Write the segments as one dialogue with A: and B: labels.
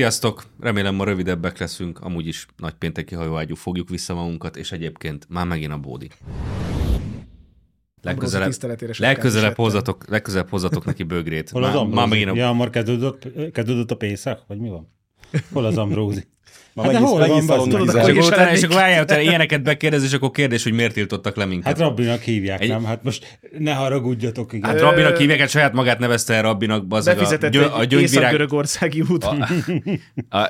A: Sziasztok! Remélem ma rövidebbek leszünk, amúgy is nagypénteki hajóágyú fogjuk vissza magunkat, és egyébként már megint a bódi. Legközelebb,
B: tiszteletére sokkal
A: legközelebb,
B: esettem.
A: hozzatok, legközelebb hozzatok neki bögrét.
C: Hol az
A: Már, már
C: Ambrózi?
A: megint a
C: Ja, már kezdődött, kezdődött a Pészak, vagy mi van? Hol az Ambrózi?
D: Ma
C: Hát de
D: megint-
C: hol
D: megint
C: van,
D: szalonna
C: basszus?
B: Tudod,
A: És
D: hízás.
A: akkor,
B: Hogy is
A: utána,
B: elég.
A: és akkor várjál, utána ilyeneket bekérdez, és akkor kérdés, hogy miért tiltottak le minket.
C: Hát Rabbinak hívják,
A: Egy-
C: nem? Hát most ne haragudjatok, igen.
A: Hát rabbinak hívják, hát saját magát nevezte el rabbinak, bazeg, a,
B: Befizetett
A: gyö, a
B: egy
A: gyöngyvirág,
B: észak-görögországi úton.
A: a,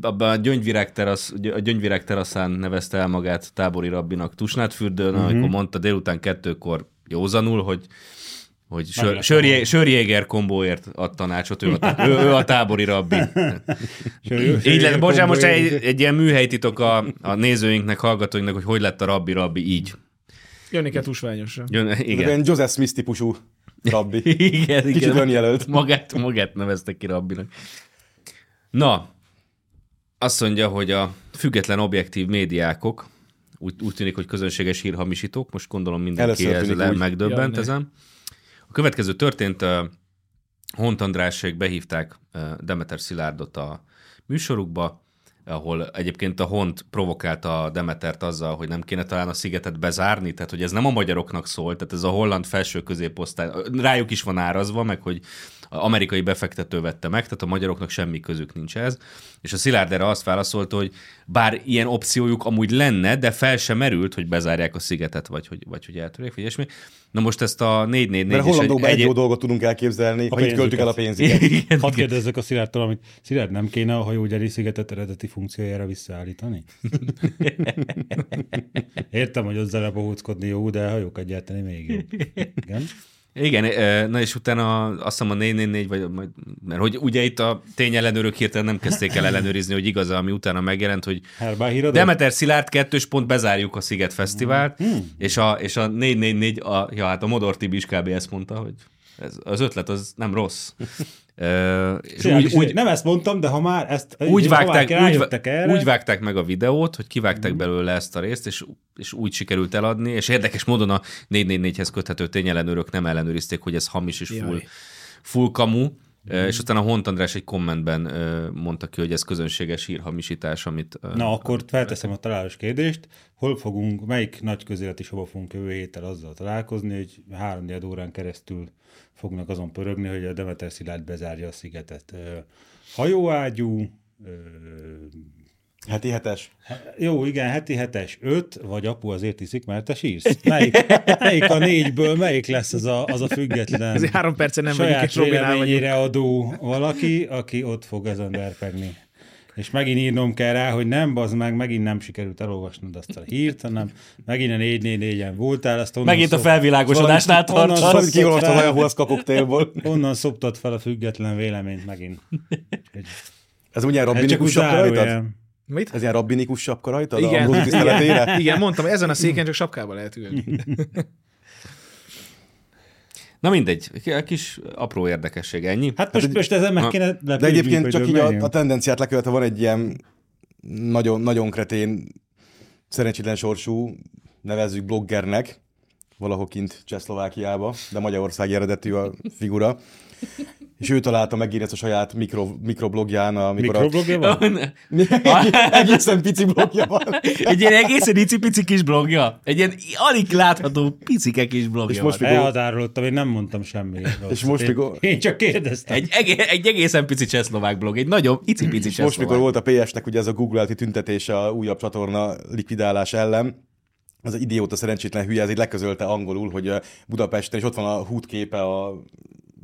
A: abban a gyöngyvirág, terasz, gy- a gyöngyvirág teraszán nevezte el magát tábori rabbinak Tusnádfürdőn, uh-huh. amikor mondta délután kettőkor józanul, hogy hogy sör,
C: Meglepő
A: sörjé, sörjéger kombóért ad tanácsot, ő a, tá- ő, ő a tábori rabbi. Így lett, bocsánat, most egy, egy ilyen műhelytitok a, a nézőinknek, hallgatóinknak, hogy hogy lett a rabbi rabbi így.
B: Jönni kell tusványosra.
A: Jön, igen.
D: Ilyen Joseph Smith típusú rabbi.
A: Igen,
D: Kicsit
A: igen.
D: önjelölt.
A: Magát, magát nevezte ki rabbinak. Na, azt mondja, hogy a független objektív médiákok, úgy, úgy tűnik, hogy közönséges hírhamisítók, most gondolom mindenki
D: Először
A: ezzel
D: tűnik
A: el
D: úgy.
B: Jaj,
A: megdöbbent
B: ne.
A: ezen. A következő történt, ö, Hont Andrásék behívták ö, Demeter Szilárdot a műsorukba, ahol egyébként a Hont provokálta a Demetert azzal, hogy nem kéne talán a szigetet bezárni, tehát hogy ez nem a magyaroknak szól, tehát ez a holland felső középosztály, rájuk is van árazva, meg hogy a amerikai befektető vette meg, tehát a magyaroknak semmi közük nincs ez. És a Szilárd erre azt válaszolta, hogy bár ilyen opciójuk amúgy lenne, de fel sem merült, hogy bezárják a szigetet, vagy hogy, vagy hogy eltörjék, vagy ilyesmi. Na most ezt a 444
D: Mert
A: és egy-
D: hollandokban egy,
A: egy-
D: jó dolgot tudunk elképzelni, ha így
C: pénzüket.
D: költük el a pénzüket.
A: Igen,
C: Hadd
A: igen.
C: kérdezzek a Szilárdtól, amit Szilárd nem kéne a hajógyári szigetet eredeti funkciójára visszaállítani? Értem, hogy azzal bohóckodni jó, de hajókat gyártani még jobb. Igen?
A: Igen, eh, na és utána azt hiszem a 444, vagy majd, mert hogy ugye itt a tényellenőrök hirtelen nem kezdték el ellenőrizni, hogy igaz, ami utána megjelent, hogy
C: Herbá híradó?
A: Demeter Szilárd kettős pont bezárjuk a Sziget Fesztivált, és, a, és a 444, a, ja, hát a Modor Tibi is kb. ezt mondta, hogy ez, az ötlet az nem rossz. Ö, és
C: Szilárd
A: úgy,
C: is-
A: úgy,
C: nem ezt mondtam, de ha már ezt...
A: úgy,
C: ha már
A: vágták, úgy,
C: rájöttek
A: vá-
C: erre, Mhm.
A: úgy vágták meg a videót, hogy kivágták belőle ezt a részt, és, és úgy sikerült eladni, és érdekes módon a 444-hez köthető tényellenőrök nem ellenőrizték, hogy ez hamis és full,
B: Jaj.
A: full kamu,
C: Mhm.
A: Ö, és aztán a Hont András egy kommentben ö, mondta ki, hogy ez közönséges hírhamisítás, amit... ö,
C: Na, akkor felteszem a találós kérdést. Hol fogunk, melyik nagy közéleti soba fogunk jövő héten azzal találkozni, hogy három órán keresztül fognak azon pörögni, hogy a Demeter Szilárd bezárja a szigetet. Ö, Hajóágyú, ö,
D: Heti hetes.
C: jó, igen, heti hetes öt, vagy apu azért iszik, mert te sírsz. Melyik, melyik a négyből, melyik lesz az a, az a független?
B: Ezért három percen nem vagyunk,
C: saját
B: és Robinál vagyunk.
C: véleményére adó valaki, aki ott fog ezen derpegni. És megint írnom kell rá, hogy nem, bazd meg, megint nem sikerült elolvasnod azt a hírt, hanem megint a 444-en voltál, azt onnan
A: Megint a
C: szop-
A: felvilágosodásnál
C: onnan- onnan
A: tartasz.
D: Azt
C: szoptad
D: kiolvastam
C: fel-
D: olyan huaszka koktélból.
C: Onnan szoptad fel a független véleményt megint. Egy,
D: Ez ugye
C: egy Hát csak úgy
D: rabbinikus sapka rajtad?
C: zárójel. Hát
B: Mit?
D: Ez ilyen rabbinikus sapka rajtad?
B: Igen.
D: Igen. A Ambrózi tiszteletére?
B: Igen, mondtam, ezen a széken csak sapkába lehet ülni.
A: Na mindegy, egy kis apró érdekesség, ennyi.
C: Hát most, most ezen meg
A: Na,
C: kéne
D: De
C: lepődnünk,
D: egyébként
C: hogy
D: csak
C: ott
D: így a,
C: menjünk.
D: a tendenciát lekövetve van egy ilyen nagyon, nagyon kretén, szerencsétlen sorsú, nevezzük bloggernek, valahol kint Csehszlovákiába, de Magyarország eredetű a figura. És ő találta meg ezt a saját mikro, mikroblogján, amikor a...
C: Mikroblogja van?
D: egészen pici blogja van.
A: Egy ilyen egészen icipici kis blogja. Egy ilyen alig látható picike kis blogja
D: És most
C: hát
A: van.
D: még-
C: Elhatárolódtam, én nem mondtam semmi. rosszat.
D: most
C: Én-
D: mikor-
C: Én csak kérdeztem.
A: Egy, egé- egy egészen pici csehszlovák blog, egy nagyon icipici
D: És most,
A: csehszlovák.
D: mikor volt a PS-nek ugye ez a Google elti tüntetése a újabb csatorna likvidálás ellen, az egy idióta szerencsétlen hülye, ez így leközölte angolul, hogy ö, Budapesten, és ott van a hút képe a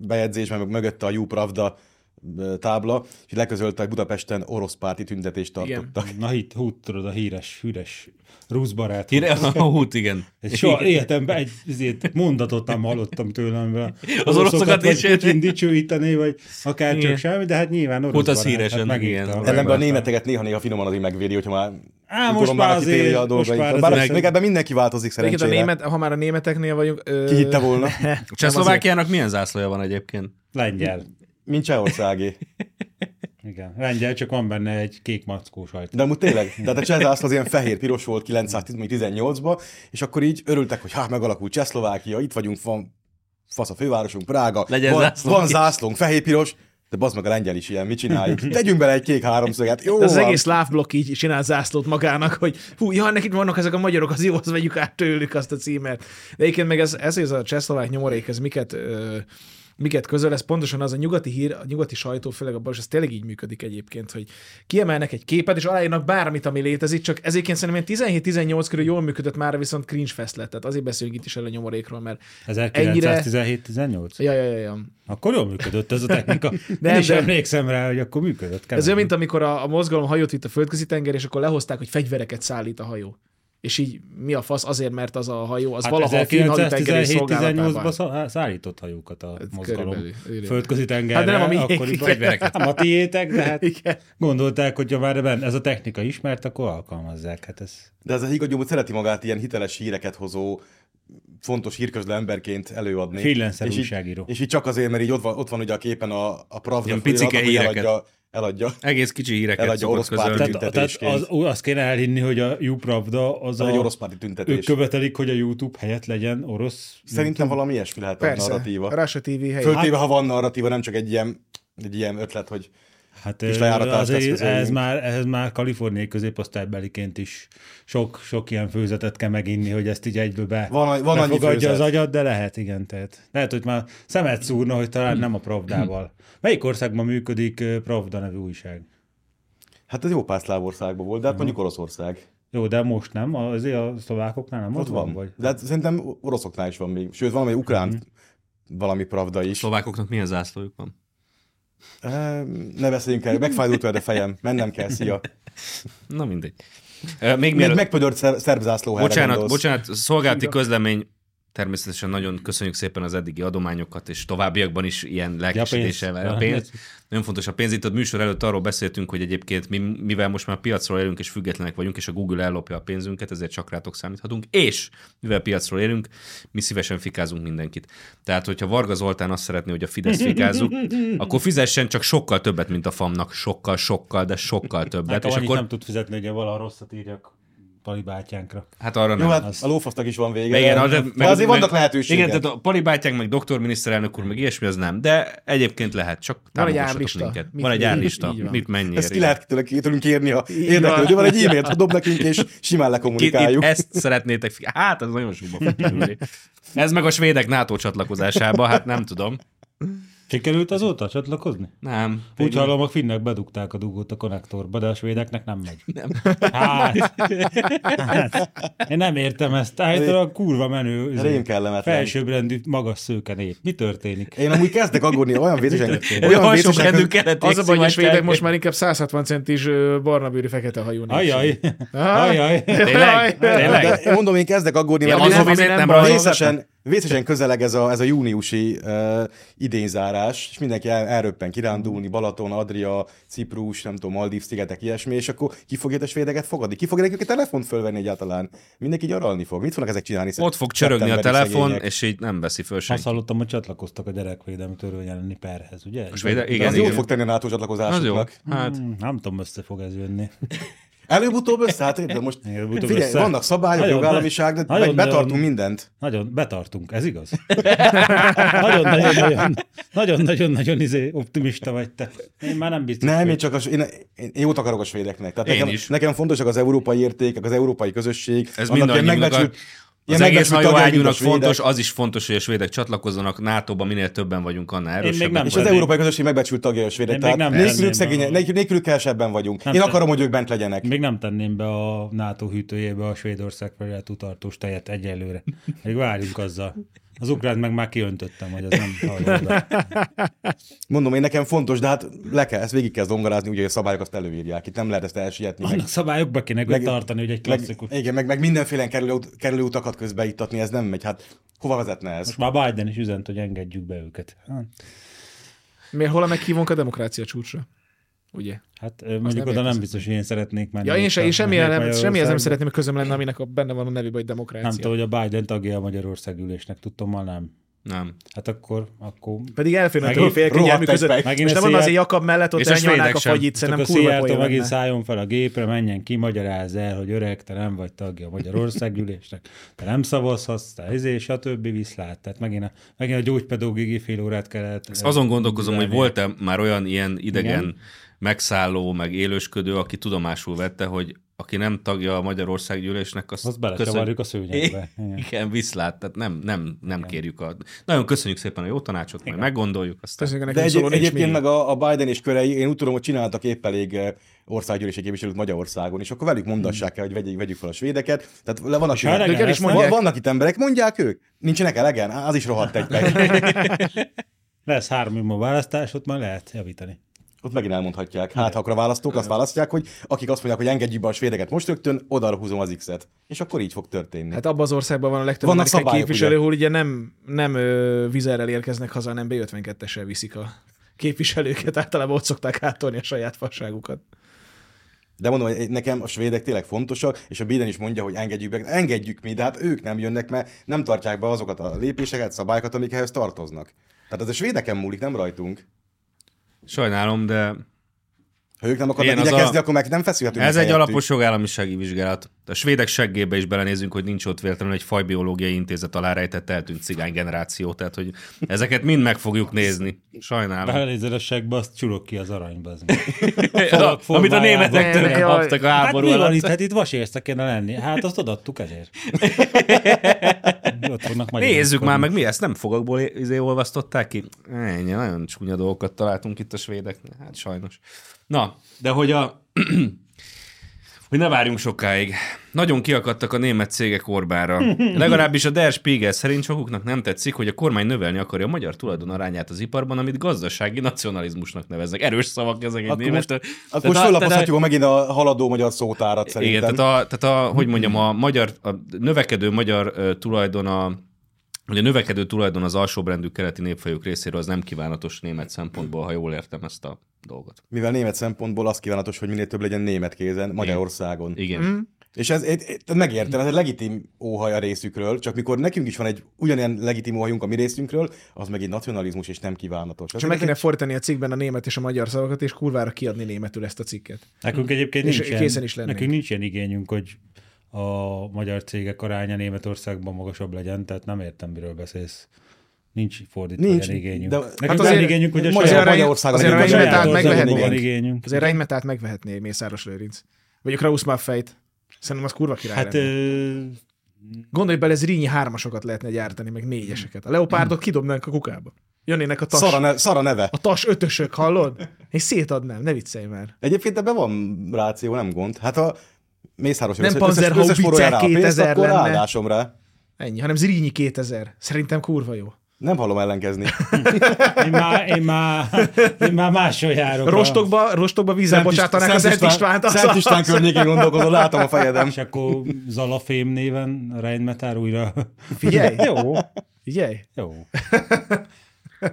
D: bejegyzésben, meg mögötte a Júpravda tábla, és így leközölte, hogy Budapesten orosz párti tüntetést
B: Igen.
D: tartottak.
C: Na hit, hú, tudod, a híres, hűres rusz barát.
A: Híre, a hút, igen.
C: Ez Soha életemben egy ezért mondatot nem hallottam tőlem, amivel
A: Az oroszokat
C: vagy
A: dicsérni.
C: Putyin dicsőíteni, vagy akár
A: Igen.
C: csak semmi, de hát nyilván orosz
A: Hút az
C: barát,
A: híresen,
C: hát megírta.
A: igen.
D: Ellenben a németeket néha-néha finoman azért megvédi, hogyha már
C: Á, most
D: utólag
C: már
D: kitéri
C: azért,
D: a
C: most már
D: dolgait.
C: azért.
D: Bár
C: meg-
D: még ebben mindenki változik
B: Egyébként a
D: szerencsére.
B: német, ha már a németeknél vagyunk... Ö...
D: Ki hitte volna?
A: Csehszlovákiának milyen zászlója van egyébként?
C: Lengyel.
D: Mint Csehországé.
C: Igen, lengyel, csak van benne egy kék mackó sajt.
D: De amúgy tényleg, de hát a Csehzászl az ilyen fehér-piros volt 918-ba, és akkor így örültek, hogy hát megalakult Csehszlovákia, itt vagyunk, van fasz a fővárosunk, Prága,
A: Legyen
D: van,
A: zászlónk
D: van
A: is.
D: zászlónk, fehér-piros, De bazd meg a lengyel is ilyen, mit csináljuk? Tegyünk bele egy kék háromszöget. Jó,
B: De az
D: van.
B: egész lávblokk így csinál zászlót magának, hogy hú, ja, nekik vannak ezek a magyarok, az jó, az vegyük át tőlük azt a címet. De egyébként meg ez, ez, ez a csehszlovák nyomorék, ez miket, ö, miket közöl, ez pontosan az a nyugati hír, a nyugati sajtó, főleg a bals, ez tényleg így működik egyébként, hogy kiemelnek egy képet, és aláírnak bármit, ami létezik, csak ezéként szerintem ilyen 17-18 körül jól működött már, viszont cringe fest lett. Tehát azért beszélünk itt is el a nyomorékról, mert ennyire...
C: 1917-18?
B: Ja, ja, ja, ja.
C: Akkor jól működött ez a technika.
B: Nem,
C: Nem, is
B: de-
C: emlékszem rá, hogy akkor működött.
B: Ez
C: kemény.
B: olyan, mint amikor a, a mozgalom hajót vitt a földközi tenger, és akkor lehozták, hogy fegyvereket szállít a hajó. És így mi a fasz? Azért, mert az a hajó, az hát
C: Szóval
B: valaha a finn haditengerés szolgálatában
C: 1917-18-ban
B: van.
C: szá- hát szállított hajókat a mozgalom.
B: körülbelül, igen.
C: Földközi tengerre.
B: Hát de nem a miénk.
C: akkori fegyvereket. Nem a tiétek, de hát
B: Igen.
C: gondolták, hogy ha már benne ez a technika ismert, akkor alkalmazzák. Hát ez
D: De ez a higgadjomot szereti magát ilyen hiteles híreket hozó, fontos hírközlő emberként előadni.
C: Freelancer
D: és így,
C: újságíró.
D: és így csak azért, mert így ott van, ott van ugye a képen a, a Pravda
A: Ilyen
D: felirat,
A: picike
D: ahogy
A: híreket.
D: Eladja, eladja.
A: Egész kicsi híreket
D: Eladja
A: szokott
D: orosz pártot.
A: közölni.
D: Tehát-
C: Tehát, tehát az, ú, azt kéne elhinni, hogy a Jupravda az
D: Ez
C: a...
D: egy orosz párti
C: ők
D: tüntetés.
C: követelik, hogy a YouTube helyett legyen orosz.
D: Szerintem valami ilyesmi lehet a
B: Persze,
D: narratíva.
B: Russia TV helyen.
D: Föltéve, ha van narratíva, nem csak egy ilyen, egy ilyen ötlet, hogy
C: Hát
D: Kis
C: ö,
D: lejáratást
C: azért
D: eszközöljünk.
C: ez már, ehhez már kaliforniai középosztálybeliként is sok, sok ilyen főzetet kell meginni, hogy ezt így egyből be,
D: Van- van annyi
C: befogadja az
D: főzet.
C: agyad, de lehet, igen. Tehát. Lehet, hogy már szemet szúrna, hogy talán nem a Pravdával. Melyik országban működik ö, Pravda nevű újság?
D: hát ez jó pár szláv országban volt, de hát mondjuk Oroszország.
C: Jó, de most nem, azért a szlovákoknál nem ott,
D: Ott van. Mhm.
C: Vagy?
D: De hát szerintem oroszoknál is van még. Sőt, valami ukrán valami pravda is.
A: Szlovákoknak milyen zászlójuk van?
D: Ehm, Ne beszéljünk el, megfájdult veled a fejem, mennem kell, szia.
A: Na mindegy. Ö, Még
D: Meg,
A: mielőtt...
D: megpödört szer- szerb zászlóhelyre
A: Bocsánat,
D: gondolsz.
A: bocsánat, szolgálati közlemény. Természetesen nagyon köszönjük szépen az eddigi adományokat, és továbbiakban is ilyen lelkesedéssel
C: pénz.
A: várja a pénz. Nagyon fontos a pénz. Itt a műsor előtt arról beszéltünk, hogy egyébként mi, mivel most már piacról élünk, és függetlenek vagyunk, és a Google ellopja a pénzünket, ezért csak rátok számíthatunk, és mivel piacról élünk, mi szívesen fikázunk mindenkit. Tehát, hogyha Varga Zoltán azt szeretné, hogy a Fidesz fikázzuk, akkor fizessen csak sokkal többet, mint a famnak. Sokkal, sokkal, de sokkal többet.
C: Hát,
A: Hát, és
C: akkor... nem
A: akkor,
C: tud fizetni, hogy valaha rosszat írjak Pali bátyánkra.
A: hát arra nem.
D: Jó, hát a lófasznak is van vége.
A: De igen,
D: de,
A: az,
D: de azért vannak lehetőségek.
A: Igen, tehát a Pali bátyánk, meg doktor miniszterelnök úr, meg ilyesmi, az nem. De egyébként lehet, csak támogassatok
B: árlista.
A: minket.
B: Mit-
A: Van egy árlista,
B: így van.
A: mit mennyi.
D: Ezt ki lehet tőle, tőlünk kérni, ha
B: van.
D: érdeklődő van egy e-mailt, ha dob nekünk, és simán
A: Itt, itt
D: lekommunikáljuk.
A: ezt szeretnétek, fi- hát az nagyon sokba fog kerülni. Ez meg a svédek NATO csatlakozásába, hát nem tudom.
C: Sikerült azóta csatlakozni?
A: Nem.
C: Úgy hallom, a finnek bedugták a dugót a konnektorba, de a svédeknek nem megy. Nem. Hát, hát, én nem értem ezt. Állítólag a kurva menő, izé,
D: Rém kellemetlen.
C: felsőbbrendű, magas szőke nép. Mi történik?
D: Én amúgy kezdek aggódni, olyan vécesen,
A: Ez a
D: olyan
A: alsóbrendű
D: vécesen,
A: keleti
B: Hát, Az a baj, hogy a svédek
A: szivattyák.
B: most már inkább 160 centis ö, barnabőrű fekete hajú népség.
C: Ajaj, ajaj.
A: Tényleg?
D: de
A: Tényleg?
D: én mondom, én kezdek aggódni, mert
A: Ja,
D: vészesen-
A: azon azért nem
D: mert
A: rajzol.
D: vészesen, vészesen közeleg ez a, ez a júniusi uh, idénzárás, és mindenki el, elröppen kirándulni, Balaton, Adria, Ciprus, nem tudom, Maldív szigetek, ilyesmi, és akkor ki fogja a svédeket fogadni? Ki fogja nekik a telefont fölvenni egyáltalán? Mindenki nyaralni fog. Mit fognak ezek csinálni?
A: Ott fog csörögni a
D: Szeptemberi
A: telefon,
D: szegények. Hát szóval-
A: és így nem veszi föl
C: Azt
A: senki.
C: hallottam, hogy csatlakoztak a gyerekvédelmi törvény elleni perhez, ugye?
A: A svédek,
D: De
A: igen,
D: az Mm. jól
A: igen.
D: fog tenni a NATO
A: Az jó.
D: csatlakozásoknak.
A: Hát,
C: Hmm, Nem tudom, össze fog ez jönni.
D: Előbb-utóbb össze, hát érted, most
C: Előbb-utóbb
D: figyelj,
C: össze.
D: vannak szabályok,
C: Nagyon
D: jogállamiság, de
C: nagy- nagyon-
D: meg betartunk
C: nagyon-
D: mindent.
C: Nagyon betartunk, ez igaz? Nagyon-nagyon-nagyon nagyon-nagyon-nagyon izé optimista vagy te. Én már nem biztos.
D: Nem,
C: hogy-
D: én csak a, s- én, én, én jót akarok a svédeknek. Tehát
A: Én
D: nekem,
A: is.
D: nekem fontosak az európai értékek, az európai közösség.
A: Ez
D: annak ilyen
A: mindannyiunknak a-
D: megbecsült-
A: az
D: ilyen
A: egész
D: megbecsült tagjai, mint a
A: hajóágyúnak
D: svédek.
A: fontos, az is fontos, hogy a svédek csatlakozzanak NATO-ba, minél többen vagyunk, annál
C: még
A: erősebbek.
C: nem
D: És az
C: Pedig-
D: európai közösség megbecsült tagja a svédek.
C: Én
D: Tehát
C: még nem
D: nélkülük,
C: tenném
D: szegénye,
C: a-
D: nélkül- nélkülük kevesebben vagyunk.
C: Nem
D: Én
C: tenném.
D: akarom, hogy ők bent legyenek.
C: Még nem tenném be a NATO hűtőjébe a Svédország felett utartós tejet egyelőre. Még várjunk azzal. Az ukrán meg már kiöntöttem, hogy az nem hallott be.
D: Mondom, én nekem fontos, de hát le kell, ezt végig kell zongorázni, ugye a szabályok azt előírják. Itt nem lehet ezt elsietni. meg-
C: Annak szabályokba kéne meg,
D: Meg-
C: tartani, hogy egy
D: Meg,
C: klasszikus.
D: igen, meg, meg mindenféle kerülő, kerülő utakat közbeittatni, ez nem megy. Hát hova vezetne ez?
C: Most már Biden is üzent, hogy engedjük be őket. Hát,
B: Miért hol meghívunk a demokrácia csúcsra? Ugye?
C: Hát ö, mondjuk
B: nem
C: oda nem
B: érkeztem.
C: biztos, hogy én szeretnék menni.
B: Ja, én, se, én
C: Ott a-
B: semmihez nem,
C: Magyarország-
B: semmihez nem szeretném, hogy közöm lenne, aminek a, benne van a nevében, hogy demokrácia.
C: Nem tudom, hogy a Biden tagja a Magyarország ülésnek, tudtommal nem.
A: Nem.
C: Hát akkor, akkor
B: Pedig elférne a
C: Megint
B: trófék egy
D: rohadt
B: nyelmű
D: egy
B: között.
D: pej.
B: Most
C: Megint
B: nem
C: a
B: mondom,
C: CR
B: azért Jakab mellett ott
A: És a
B: elnyomnák
A: svédek
B: a
A: sem.
B: fagyit,
C: Csak
B: szerintem
C: a
B: kurva
C: Szijjártó
B: poén
C: megint
B: lenne.
C: szálljon fel a gépre, menjen ki, magyarázz el, hogy öreg, te nem vagy tagja a Magyar Országgyűlésnek, te nem szavazhatsz, te izé, stb. viszlát. Tehát megint a, megint a gyógypedagógiai fél órát kellett.
A: Ezt azon gondolkozom, hogy volt-e már olyan ilyen idegen Igen. megszálló, meg élősködő, aki tudomásul vette, hogy aki nem tagja a Magyarország gyűlésnek, azt,
C: Azt
A: köszönjük.
C: belekevarjuk a szőnyegbe. Igen.
A: Igen, viszlát, tehát nem, nem, nem kérjük a... Nagyon köszönjük szépen a jó tanácsot, majd meggondoljuk, aztán
B: Köszönjük,
D: De
B: nekünk
D: egy,
B: szóló nincs
D: egyébként
B: még.
D: meg a, a Biden és körei, én úgy tudom, hogy csináltak épp elég eh, országgyűlési képviselőt Magyarországon, és akkor velük mondassák el, hogy vegyük, vegyük fel a svédeket. Tehát le van, aki,
C: ha elegen
D: ők el is
C: lesznek?
D: mondják. vannak itt emberek, mondják ők. Nincsenek elegen? Á, Az is rohadt egy perc.
C: Lesz három év múlva választás, ott már lehet javítani.
D: Ott megint elmondhatják. Hát, ha akkor a választók azt választják, hogy akik azt mondják, hogy engedjük be a svédeket most rögtön, oda húzom az X-et. És akkor így fog történni.
B: Hát abban az országban van a legtöbb
D: Vannak
B: amerikai
D: szabályok,
B: képviselő,
D: ugye?
B: hol ugye nem, nem ö, vizerrel érkeznek haza, hanem B52-essel viszik a képviselőket, általában ott szokták átolni a saját fasságukat.
D: De mondom, hogy nekem a svédek tényleg fontosak, és a Biden is mondja, hogy engedjük meg, engedjük mi, de hát ők nem jönnek, mert nem tartják be azokat a lépéseket, szabályokat, amik ehhez tartoznak. Tehát ez a svédeken múlik, nem rajtunk.
A: Sajnálom, de
D: Ha ők
A: Igen,
D: nem akarnak
A: az
D: igyekezni,
A: a-
D: akkor meg nem feszülhetünk.
A: ez
D: meg
A: egy
D: helyettük.
A: alapos jogállamisági vizsgálat. A svédek seggébe is belenézünk, hogy nincs ott véletlenül egy fajbiológiai intézet alá rejtett eltűnt cigány generáció, tehát hogy ezeket mind meg fogjuk nézni. Sajnálom.
C: Belenézel a segbe, azt csurok ki az aranyba. Az
A: Amit a
C: formájában.
A: németektől
B: Jaj.
A: kaptak a
C: Hát
A: háború
C: mi van
A: alatt.
C: itt? Hát itt vasérszak kéne lenni. Hát azt odaadtuk ezért. Ott fognak
A: Nézzük
C: magyarázkodni.
A: már meg, mi ezt nem fogakból é- izé olvasztották ki? Ennyi, nagyon csúnya dolgokat találtunk itt a svédeknél, hát sajnos. Na, de hogy a... hogy ne várjunk sokáig. Nagyon kiakadtak a német cégek Orbánra. Legalábbis a Der Spiegel szerint sokuknak nem tetszik, hogy a kormány növelni akarja a magyar tulajdon arányát az iparban, amit gazdasági nacionalizmusnak neveznek. Erős szavak ezek egy
D: Akkor
A: németől.
D: Akkor
A: Tehát
D: most
A: a- tehát a-
D: föllapozhatjuk megint a haladó magyar szótárat szerintem.
A: igen, tehát, a, tehát a, hogy mondjam, a magyar, a növekedő magyar ö, tulajdon a hogy a növekedő tulajdon az alsóbrendű keleti népfajok részéről az nem kívánatos német szempontból, ha jól értem ezt a dolgot.
D: Mivel német szempontból az kívánatos, hogy minél több legyen német kézen Magyarországon.
A: Igen.
B: Mm.
D: És ez, ez, ez megértem, ez egy legitim óhaj a részükről, csak mikor nekünk is van egy ugyanilyen legitim óhajunk a mi részünkről, az megint nacionalizmus és nem kívánatos.
B: És meg kéne fordítani a cikkben a német és a magyar szavakat, és kurvára kiadni németül ezt a cikket.
C: Nekünk egyébként
B: Mm. És
C: nincs ilyen-
B: készen is lennénk.
C: Nekünk nincs ilyen igényünk, hogy a magyar cégek aránya Németországban magasabb legyen, tehát nem értem, miről beszélsz. Nincs fordítva
D: Nincs,
C: ilyen igényünk.
D: de-
C: De,
D: hát
C: Nekünk hát
B: azért-
C: azért, igényünk, hogy a
D: Magyar-
C: saját,
D: Magyarországon
B: azért
D: egyébként
B: Rheinmetall
D: saját
C: Magyarországon
D: országban
B: megvehetné.
C: van
D: igényünk.
C: igényünk.
B: Azért Rheinmetált megvehetné Mészáros Lőrinc. Vagy a Krausz Maffeit. Szerintem az kurva király
C: Hát
B: hát,
C: ö,
B: Gondolj bele, ez rínyi hármasokat lehetne gyártani, meg négyeseket. A leopárdot kidobnánk a kukába. Jönnének a tas,
D: Szara, ne, szara neve.
B: a tas ötösök, hallod? És szétadnám, ne viccelj már.
D: Egyébként ebben van ráció, nem gond. Hát a Mészáros
B: Nem
D: összes- összes-
B: Panzerhaubitzer
D: összes forró rá a pénzt,
B: 2000
D: akkor
B: lenne.
D: áldásom rá.
B: Ennyi, hanem Zrínyi 2000. Szerintem kurva jó.
D: Nem hallom ellenkezni.
C: én már, én már, én már máshol járok. a-
B: Rostokba, rostokba vízzel
D: Szent
B: bocsátanák
D: István-
B: az Szent Istvánt. az-
D: Szent István környékén gondolkozol, látom a fejedem.
C: És akkor Zalafém néven Rheinmetall újra.
B: Figyelj!
C: Jó,
B: Figyelj!
C: jó.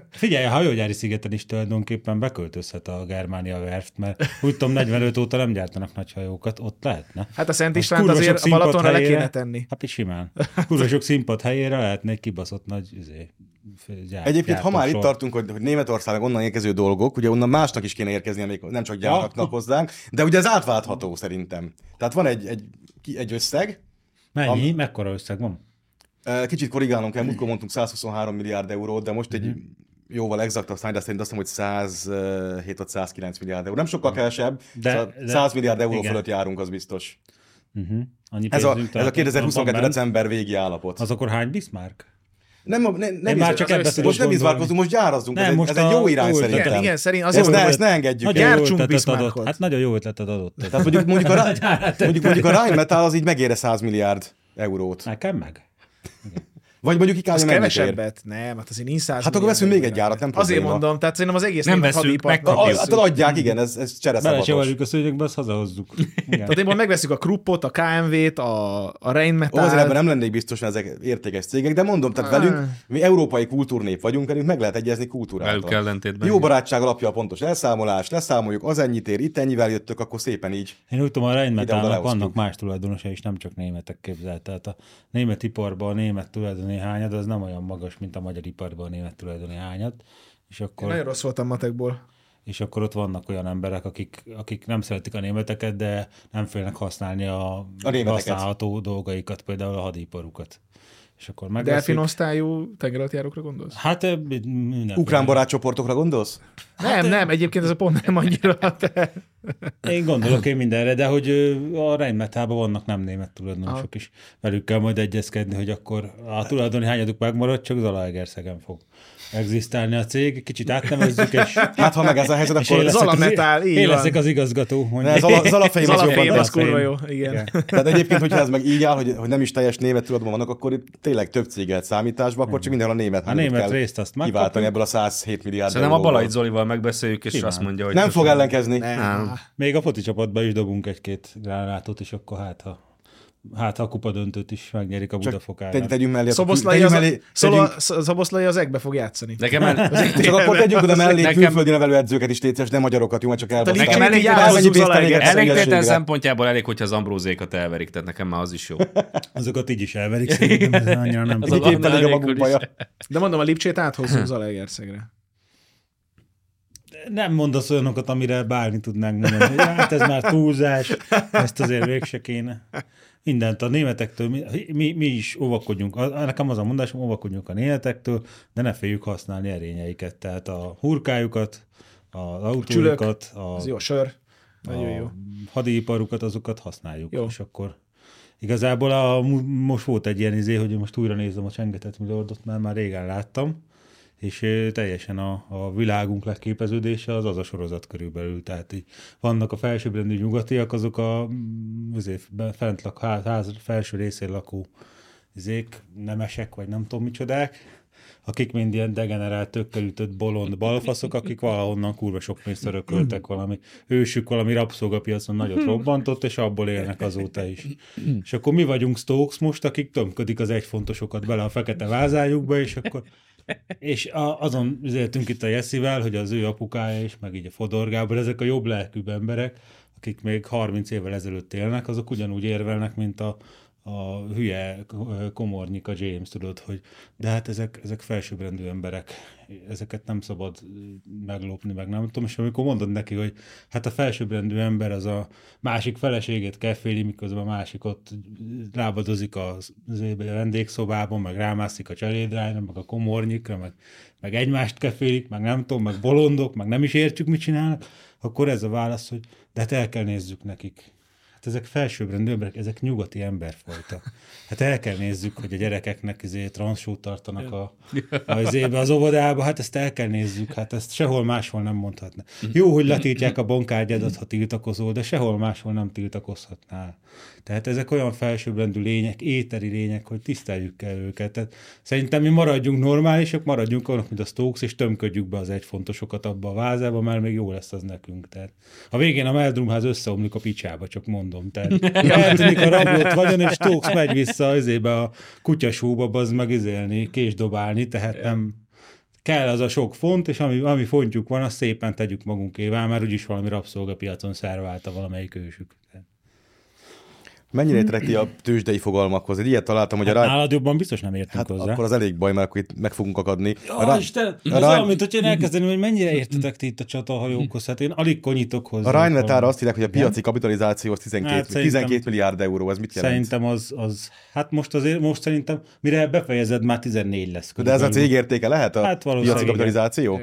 C: Figyelj, a hajógyári szigeten is tulajdonképpen beköltözhet a Germánia Werft, mert úgy tudom, 45 óta nem gyártanak nagy hajókat, ott lehetne.
B: Hát a Szent
C: A
B: Istvánt
C: kurva sok
B: azért a
C: színpad
B: Balatonra le
C: helyére-
B: kéne tenni.
C: Hát is simán. Kurva sok színpad helyére lehetne egy kibaszott nagy üzé, gyár,
D: Egyébként, ha már itt
C: gyártósor.
D: tartunk, hogy, hogy Németország onnan érkező dolgok, ugye onnan másnak is kéne érkezni, amik nem csak gyáraknak hozzánk, de ugye ez átváltható szerintem. Tehát van egy, egy, ki- egy összeg,
C: Mennyi? Mekkora összeg van?
D: Eh, Kicsit korrigálnom kell, múltkor mondtunk 123 milliárd eurót, de most
C: Mhm.
D: egy jóval exaktabb szány, de szerint azt mondom, hogy 107 vagy 109 milliárd euró. Nem sokkal kevesebb,
C: Mhm. De-
D: de,
C: de-
D: 100 milliárd euró
C: igen.
D: fölött járunk, az biztos.
C: Uh-huh. Annyi
D: Ez a,
C: pénzünk
D: ez a
C: tartott,
D: 2022.
C: van bent.
D: december végi állapot.
C: Az akkor hány Bismarck?
D: Nem, nem, nem,
C: Én már
D: izé-
C: csak
D: az
C: ebbe
D: összes-
C: tudok
D: Most nem
C: gondolni.
D: izvárkozunk, most gyárazzunk,
C: Nem,
D: ez,
C: most
D: egy, ez egy
C: a-
D: jó irány
C: jó ötlet.
D: szerintem.
B: Igen, igen, szerint az
D: ezt,
B: jó
D: ne,
B: ötlet.
D: ezt ne engedjük
C: Nagyon
D: el.
C: jó
B: Gyártsunk
C: ötletet
B: Bismarckot.
C: adott. Hát nagyon jó ötletet adott.
D: Tehát mondjuk, mondjuk, a, Rhein- mondjuk, mondjuk a Rheinmetall az így megére 100 milliárd eurót.
C: Nekem meg?
D: Vagy mondjuk ikálja
B: Az
D: mennyit ér.
B: kevesebbet? Nem, hát azért nincs száz.
D: Hát akkor
B: milliárd
D: veszünk még egy
B: ember.
D: gyárat, nem
B: Azért
D: probléma.
B: mondom, tehát szerintem az egész
A: Nem
B: német
A: veszünk,
B: hadipart-
D: Na,
A: megkapjuk.
D: a- Hát adják, igen, ez, ez csereszabatos.
C: Belecsevarjuk a szőnyegbe, azt hazahozzuk. Igen.
B: Tehát én mondom, megveszünk a Kruppot, a KMV-t, a, a
D: Ó, azért ebben
B: Rheinmetall.
D: nem lennék biztos, mert ezek értékes cégek, de mondom, tehát velünk, mi európai kultúrnép vagyunk, velünk meg lehet egyezni
A: Velük
D: kultúrával.
A: ellentétben.
D: Jó barátság alapja a pontos elszámolás, leszámoljuk, az ennyit ér, itt ennyivel jöttök, akkor szépen így.
C: Én úgy tudom, a
D: Ide-oda
C: Rheinmetallnak
D: leosztjuk.
C: vannak más tulajdonosa is, nem csak németek képzelt. Tehát a német iparban a német tulajdon tulajdoni hányad az nem olyan magas, mint a magyar iparban a német tulajdoni hányad, és
B: Én nagyon
C: akkor,
B: rossz voltam matekból.
C: és akkor ott vannak olyan emberek, akik, akik nem szeretik a németeket, de nem félnek használni a,
D: A németeket.
C: használható dolgaikat, például a hadiparukat. És akkor megveszik.
B: Delfin osztályú tengeralattjárókra gondolsz?
C: Hát ö, mindenféle.
D: Ukrán barátcsoportokra gondolsz?
B: nem,
D: Hát,
B: nem, egyébként ez a pont nem annyira. De...
C: Én gondolok én mindenre, de hogy ö, a rheinmetában vannak nem német tulajdonosok is. Velük kell majd egyezkedni, hogy akkor a tulajdoni hányaduk megmarad, csak Zalaegerszegen fog egzisztálni a cég. Kicsit átnevezzük, és,
D: Hát, ha meg ez a helyzet,
C: és én,
D: akkor...
C: leszek
B: Zalametál,
C: az,
B: így
C: én
B: van.
C: leszek az igazgató.
D: Ne,
C: Mondja.
D: ez ala, ez alapfejém az
B: Zalafém,
D: jobban
B: az
D: tesz.
B: kurva jó. Igen.
D: Tehát egyébként, hogyha ez meg így áll, hogy, hogy nem is teljes német tudatban vannak, akkor itt tényleg több céget számításba, akkor csak mindenhol a német
C: A
D: hányadot
C: német
D: kell
C: részt azt megkapjuk.
D: kiváltani ebből a 107 milliárd
A: Szerintem a
D: euróból.
A: Balajt Zolival megbeszéljük, és azt mondja, hogy...
D: Nem fog ellenkezni.
B: Nem.
C: Még a foci csapatba is dobunk egy-két gránátot, és akkor hát ha, hát ha a kupa döntőt is megnyerik a Budafokán.
D: Tegy, tegyünk mellé.
B: Szoboszlai
D: tegyünk
B: az,
D: mellé,
B: Szolo,
D: tegyünk,
B: Szoboszlai az egbe fog játszani.
A: Nekem, el,
D: Hát csak akkor tegyünk oda mellé
A: Nekem-
D: külföldi nevelőedzőket is tétszes, nem magyarokat, jó, mert csak elbasztál.
B: Nekem
A: elég
D: Elmennyi
B: járhozzuk
D: pénzt
B: Zalaegerszeg.
D: elégedsz a
A: elégtétel
D: ügyességre.
A: szempontjából elég, hogyha az ambrózékat elverik, tehát nekem már az is
D: Hát,
A: jó.
C: Azokat így is elverik, szerintem ez annyira nem.
A: Az
D: Így
A: Zalannal
D: éppen elég a
A: nélkül
D: maguk
A: is.
D: baja.
B: De mondom, a Lipcsét áthozzuk Zalaegerszegre.
C: nem mondasz olyanokat, amire bármi tudnánk mondani. hogy Hát ez már túlzás, ezt azért végse kéne. Mindent a németektől, mi, mi, mi is óvakodjunk. A- Nekem az a mondásom, óvakodjunk a németektől, de ne féljük használni erényeiket. Tehát a hurkájukat, az autójukat, a,
B: Az jó sör. Nagyon jó.
C: a hadiparukat, azokat használjuk.
B: Jó.
C: Jó. És akkor igazából a, mu- most volt egy ilyen izé, hogy most újra nézem a Csengetett Milordot, mert már régen láttam, és ö, teljesen a, a világunk leképeződése az az a sorozat körülbelül. Tehát így vannak a felsőbbrendű nyugatiak, azok a mm, izé, be- fent lak, ház, ház felső részén lakó izék, nemesek, vagy nem tudom micsodák, akik mind ilyen degenerált, tökkelütött bolond balfaszok, akik valahonnan kurva sok pénzt örököltek valami. Ősük valami rabszolgapiacon nagyot robbantott, és abból élnek azóta is. És akkor mi vagyunk Stokes most, akik tömködik az egyfontosokat bele a fekete vázájukba, és akkor és a, azon üzéltünk itt a Jesszivel, hogy az ő apukája is, meg így a Fodor Gábor, ezek a jobb lelkűbb emberek, akik még 30 évvel ezelőtt élnek, azok ugyanúgy érvelnek, mint a, a hülye ö, komornyika James, tudod, hogy de hát ezek, ezek felsőbbrendű emberek, ezeket nem szabad ö, meglopni, meg nem tudom, és amikor mondod neki, hogy hát a felsőbbrendű ember az a másik feleségét keféli, miközben a másik ott lábadozik az, az a vendégszobában, meg rámászik a cselédrányra, meg a komornyikra, meg, meg egymást kefélik, meg nem tudom, meg bolondok, meg nem is értjük, mit csinálnak, akkor ez a válasz, hogy de hát el kell nézzük nekik. Hát ezek felsőbbrendű emberek, ezek nyugati emberfajta. Hát el kell nézzük, hogy a gyerekeknek izé transzsút tartanak a, a izébe, az óvodába, hát ezt el kell nézzük, hát ezt sehol máshol nem mondhatná. Jó, hogy letiltják a bankkártyádat, ha tiltakozol, de sehol máshol nem tiltakozhatnál. Tehát ezek olyan felsőbbrendű lények, éteri lények, hogy tiszteljük el őket. Tehát szerintem mi maradjunk normálisok, maradjunk olyanok, mint a Stokes, és tömködjük be az egyfontosokat abba a vázába, mert még jó lesz az nekünk. Tehát a végén a Meldrumház összeomlik a picsába, csak mondom. Tehát eltűnik a rablott vagyon, és Stokes megy vissza azébe a kutyasúba, az meg izélni, késdobálni, tehát nem kell az a sok font, és ami, ami fontjuk van, azt szépen tegyük magunkévá, mert úgyis valami rabszolgapiacon szerválta valamelyik ősük. Tehát.
D: Mennyire értek ti a tőzsdei fogalmakhoz? Egy ilyet találtam, hogy a rá...
C: Nálad jobban biztos nem értünk
D: Hát
C: hozzá.
D: akkor az elég baj, mert akkor itt meg fogunk akadni.
C: Ja,
D: A rá-
C: Isten,
D: a
C: az
D: rá-
C: olyan, mint hogy én elkezdeném, hogy mennyire értetek ti itt a csatahajókhoz. Hát én alig konyítok hozzá.
D: A Rheinmetára azt írják, hogy a piaci kapitalizáció az 12,
C: Hát
D: hát,
C: szerintem-
D: 12 milliárd euró, ez mit jelent?
C: Szerintem az, az, hát most azért, most szerintem, mire befejezed, már 14 lesz.
D: De ez a
C: körülbelül.
D: cég értéke lehet a
C: Hát valószínűleg
D: piaci
C: igen.
D: kapitalizáció?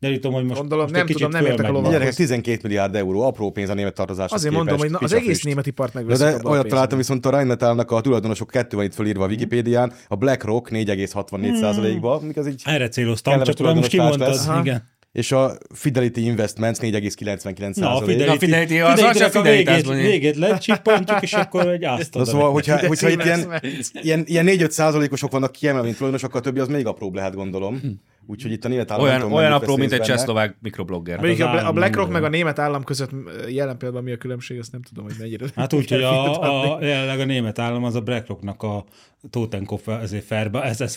C: Gyanítom, hogy most,
B: Gondolom,
C: most
B: nem
C: egy kicsit
B: tudom, nem értek a
C: fölmegy.
B: lovakhoz.
D: Gyerekek, 12 milliárd euró, apró pénz a német tartozáshoz
B: Azért
D: képest.
B: mondom, hogy na, az
D: Picsa
B: egész
D: füst.
B: német ipart
D: De,
B: megveszünk
D: de
B: abban a
D: olyat
B: pénzben.
D: találtam viszont a Rheinmetallnak a tulajdonosok kettő van itt fölírva a Wikipédián, a BlackRock 4,64%-ba, hmm. ez így
C: Erre céloztam,
D: Kellemes
C: csak tudom, most
D: tulajdonos
C: kimondtad.
D: lesz.
B: Aha.
C: Igen.
D: és a Fidelity Investments 4,99%.
C: Na, a Fidelity,
A: Na, Fidelity, az az
C: Fidelity-nek
A: csak
C: a
A: Fidelity, azt
C: végét,
A: mondja.
C: végét lecsippantjuk, és akkor egy azt
D: Na,
C: adod.
D: szóval, hogyha, hogyha itt ilyen,
B: Investments.
D: ilyen, ilyen 4-5 százalékosok vannak kiemelve, mint tulajdonosok, a többi az még apróbb lehet, gondolom.
C: Hmm.
D: Úgyhogy itt a német állam nem
A: Olyan,
D: tudom,
A: olyan
D: mennyit
A: apró,
D: vesz
A: mint egy
D: részt benne.
A: csehszlovák mikroblogger.
B: Mondjuk
C: az
B: a, Bla- a
C: állam
B: BlackRock
C: minden.
B: meg a német állam között ö, jelen pillanatban mi a különbség, azt nem tudom, hogy mennyire.
C: Hát úgy, hogy a, a, jelenleg a német állam az a BlackRocknak a Totenkopf, ezért Ferba, SS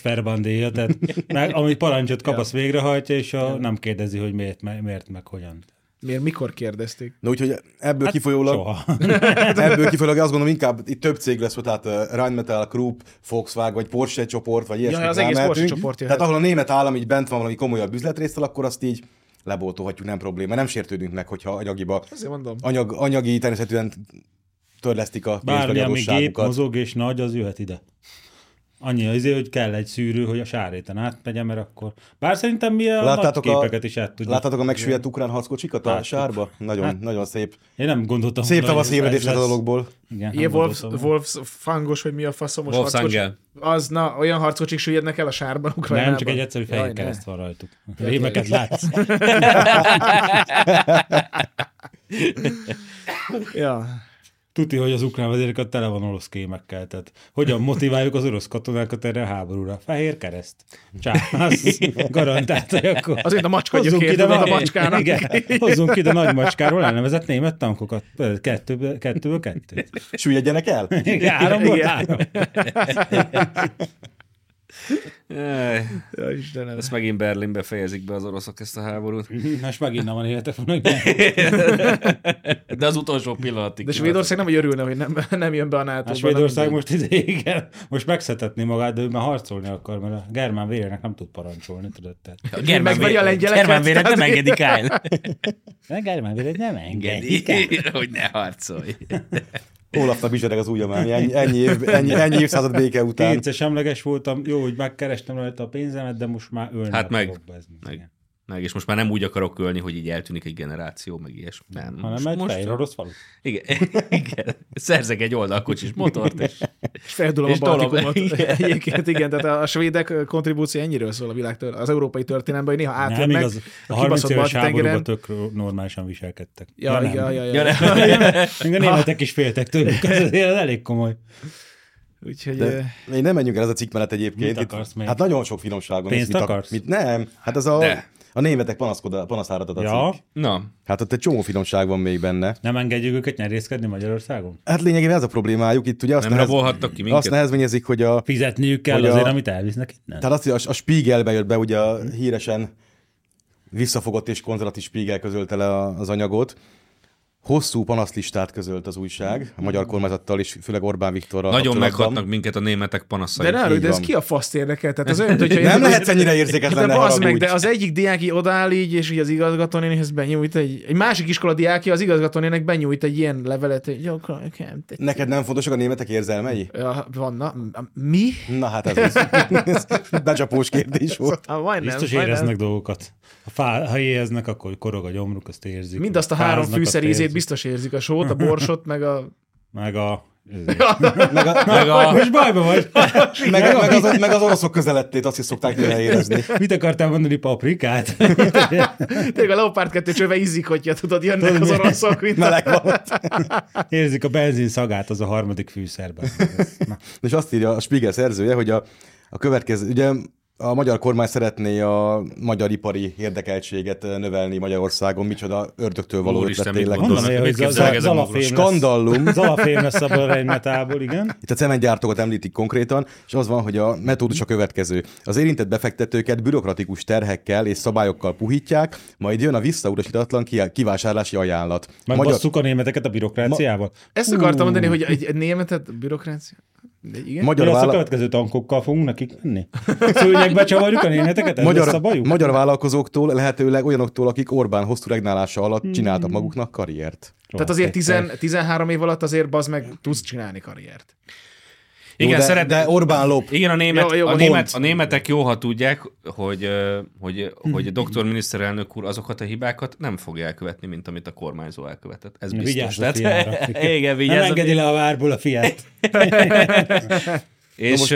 C: Ferbandéja, tehát meg, amit parancsot kap, azt végrehajtja, és a, nem kérdezi, hogy miért, me- miért meg hogyan.
B: Miért, mikor kérdezték?
D: Na úgyhogy ebből hát kifolyólag...
C: Soha.
D: Hát Ebből kifolyólag azt gondolom, instead itt több cég lesz, hogy tehát uh, Rheinmetall, Krupp, Volkswagen, vagy Porsche csoport, vagy ilyesmi.
B: az egész
D: rámehetünk.
B: Porsche csoport jöhet.
D: Tehát ahol a német állam így bent van valami komolyabb üzletrésztel, akkor azt így leboltolhatjuk, nem probléma. Nem sértődünk meg, hogyha anyagiba,
B: Azért mondom.
D: anyag, anyagi természetesen törlesztik a pénzbeli
C: Bármi, ami gép
D: adósságukat.
C: mozog és nagy, az jöhet ide. Annyi azért, hogy kell egy szűrő, hogy a sáréten átmegyen, mert akkor... Bár szerintem mi a
D: Láttátok
C: nagy
D: a,
C: képeket is át tudjuk.
D: láttátok a megsüllyedt ukrán harckocsikat a
C: Láttuk.
D: sárba? Nagyon,
C: Hát.
D: nagyon szép.
C: Én nem gondoltam.
D: Szép
C: volna,
D: tavasz
C: hogy ez
D: ébredés lett
C: lesz.
D: a dologból.
C: Igen,
B: Ilyen
C: nem
B: Wolfs,
C: gondoltam.
B: Wolfs fangos, vagy mi a faszomos
A: Wolfs
B: harckocs-
A: Angel.
B: Az, na, olyan harckocsik süllyednek el a sárban Ukrajnában.
C: Nem, csak egy egyszerű fehér
B: Jaj, ne.
C: kereszt van rajtuk. Rémeket látsz.
B: Ja.
C: Tuti, hogy az ukrán vezéreket tele van orosz kémekkel. Tehát hogyan motiváljuk az orosz katonákat erre a háborúra? Fehér kereszt. Csász. Garantált, hogy akkor...
B: Azért a macska
C: Hozzunk
B: gyökér,
C: ide,
B: tudod, a
C: nagy,
B: macskának.
C: Igen, hozzunk ide nagy macskáról elnevezett német tankokat. Kettőből, kettőből kettő.
D: Süllyedjenek el?
C: Igen, háromból
B: Igen.
C: három.
A: Jaj,
B: Ja, Istenem.
A: Ezt megint Berlinbe fejezik be az oroszok ezt a háborúnak.
C: Most megint nem van élete fognak.
A: De az utolsó pillanatig.
B: De Svédország nem, hogy örülne, hogy nem, nem jön be a nato
C: A Hát Svédország most ide, igen, most megszetetné magát, de ő már harcolni akar, mert a germán vérének nem tud parancsolni, tudod? Tehát.
A: A
B: megveri a lengyeleket,
A: germánvérek nem
B: tehát-
A: engedik el.
C: A germán véret nem engedi.
A: Engedi, hogy ne harcolj.
D: Olafnak bizsereg az ujjam, ám. ennyi, ennyi, év, ennyi, ennyi évszázad béke után.
C: Kétszer semleges voltam, jó, hogy megkerestem rajta a pénzemet, de most már ölni
A: Hát meg.
C: akarok Be,
A: Meg. Meg, és most már nem úgy akarok ölni, hogy így eltűnik egy generáció, meg ilyesmi. Nem.
C: Hanem
A: most,
C: egy
A: most,
C: fehér orosz falu.
A: igen, igen. Szerzek egy oldalkocsis motort, és
B: És feldulom a
A: És tolom.
B: Baltikumot.
A: Igen.
B: Egyébként igen, tehát a svédek kontribúció ennyiről szól a világ, tör- az európai történelemben, hogy néha
C: Nem
B: átjönnek
C: igaz, a
B: Hát a
C: 30
B: kibaszott
C: éves
B: balti tengeren.
C: háborúban tök normálisan viselkedtek.
B: Ja,
C: nem.
B: ja, ja, ja,
A: Ja,
B: ja.
A: nem.
C: Még a németek is féltek tőlük, ez azért elég komoly.
B: Úgyhogy eh,
D: De még nem menjünk el ez a cikk mellett egyébként.
C: Mit akarsz
D: Itt-
C: még?
D: Hát nagyon sok finomságon.
C: Pénzt
D: mit ak-
C: akarsz?
D: Mit, nem, hát ez a,
A: De.
D: a németek panaszkoda, panaszárat ad a
C: Ja,
D: cikk.
A: na,
D: Hát ott egy csomó finomság van még benne.
C: nem engedjük őket nyerészkedni Magyarországon?
D: Hát lényegében ez a problémájuk, itt ugye azt,
A: nem rabolhattak ki minket.
D: azt nehezményezik, hogy a
C: Fizetniük kell
D: Hogy a-
C: azért, amit elvisznek innen.
D: Tehát azt, hogy a, a Spiegelbe jött be, ugye a híresen visszafogott és konzervatív Spiegel közölte le a- az anyagot. Hosszú panaszlistát közölt az újság a magyar kormányzattal, és főleg Orbán Viktorral.
A: Nagyon
D: kapcsolatban.
A: meghatnak minket a németek
B: de
A: panaszai.
B: ne arra,
D: így
B: de ez
D: van.
B: ki a faszt érdekel? Tehát az olyan, hogyha
D: Nem
B: érted,
D: lehetsz
B: az-
D: ennyire
B: de
D: érzéketlen, ne
B: bazd meg,
D: haragudj.
B: de az egyik diák így odáll így, és így az igazgatónénihez benyújt egy, egy másik iskola diákja az igazgatónének benyújt egy ilyen levelet, hogy jó, akkor- oké, te-
D: Neked nem fontosak a németek érzelmei?
B: Ja, van, na, m- mi?
D: Na hát ez, az. ez becsapós kérdés volt.
B: Ah, majdnem,
C: Biztos
B: majdnem.
C: éreznek dolgokat. Ha, fá, ha éheznek, akkor korog a gyomruk, azt érzik.
B: Mindazt a három
C: Fáznak, azt
B: fűszerízét
C: érzik.
B: biztos érzik, a sót, a borsot, meg a...
C: Meg a...
D: Meg, a,
A: Meg a,
C: Most bajba vagy!
D: meg, meg, az, meg az oroszok közelettét azt is szokták néha érezni.
C: Mit akartál mondani, paprikát?
B: Tényleg a Leopard 2 csőve izzik, hogyha tudod, jönnek az oroszok, mint a...
D: Meleg van ott.
C: Érzik a benzin szagát, az a harmadik fűszerben. Ez- na.
D: És azt írja a Spiegel szerzője, hogy a, a következő, ugye a magyar kormány szeretné a magyar ipari érdekeltséget eh, növelni Magyarországon, micsoda ördögtől való
A: Úristen,
D: ötlet
A: mit
D: tényleg.
A: gondol?
C: Honnan olyan, hogy
A: Mit
C: za-
A: képzelek
C: za-
A: ezen
C: zalafém lesz.
A: magról?
D: Skandallum.
C: Zalafém lesz abban a rejmetából, igen.
D: Itt a cementgyártókat említik konkrétan, és az van, hogy a metódus a következő. Az érintett befektetőket bürokratikus terhekkel és szabályokkal puhítják, majd jön a visszautasítatlan ki- kivásárlási ajánlat.
C: Megbasszuk a németeket a bürokráciával.
B: Ezt akartam mondani, hogy egy, egy németet bürokrácia... De igen?
D: magyar,
C: Mi lesz a
D: vála-
C: következő tankokkal fogunk nekik menni? Szőnyegbe csavarjuk a németeket? Ez lesz a
D: magyar,
C: bajuk?
D: magyar vállalkozóktól, lehetőleg olyanoktól, akik Orbán hosszú regnálása alatt csináltak
C: Hmm.
D: maguknak karriert.
B: Tehát azért 10, 13 év alatt azért bazd meg tudsz csinálni karriert.
D: Jó,
A: igen,
D: de,
A: szeretne,
D: de Orbán lop.
A: Igen, a, német,
B: Jó, jó,
A: a,
B: pont.
A: német, a németek jó, ha tudják, hogy, ö, hogy, hogy a doktor miniszterelnök úr azokat a hibákat nem fogja elkövetni, mint amit a kormányzó elkövetett. Ez biztos.
C: Vigyázz a
A: Tehát-
C: fiára.
A: igen,
C: Nem
A: vigyázz a
C: engedi le a várból a fiát.
A: És, most...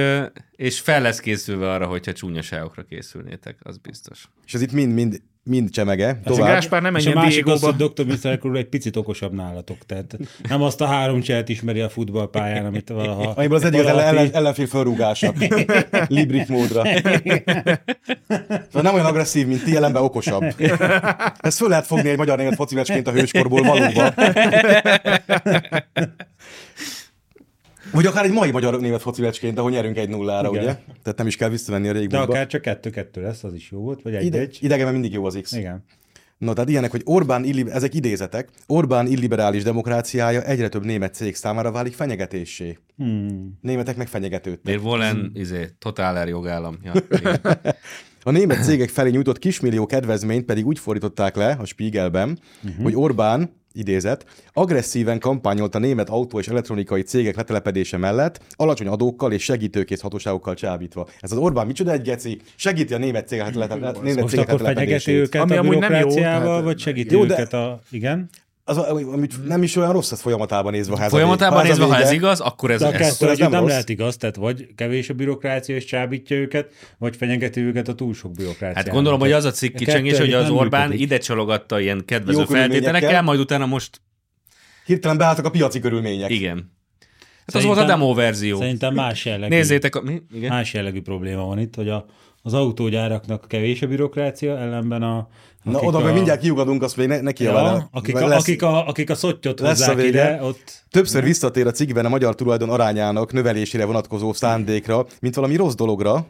A: és fel lesz készülve arra, hogyha csúnyaságokra készülnétek, az biztos.
D: És ez itt mind-mind mind csemege.
B: Ez
D: Tovább.
B: Gáspár nem
C: És a
B: menjen
C: másik az,
B: Diego-ba.
C: hogy Dr. Mr. úr egy picit okosabb nálatok. Tehát nem azt a három cselt ismeri a futballpályán, amit valaha...
D: Amiből az egyik az
C: valaha
D: ellen,
C: ti-
D: ellenfél fölrúgása. Librik módra. De nem olyan agresszív, mint ti, ellenben okosabb. Ezt föl lehet fogni egy magyar német foci meccsként a hőskorból valóban. Vagy akár egy mai magyar német foci meccsként, ahol nyerünk egy nullára,
C: Igen.
D: ugye? Tehát nem is kell visszamenni a
C: De
D: régmúltba.
C: akár csak kettő-kettő lesz, az is jó volt, vagy
D: Ide,
C: egy-egy.
D: idegenben mindig jó az X.
C: Igen.
D: Na, tehát ilyenek, hogy Orbán, illi, ezek idézetek, Orbán illiberális demokráciája egyre több német cég számára válik fenyegetésé.
C: Hmm.
D: Németek meg fenyegetődtek.
A: Miért Volen, izé, totál jogállam. Ja, igen.
D: A német cégek felé nyújtott kismillió kedvezményt pedig úgy fordították le a Spiegelben, uh-huh.
C: Mhm.
D: hogy Orbán, idézet, agresszíven kampányolt a német autó és elektronikai cégek letelepedése mellett, alacsony adókkal és segítőkész hatóságokkal csábítva. Ez az Orbán micsoda egy geci? Segíti a német cégek, letelep- német
C: Most
D: cégek
C: akkor fenyegeti
D: letelepedését.
C: őket
B: Ami
C: a
B: amúgy nem jó,
C: bürokráciával,
B: tehát-
C: vagy segíti
D: Jó, de-
C: őket a... Igen?
D: Az, ami- amit nem is olyan rossz, az folyamatában nézve. ha ez a
A: Folyamatában
D: vég-
A: nézve, ha ez
D: vége.
A: igaz, akkor ez,
C: De a
A: ez
D: akkor
C: kettő
D: ez
C: együtt
D: nem
C: nem
D: rossz.
C: lehet igaz, tehát vagy kevés a bürokrácia és csábítja őket, vagy fenyegeti őket a túl sok bürokrácia.
A: Hát gondolom, hogy az a cikk
C: A
A: kicsengés,
C: kettő
A: hogy az
C: együtt nem
A: Orbán
C: működik.
A: ide csalogatta ilyen kedvező
D: Jó körülményekkel.
A: feltételekkel, majd utána most
D: Hirtelen beálltak a piaci körülmények.
A: igen. Hát az
C: Szerintem-
A: volt a demo verzió.
C: Szerintem Hát- más jellegű.
A: Nézzétek, a... mi? Igen?
C: Más jellegű probléma van itt, hogy a, az autógyáraknak kevés a bürokrácia, ellenben a...
D: Na
C: akik
D: oda,
C: a-
D: meg mindjárt kiugadunk, azt még ne, ne
C: Ja,
D: ja,
C: akik, a, akik, a, akik a szottyot
D: lesz a
C: hozzák
D: vége.
C: ide, ott...
D: Többször visszatér a cikkben a magyar tulajdon arányának növelésére vonatkozó szándékra, mint valami rossz dologra,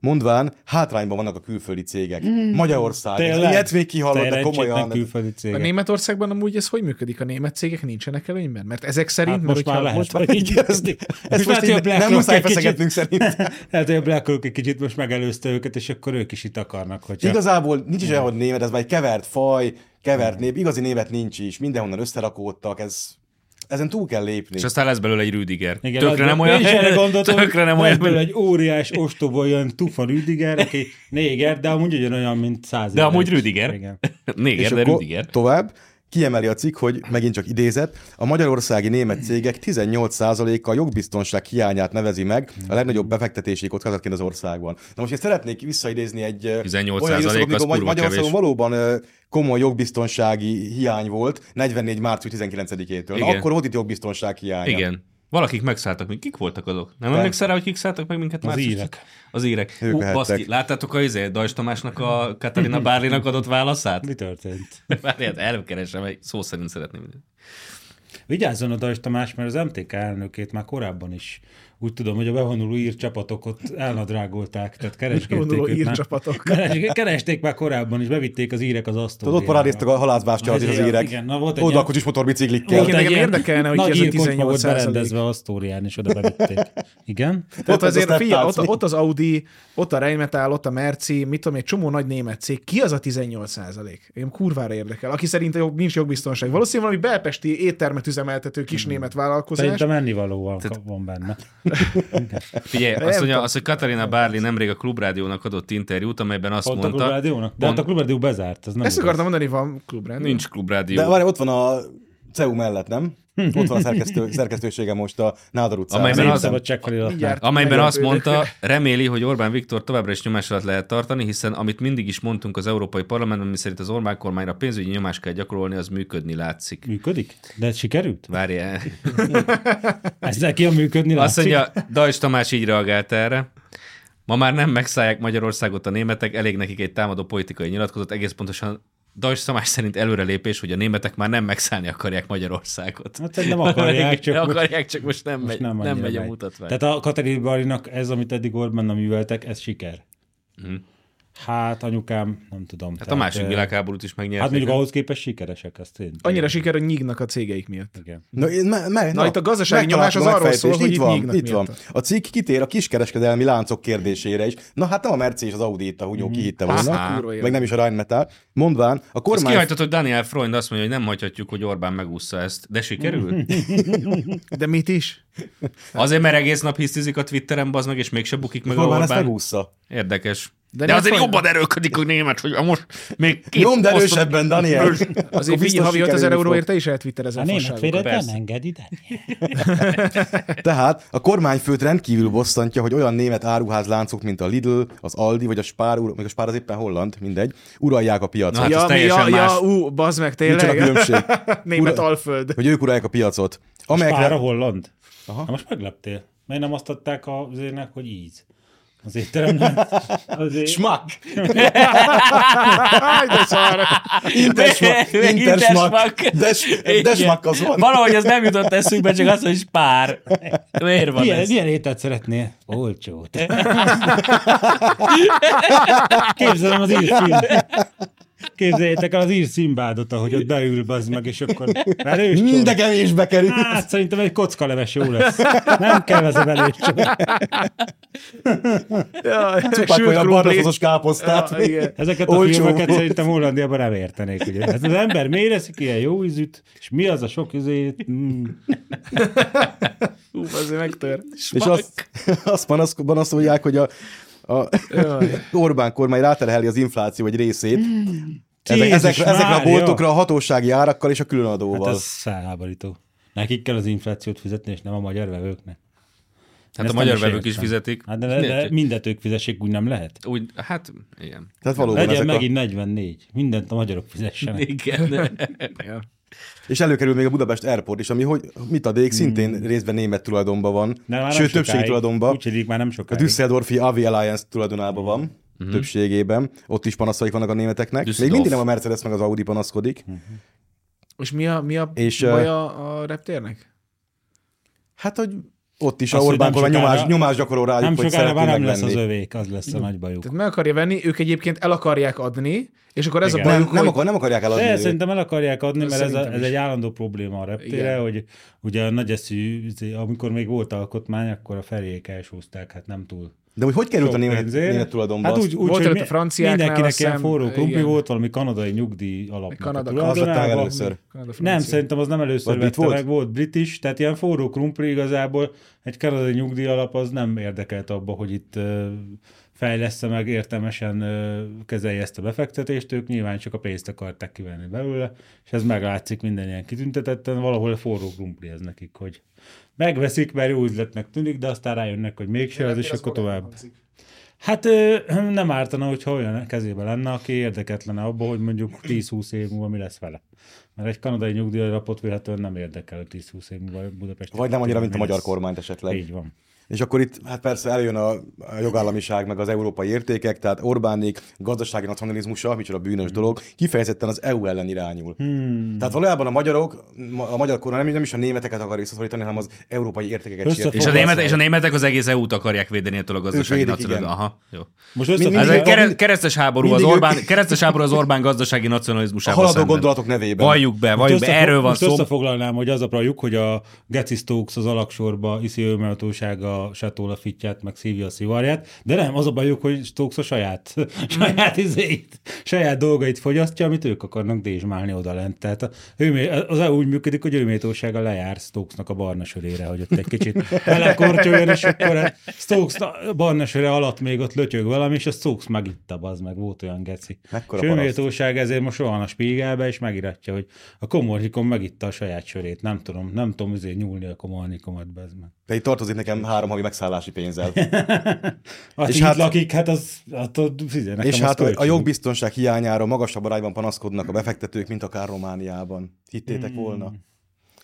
D: mondván hátrányban vannak a külföldi cégek. Magyarország.
C: Hmm. Tényleg?
D: Hát Ilyet még kihallottak
C: Tényleg
D: komolyan.
C: csöpnek külföldi cégek.
B: A Németországben amúgy ez hogy működik? A német cégek nincsenek előnyben? Mert ezek szerint...
C: Hát
B: mert
C: most
B: hogyha-
C: már lehet,
B: most-
C: hogy így
D: Ezt, ezt most így ne- nem muszáj feszegetnünk szerintem.
C: Lehet, hogy a BlackRock egy kicsit most megelőzte őket, és akkor ők is itt akarnak, hogy
D: Igazából nincs is olyan, hogy német, ez már egy kevert faj, kevert
C: Hmm.
D: nép, igazi német nincs is, mindenhonnan összerakódtak, ez, ezen túl kell lépni.
A: És aztán lesz belőle egy Rüdiger.
C: Igen,
A: Tökre
C: az-
A: nem
C: Én
A: olyan.
C: is erre gondoltam,
A: Tökre nem
C: lesz
A: olyan.
C: belőle egy óriás ostoba olyan tufa Rüdiger, aki néger, de amúgy ugyanolyan, mint száz
A: De
C: éve
A: amúgy
C: is.
A: Rüdiger.
C: Igen.
A: Néger,
D: és
A: de
D: akkor
A: Rüdiger.
D: tovább kiemeli a cikk, hogy megint csak idézet, a magyarországi német cégek 18%-a jogbiztonság hiányát nevezi meg a legnagyobb befektetési kockázatként az országban. Na most én szeretnék visszaidézni egy ö,
A: 18%
D: olyan időszakot,
A: az
D: amikor Magy-
A: kurva
D: Magyarországon
A: kevés.
D: valóban ö, komoly jogbiztonsági hiány volt, 44. március 19-től. Na,
A: Igen.
D: Akkor volt itt jogbiztonság hiánya.
A: Igen. Valakik megszálltak minket. Kik voltak azok? Nem emlékszel rá, hogy kik szálltak meg minket?
C: Az
A: március?
C: írek.
A: Az írek.
D: Ők
A: Ú,
D: lehettek.
A: baszki, láttátok a izé, Dajs Tamásnak a Katarina Bárlinak adott válaszát?
C: Mi történt?
A: Várjál, hát elkeresem, egy szó szerint szeretném.
C: Vigyázzon a Dajs Tamás, mert az MTK elnökét már korábban is úgy tudom, hogy a bevonuló ír csapatokat elnadrágolták, tehát keresgélték
B: Bevonuló
C: őt
B: ír
C: már.
B: csapatok.
C: Keres- Keresték már korábban is, bevitték az írek az asztóriára.
D: Tudod, ott parádéztak a halászbástyát
C: Na,
D: és az
C: igen,
D: írek.
C: igen, na volt egy
D: Oda
C: ilyen-
D: a kocsis motorbiciklikkel.
B: Volt Engem
C: egy ilyen
B: érdekelne, hogy ki
C: nagy
B: ez a
C: írkocsma volt
B: 18%.
C: berendezve Asztórián, és oda bevitték. Igen.
B: Tehát
D: Ott az
B: azért
D: a
B: figyelj, ott,
D: Steptánc.
B: ott, az Audi, ott a Rheinmetall, ott a Merci, mit tudom, egy csomó nagy német cég. Ki az a 18 százalék? Én kurvára érdekel. Aki szerint jog, nincs jogbiztonság. Valószínűleg valami belpesti éttermet üzemeltető kis német vállalkozás.
C: Szerintem ennivalóan Tehát... van benne.
A: Figyelj, azt
B: Nem
A: mondja,
B: tudom.
A: azt, hogy Katarina Bárli nemrég a Klubrádiónak adott interjút, amelyben azt
C: Ott a
A: mondta,
C: klubrádiónak? De ott a klubrádió bezárt. Ez nem
B: Ezt
C: igaz.
B: akartam mondani, van klubrend.
A: nincs Klubrádió.
D: De várj, ott van a CEU mellett, nem? Ott van a szerkesztő, szerkesztősége most a Nádor utcában.
A: Amelyben
C: Ez nem
A: az-
C: szabadság feliratnál.
B: Mindjárt
A: Amelyben azt
B: meglepődök.
A: mondta, reméli, hogy Orbán Viktor továbbra is nyomás alatt lehet tartani, hiszen amit mindig is mondtunk az Európai Parlamentben, miszerint az Orbán kormányra pénzügyi nyomást kell gyakorolni, az működni látszik.
C: Működik? De ez sikerült?
A: Várjál.
C: Ez neki a működni
A: Azt
C: látszik?
A: mondja, Dajs Tamás így reagált erre. Ma már nem megszállják Magyarországot a németek, elég nekik egy támadó politikai nyilatkozat, egész pontosan Dajs Tamás szerint előrelépés, hogy a németek már nem megszállni akarják Magyarországot.
C: Hát szerintem akarják, csak
A: nem
C: most-
A: akarják, csak most nem megy,
C: Most
A: nem,
C: annyira
A: nem megy a
C: megy.
A: mutatvány. Tehát...
C: Tehát a Katalin Barinak ez, amit eddig Orbánnal műveltek, ez siker. Hát anyukám, nem tudom.
A: Mhm. Hát a másik világháborút is megnyerték.
C: Hát mondjuk ahhoz képest sikeresek, ez tény.
B: Annyira siker, hogy nyígnak a cégeik miatt.
C: Igen.
D: Na, én me, me, na,
B: itt a gazdasági
D: megtaláltam
B: nyomás az
D: a
B: arról szól,
D: megfejtést.
B: hogy
D: itt
B: itt
D: van,
B: nyígnak
D: itt van.
B: miatta.
D: A cikk kitér a kiskereskedelmi láncok kérdésére is. Na hát nem a Merci és az Audi itt a hunyó kihitte volna,
A: Á,
B: Hmm. Hát, kurva élet.
D: meg nem is a Rheinmetall. Mondván, a
A: Azt
D: kormány...
A: kihajtott, hogy Daniel Freund azt mondja, hogy nem hagyhatjuk, hogy Orbán megúszza ezt. De sikerül?
B: De mit is?
A: Azért, mert egész nap hisztizik a Twitteren, bazd meg, és mégse bukik meg a
D: Orbán
A: Orbán.
D: ezt megúszza.
A: Érdekes. De,
B: nem
A: azért
B: fajta.
A: jobban erőködik a német, hogy most még két
D: Nyomd
A: posztot-
D: erősebben, Daniel!
B: Azért figyelj, havi 5000 euróért te is eltvitterezel
C: A Hát német
B: fasságokat.
C: félre nem
A: persze.
C: enged ide.
D: Tehát a kormányfőt rendkívül bosszantja, hogy olyan német áruházláncok, mint a Lidl, az Aldi vagy a Spár, meg a Spár az éppen holland, mindegy, uralják a piacot.
A: Na, Hát az
B: Ja, mi- ja,
A: teljesen
B: ja,
A: más.
B: ú, bazd meg,
D: Nincs a
B: tényleg.
D: különbség,
B: Német
D: Ura-
B: alföld.
D: hogy ők uralják a piacot. Amelyekre...
C: Pára holland. Aha. Na most megleptél. Miért nem azt adták az ének, hogy íz? Az étteremnek. Azért...
D: Smak!
B: Áj, de szar.
D: Intersmak!
A: Intersmak.
D: Intersmak! Des, desmak az van.
A: Valahogy ez nem jutott eszünkbe, csak az, hogy pár. Miért van
C: Milyen,
A: ez?
C: milyen ételt szeretnél? Olcsót. Képzelem az írt film. Képzeljétek el az ír szimbádot, ahogy ott beül, bazd meg, és akkor már ő is
D: Mm, De
C: csomag.
D: kevésbe kerül.
C: Hát szerintem egy kocka leves jó lesz. Nem kell ez a belőcs.
B: Jaj,
D: Cupákolja a
B: krumpli.
D: barnaszozos káposztát.
B: Ja, igen.
C: Ezeket a
D: Olcsó
C: filmeket
D: volt.
C: szerintem Hollandiában nem értenék. Ugye? Hát az ember miért eszik ilyen jó ízűt, és mi az a sok ízét? Mm.
B: Hú, azért megtör.
D: És azt, azt panasz- panaszolják, hogy a, a
B: Jaj.
D: Orbán kormány ráterheli az infláció egy részét ezek,
C: Hmm. Jézus
D: ezekre, ezekre a
C: Mária!
D: boltokra a hatósági árakkal és a
C: Hát
D: különadóval.
C: ez szállháborító. Nekik kell az inflációt fizetni, és nem a magyar
A: Hát
C: vevőknek. Ezt
A: a
C: nem
A: magyar
C: is
A: vevők is
C: értem.
A: fizetik.
C: Hát de, de, de
A: Miért?
C: mindet ők fizessék, úgy nem lehet.
A: Úgy, hát, igen.
D: Tehát valóban
C: Legyen
D: ezek a,
C: megint 44. Mindent a magyarok fizessenek.
A: Igen.
D: És előkerül még a Budapest Airport is, ami hogy mit adék, szintén részben német tulajdonban van,
C: De már Hmm. nem
D: sőt többségi
C: sokáig.
D: tulajdonban.
C: Úgy higgyék, már nem
D: A
C: sokáig.
D: Düsseldorfi Avi Alliance tulajdonában
C: Mhm.
D: van, Mhm. többségében. Ott is panaszaik vannak a németeknek. Még
A: Düsseldorf.
D: mindig nem a Mercedes meg az Audi panaszkodik.
C: Mhm.
B: És mi a, mi a
D: És,
B: és, baj a, a reptérnek?
D: Hát, hogy ott is a
C: Azt, hogy
D: Orbán
C: nem
D: kormány nyomás,
C: sokára-
D: nyomás gyakorol rájuk,
C: Nem
D: hogy
C: sokára
D: szeretnének
C: már nem
D: lenni.
C: lesz az övék, az lesz a nagy bajuk.
B: Tehát meg akarja venni, ők egyébként el akarják adni, és akkor ez
C: Igen.
B: a bajuk,
D: nem, nem,
B: hogy...
D: akar, nem akarják eladni.
C: De
D: őt.
C: szerintem el akarják adni, mert ez, a,
B: Szerintem
C: ez
B: is.
C: egy állandó probléma a reptére,
B: Igen.
C: hogy ugye a nagyeszű, izé, amikor még volt alkotmány, akkor a felék elsúzták, hát nem túl.
D: De hogy hogy került a
C: sok
D: német,
C: pénzért.
D: német tulajdonba?
C: Hát
D: azt-
C: úgy, úgy
B: Volt
C: hogy
B: előtt
C: mi-
B: a franciáknál,
C: Mindenkinek
B: azt
C: ilyen
B: hiszem,
C: forró krumpli
B: igen.
C: volt, valami kanadai nyugdíj alapnak
B: Kanada-
C: a
D: Kanada
C: tulajdonában.
D: tág először.
B: Kanada,
C: Nem,
B: Francia.
C: szerintem az nem először
D: Vagy brit
C: vette
D: volt?
C: volt? meg, volt brit is, tehát ilyen forró krumpli igazából, egy kanadai nyugdíj alap az nem érdekelt abba, hogy itt ö, fejlesz-e meg értelmesen ö, kezelje ezt a befektetést, ők nyilván csak a pénzt akarták kivenni belőle, és ez meglátszik minden ilyen kitüntetetten, valahol a forró krumpli ez nekik, hogy megveszik, mert jó üzletnek tűnik, de aztán rájönnek, hogy mégse az, és akkor tovább. Hát ö, nem ártana, hogyha olyan kezébe lenne, aki érdeketlen abban, hogy mondjuk 10-20 év múlva mi lesz vele. Mert egy kanadai nyugdíjalapot véletlenül nem érdekel, hogy 10-20 év múlva Budapest.
D: Vagy nem annyira, mint a
C: mi
D: magyar
C: lesz.
D: kormányt esetleg.
C: Így van.
D: És akkor itt, hát persze eljön a, a jogállamiság, meg az európai értékek, tehát Orbánik gazdasági nacionalizmusa, micsoda bűnös dolog, kifejezetten az EU ellen irányul. Hmm. Tehát valójában a magyarok, ma- a magyar kormány nem, nem is a németeket akar visszaszorítani, hanem az európai értékeket
C: Összefog-
A: És a,
D: sérti.
A: németek, és a németek az egész EU-t akarják védeni ettől a gazdasági
D: védik, igen.
A: nacionalizmus. Aha, jó.
C: Most
A: Ez
D: Mindig-
A: egy
C: összefoglalva,
A: kere, keresztes háború az
D: mindig ők-
A: Orbán, keresztes háború az Orbán gazdasági
D: A
A: nacionalizmusával
D: haladó
A: szemben.
D: gondolatok nevében.
A: Valljuk be, valljuk be,
C: összefog-
A: erről van
C: most
A: szó.
C: összefoglalnám, hogy az a prajuk, hogy a Geci Stokes az alaksorba iszi őmeltósága Satóla fittyát, meg szívja a szivarját, de nem, az a bajuk, hogy Stokes a saját, saját izéit, saját dolgait fogyasztja, amit ők akarnak dézsmálni odalent. Tehát a, hőmé- az EU úgy működik, hogy őméltósága lejár Stokesnak a barna sörére, hogy ott egy kicsit belekortyoljon, és akkor a Stokes a barna söre alatt még ott lötyög valami, és a Stokes megitta, az meg volt olyan geci.
D: Mekkora
C: És
D: paraszt.
C: méltóság ezért most rohan a spígelbe, és megiratja, hogy a komornikom megitta a saját sörét. Nem tudom, nem tudom azért nyúlni a komornikomat, bezd meg.
D: De itt tartozik nekem három havi megszállási pénzzel.
C: Hát
D: És
C: és így
D: hát-
C: hát, lakik, hát az, hát az figyelj, nekem
D: és
C: az
D: hát a, a
C: kölcsön.
D: jogbiztonság hiányára magasabb arányban panaszkodnak a befektetők, mint akár Romániában. Hittétek volna?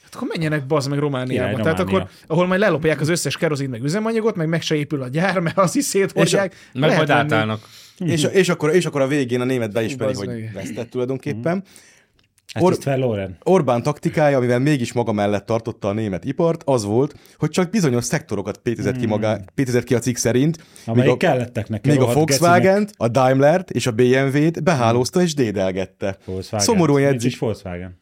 B: Hát akkor menjenek bazd meg Romániába.
C: Király,
B: Tehát
C: Románia.
B: akkor, ahol majd lelopják az összes kerozin meg üzemanyagot, meg meg se épül a gyár, mert azt is széthordják.
A: Meg
B: Lehet
A: majd
B: venni.
A: átállnak.
D: és, és, akkor, és akkor a végén a német beismeri,
B: Bazd
D: hogy
B: meg.
D: vesztett tulajdonképpen.
C: Hát
D: Or-
C: Or... fel, Loren.
D: Orbán taktikája, amivel mégis maga mellett tartotta a német ipart, az volt, hogy csak bizonyos szektorokat pétezett
B: Hmm.
D: ki, magá, pétezett ki a cikk szerint,
C: Amelyik kellettek neki.
D: még a
C: rohadt gecinek.
D: volkswagen a Daimler-t és a BMW-t behálózta és dédelgette.
C: Volkswagen.
D: Szomorúan
C: Nincs
D: jegyzik.
C: is Volkswagen.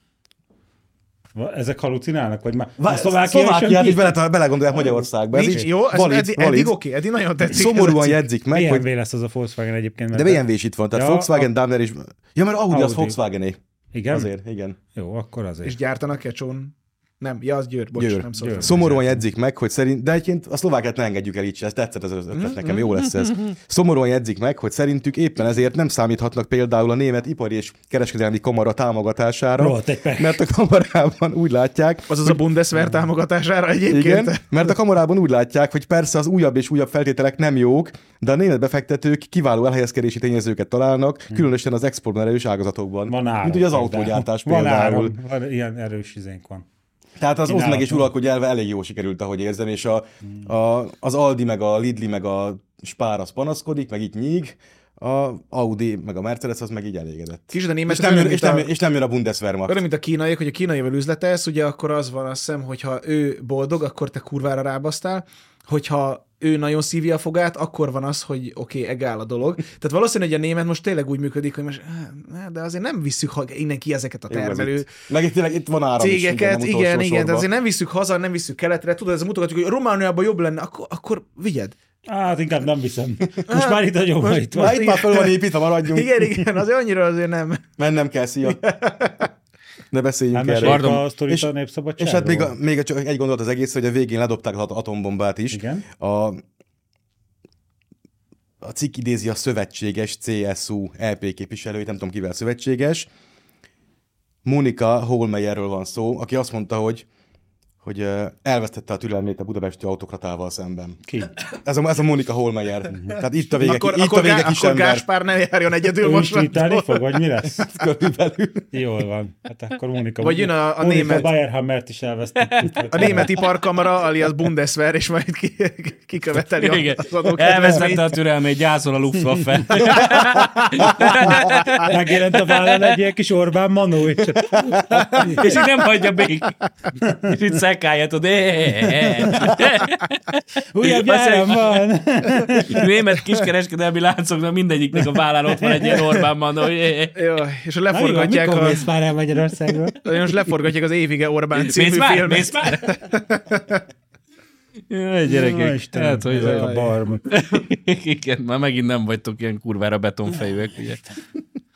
C: Va- Ezek halucinálnak, vagy már?
D: Vá-
C: A Szlovákia is
D: Szlovákiát is
C: jön ki?
D: bele, belegondolják Magyarországba. Ez
B: Nincs,
D: így
B: jó, ez
D: valid,
B: eddig,
D: valid.
B: eddig oké, eddig nagyon tetszik. ez a
D: Szomorúan
B: cikk.
D: jegyzik meg, hogy
C: BMW lesz az a Volkswagen egyébként.
D: de
C: mert-
D: BMW is itt van, tehát
C: Ja,
D: Volkswagen,
C: a-
D: Daimler is. Ja, mert Audi, az
C: Audi.
D: Volkswagené.
C: Igen?
D: Azért, igen.
C: Jó, akkor azért.
B: És gyártanak kecsón? Nem, ja, az Győr, bocs,
D: Győr.
B: nem szóltam.
D: Szomorúan jegyzik meg, hogy szerint, de egyébként a szlovákát ne engedjük el így, se, ez tetszett ez az
C: Mhm.
D: ötlet nekem, jó lesz ez. Szomorúan jegyzik meg, hogy szerintük éppen ezért nem számíthatnak például a német ipari és kereskedelmi kamara támogatására,
C: Rohadt egy pech.
D: mert a kamarában úgy látják,
B: Azaz a Bundeswehr támogatására egyébként.
D: igen, mert a kamarában úgy látják, hogy persze az újabb és újabb feltételek nem jók, de a német befektetők kiváló elhelyezkedési tényezőket találnak, különösen az exportmerős ágazatokban.
C: Mhm. Van áron.
D: mint ugye az
C: például.
D: autógyártás
C: Van
D: például.
C: áron, van, ilyen erős izénk van.
D: Tehát az oszd meg és
C: Kínálaton.
D: uralkodj elve elég jól sikerült, ahogy érzem, és a, a, az Aldi, meg a Lidli, meg a Spár az panaszkodik, meg itt nyíg, a Audi, meg a Mercedes az meg így elégedett.
B: Kis, de német,
D: És nem, jön, és, nem,
B: a,
D: jön- és nem jön a Bundeswehrmacht.
B: olyan, mint a kínaiak, hogy a kínaival üzletelsz, ugye akkor az van, azt hiszem, hogyha ő boldog, akkor te kurvára rábasztál, hogyha ő nagyon szívja a fogát, akkor van az, hogy oké, okay, egál a dolog. Tehát valószínűleg a német most tényleg úgy működik, hogy most, "Á, de azért nem visszük ha innen ki ezeket a
D: Jó, ez
B: termelő
D: itt. Meg itt tényleg itt van áram is,
B: cégeket,
D: nem
B: igen,
D: utolsó
B: igen, igen,
D: sorban.
B: tehát azért nem visszük haza, nem visszük keletre, tudod, ez mutogatjuk, hogy Romániában jobb lenne, akkor, akkor vigyed.
C: Hát inkább nem viszem. Most már itt nagyon
B: Most
C: vagy itt
D: Már
C: van.
D: itt már fel van építve, maradjunk.
B: Igen, igen, azért annyira azért nem.
D: Mennem kell, szia. Ne beszéljünk
C: Elmeséljük
D: erről.
A: Pardon.
C: Hát a sztorit
D: És-
C: a
D: És hát
C: népszabadságról.
D: még, a, még csak egy gondolat az egész, hogy a végén ledobták az at- atombombát is.
C: Igen.
D: A, a cikk idézi a szövetséges CSU LP E képviselőit, nem tudom kivel szövetséges. Monika Holmeyerről van szó, aki azt mondta, hogy hogy ö, elvesztette a türelmét a budapesti autokratával szemben.
C: Ki?
D: Ez a, ez a Monika Holmeyer. Tehát itt a vége,
B: akkor
D: itt
B: akkor,
D: a vége
B: Gá-
D: kis
B: akkor
D: ember.
B: Gáspár ne járjon egyedül
C: Ő is
B: most.
C: tweetelni fog, vagy mi lesz?
D: Körülbelül.
C: Jól van. Hát akkor Mónika.
B: Vagy jön a- a
C: Mónika
B: német.
C: Bayerhammert is elvesztettük.
B: A német iparkamara, alias Bundeswehr, és majd ki, kiköveteli a- az adókedvezményt.
A: Elvesztette a türelmét, gyászol a Luftwaffe.
C: Megjelent a vállán egy ilyen kis Orbán Manó, és
A: és így nem hagyja békén. És itt szekálját, tudod.
C: újabb gyáram van.
A: Német kiskereskedelmi láncoknak mindegyiknek a vállán ott van egy ilyen Orbán Manó. hogy eh, eh.
B: Jó, és
C: Na jó,
B: leforgatják,
C: mikor
B: a,
C: mész már el Magyarországról?
B: most leforgatják az Évige Orbán című
A: Mész már?
B: filmet.
A: Mész már? Jaj, gyerekek. Hát, hogy
C: ezek a barmok.
A: Igen, már megint nem vagytok ilyen kurvára betonfejűek, ugye?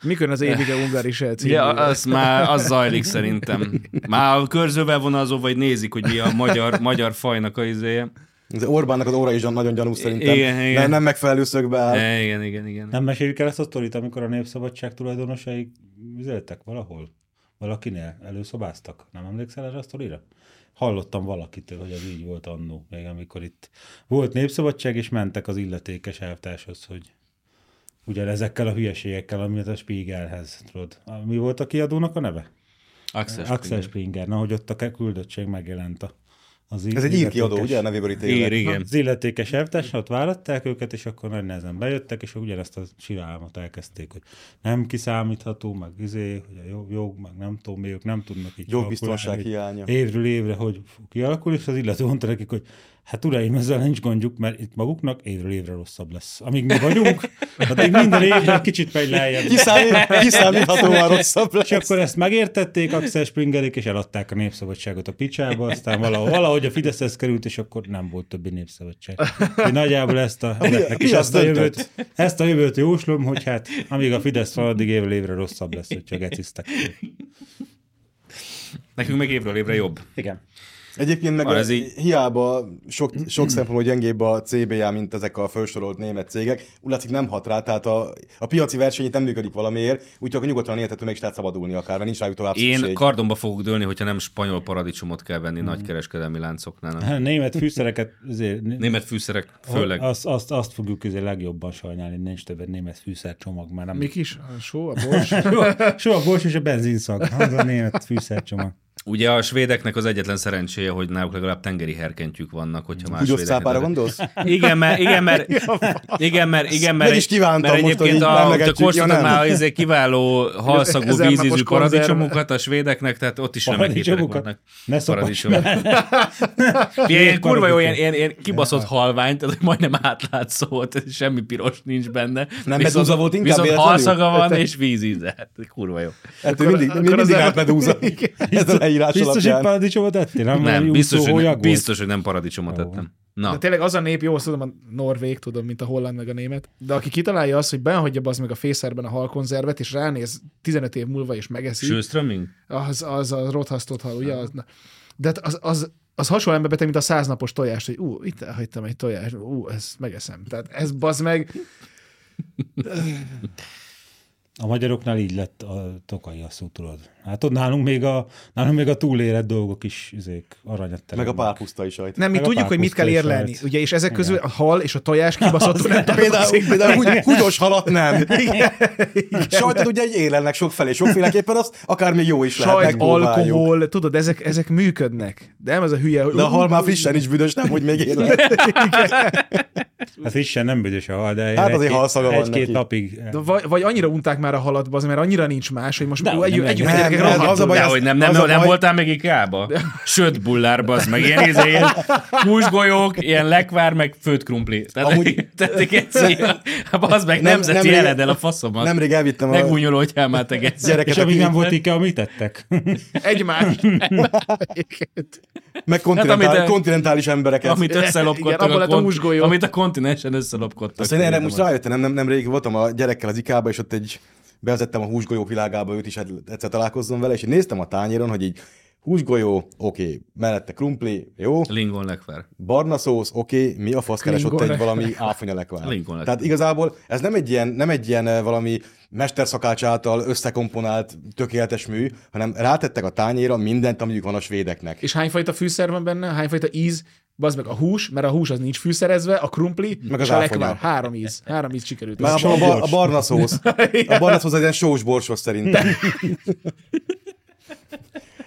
B: Mikor az Évige Ungarisel című?
A: Ugye, a- az már az zajlik szerintem. Már a körzővel vonalzóval, vagy nézik, hogy mi a magyar, magyar fajnak a izéje.
D: Az Orbánnak az óra is nagyon gyanús szerintem.
A: Igen,
D: De
A: igen.
D: Nem megfelelő szögbe áll.
B: Hát.
A: E, igen, igen, igen.
C: Nem meséljük el ezt a sztorit, amikor a Népszabadság tulajdonosai üzeltek valahol? Valakinél előszobáztak? Nem emlékszel erre a sztorira? Hallottam valakitől, hogy az így volt annó, még amikor itt volt Népszabadság, és mentek az illetékes elvtárshoz, hogy ugyanezekkel a hülyeségekkel, amit a Spiegelhez, tudod. A- Mi volt a kiadónak a neve?
A: Access.
B: Hát.
C: Axel Springer. Na, hogy ott a ke- küldöttség megjelent a, az
D: Ez egy ír kiadó,
C: illetékes-
D: ugye? A nevéből ítélet.
A: Ír, igen.
C: az illetékes elvtársat ott váratták őket, és akkor nagy nehezen bejöttek, és ugyanezt a csinálmat elkezdték, hogy nem kiszámítható, meg izé, hogy a jog, jog meg nem tudom, mi ők nem tudnak így
D: Jogbiztonság
C: kalkulálni, hogy
D: hiánya.
C: Évről évre, hogy fog kialakul, és az illető mondta nekik, hogy hát uraim, ezzel nincs gondjuk, mert itt maguknak évről évre rosszabb lesz. Amíg mi vagyunk, addig minden évre egy kicsit megy lejjebb.
D: Kiszámít, kiszámíthatóan rosszabb lesz.
C: És akkor ezt megértették, Axel Springerék, és eladták a népszabadságot a picsába, aztán valahogy, valahogy a Fideszhez került, és akkor nem volt többi népszabadság. Úgyhogy nagyjából ezt a, nektek is
D: mi
C: ezt a,
D: azt
C: jövőt, ezt a jövőt jóslom, hogy hát amíg a Fidesz van, addig évről évre rosszabb lesz, hogyha gecisztek.
A: Nekünk meg évről évre jobb.
C: Igen.
D: Egyébként meg
A: Van,
D: az
A: ez így-
D: hiába sok, sok szempontból gyengébb a CBA, mint ezek a felsorolt német cégek, úgy látszik nem hat rá, tehát a, a piaci verseny itt nem működik valamiért, úgyhogy akkor nyugodtan értető meg is lehet szabadulni akár, mert nincs rájuk tovább
A: Én
D: szükség.
A: kardomba fogok dőlni, hogyha nem spanyol paradicsomot kell
D: Mhm.
A: venni nagy kereskedelmi láncoknál.
D: Hát-
A: Nem.
C: Német fűszereket azért, né-
A: Német fűszerek főleg.
C: Azt, azt, azt fogjuk azért legjobban sajnálni, nincs többet német fűszercsomag, már nem.
B: Mik is? A só, a bors?
C: Soha, soha bors és a benzinszag, az a német fűszercsomag.
A: Ugye a svédeknek az egyetlen szerencséje, hogy náluk legalább tengeri herkentjük vannak, hogyha más
D: Húgyos
A: svédeknek-
D: cápára gondolsz?
A: Igen, mert, igen, mert, igen, mert, igen, mert,
D: Meg is kívántam
A: mert
D: most, hogy
A: egyébként
D: így
A: a, a
D: emlegetjük. Ja,
A: kóstoltam
D: nem.
A: már izé kiváló halszagú
B: Ezer napos
A: vízízű
B: konzerv.
A: paradicsomokat a svédeknek, tehát ott is nem képek
C: Paradicsomokat?
A: vannak.
C: Ne szopass
A: Paradicsom.
C: bele.
A: Ilyen kurva jó,
C: paradicsom.
A: ilyen, ilyen, ilyen kibaszott halvány, tehát hogy majdnem átlátszó volt, tehát semmi piros nincs benne.
D: Nem, medúza volt inkább
A: Viszont
D: véletlenül?
A: halszaga van, és vízíze. Hát, kurva jó.
D: Ettől mindig,
B: akkor
D: mindig,
B: az
D: mindig
B: el-
D: átmedúza. Ez a leírás
C: Biztos, hogy
D: alapján.
C: paradicsomot ettél? Nem, valami
A: Nem,
C: úszó
A: biztos, hogy
C: hólyag
A: nem,
C: volt?
A: biztos, hogy nem paradicsomot ettem. Na,
B: De tényleg az a nép, jó, azt tudom, a norvég, tudom, mint a holland meg a német, de aki kitalálja azt, hogy behagyja az meg a fészerben a halkonzervet, és ránéz 15 év múlva, és megeszi,
A: Sőströmming?
B: az, az a rothasztott hal, ugye? Az, na. de hát az, az, az hasonló emberbeteg, mint a száznapos tojást, hogy ú, itt elhagytam egy tojást, ú, ezt megeszem. Tehát ez bazd meg,
C: A magyaroknál így lett a tokai asszú, tudod. Hát ott nálunk még a, nálunk még a túlérett dolgok is izék, aranyat
D: Meg a
C: teremnek.
D: pálpuszta is ajt.
B: nem, mi
C: Meg a
B: tudjuk, hogy mit kell
C: pápuszta is
B: érlelni,
C: lehet.
B: ugye, és ezek közül a hal és a tojás kibaszott nem
D: Például,
B: tartozik.
D: például húgy- húgyos halat nem. Sajtot ugye egy élelnek sokfelé, sokféleképpen azt akár még jó is lehet,
B: Sajt,
D: megpróbáljuk.
B: alkohol, tudod, ezek, ezek működnek. De nem ez a hülye, hogy
D: De a hal már frissen is büdös, nem, hogy még él.
C: Hát frissen nem büdös a hal, de
D: Hát azért halszaga van
C: egy-két
D: neki.
C: napig.
B: De vagy, vagy annyira unták már a halat, az, mert annyira nincs más, hogy most
C: De
B: ú,
C: nem,
B: együtt,
C: nem,
B: együtt
D: nem,
B: gyerekek,
D: nem,
B: rohadtul.
D: az a baj,
A: De
D: az-
A: hogy nem, nem,
D: az a
A: nem
D: baj-
A: voltál még Ikába? Sőt, bullárba, az meg ilyen, izé, ilyen húsgolyók, ilyen lekvár, meg főtt krumpli. Tehát, Amúgy,
D: Amúgy-
A: tehát egyszer, az Hát meg
D: nem-
A: nemzeti
D: nemrég-
A: jeled el a faszomat.
D: Nemrég elvittem a
A: Megúnyoló, hogy elmált egyszer.
D: gyereket,
C: És amíg
D: aki-
C: nem volt IKEA, mit tettek?
B: Egymást.
D: meg kontinentál,
A: amit-
D: kontinentális embereket.
A: Amit összelopkodtak,
B: Igen, abban
A: a,
B: lett a
A: kont-
B: húsgolyó.
A: amit a kontinensen összelopkodtak.
D: Azt én erre most rájöttem, nem, nem, nemrég voltam a gyerekkel az ikába, és ott egy bevezettem a húsgolyók világába, őt is hát egyszer találkozzon vele, és így néztem a tányéron, hogy így húsgolyó, oké, mellette krumpli, jó,
A: Lingon lekvár.
D: barna szósz, oké, mi a fasz keres ott
B: Lingon
D: egy valami áfonya lekvár.
A: Lingon lekvár.
D: Tehát igazából ez nem egy ilyen, nem egy ilyen eh, valami mesterszakács által összekomponált, tökéletes mű, hanem rátettek a tányéra mindent, amiük van a svédeknek.
B: És hányfajta fűszer van benne? Hányfajta íz? Bazd meg a hús, mert a hús az nincs fűszerezve, a krumpli,
D: Meg
B: és
D: az
B: a
D: áfonya.
B: lekvár. Három íz. Három íz sikerült.
D: Már a, a,
C: sós
D: bar- a
C: borsos.
D: barna szósz. A barna szósz az ilyen sós borsos szerintem.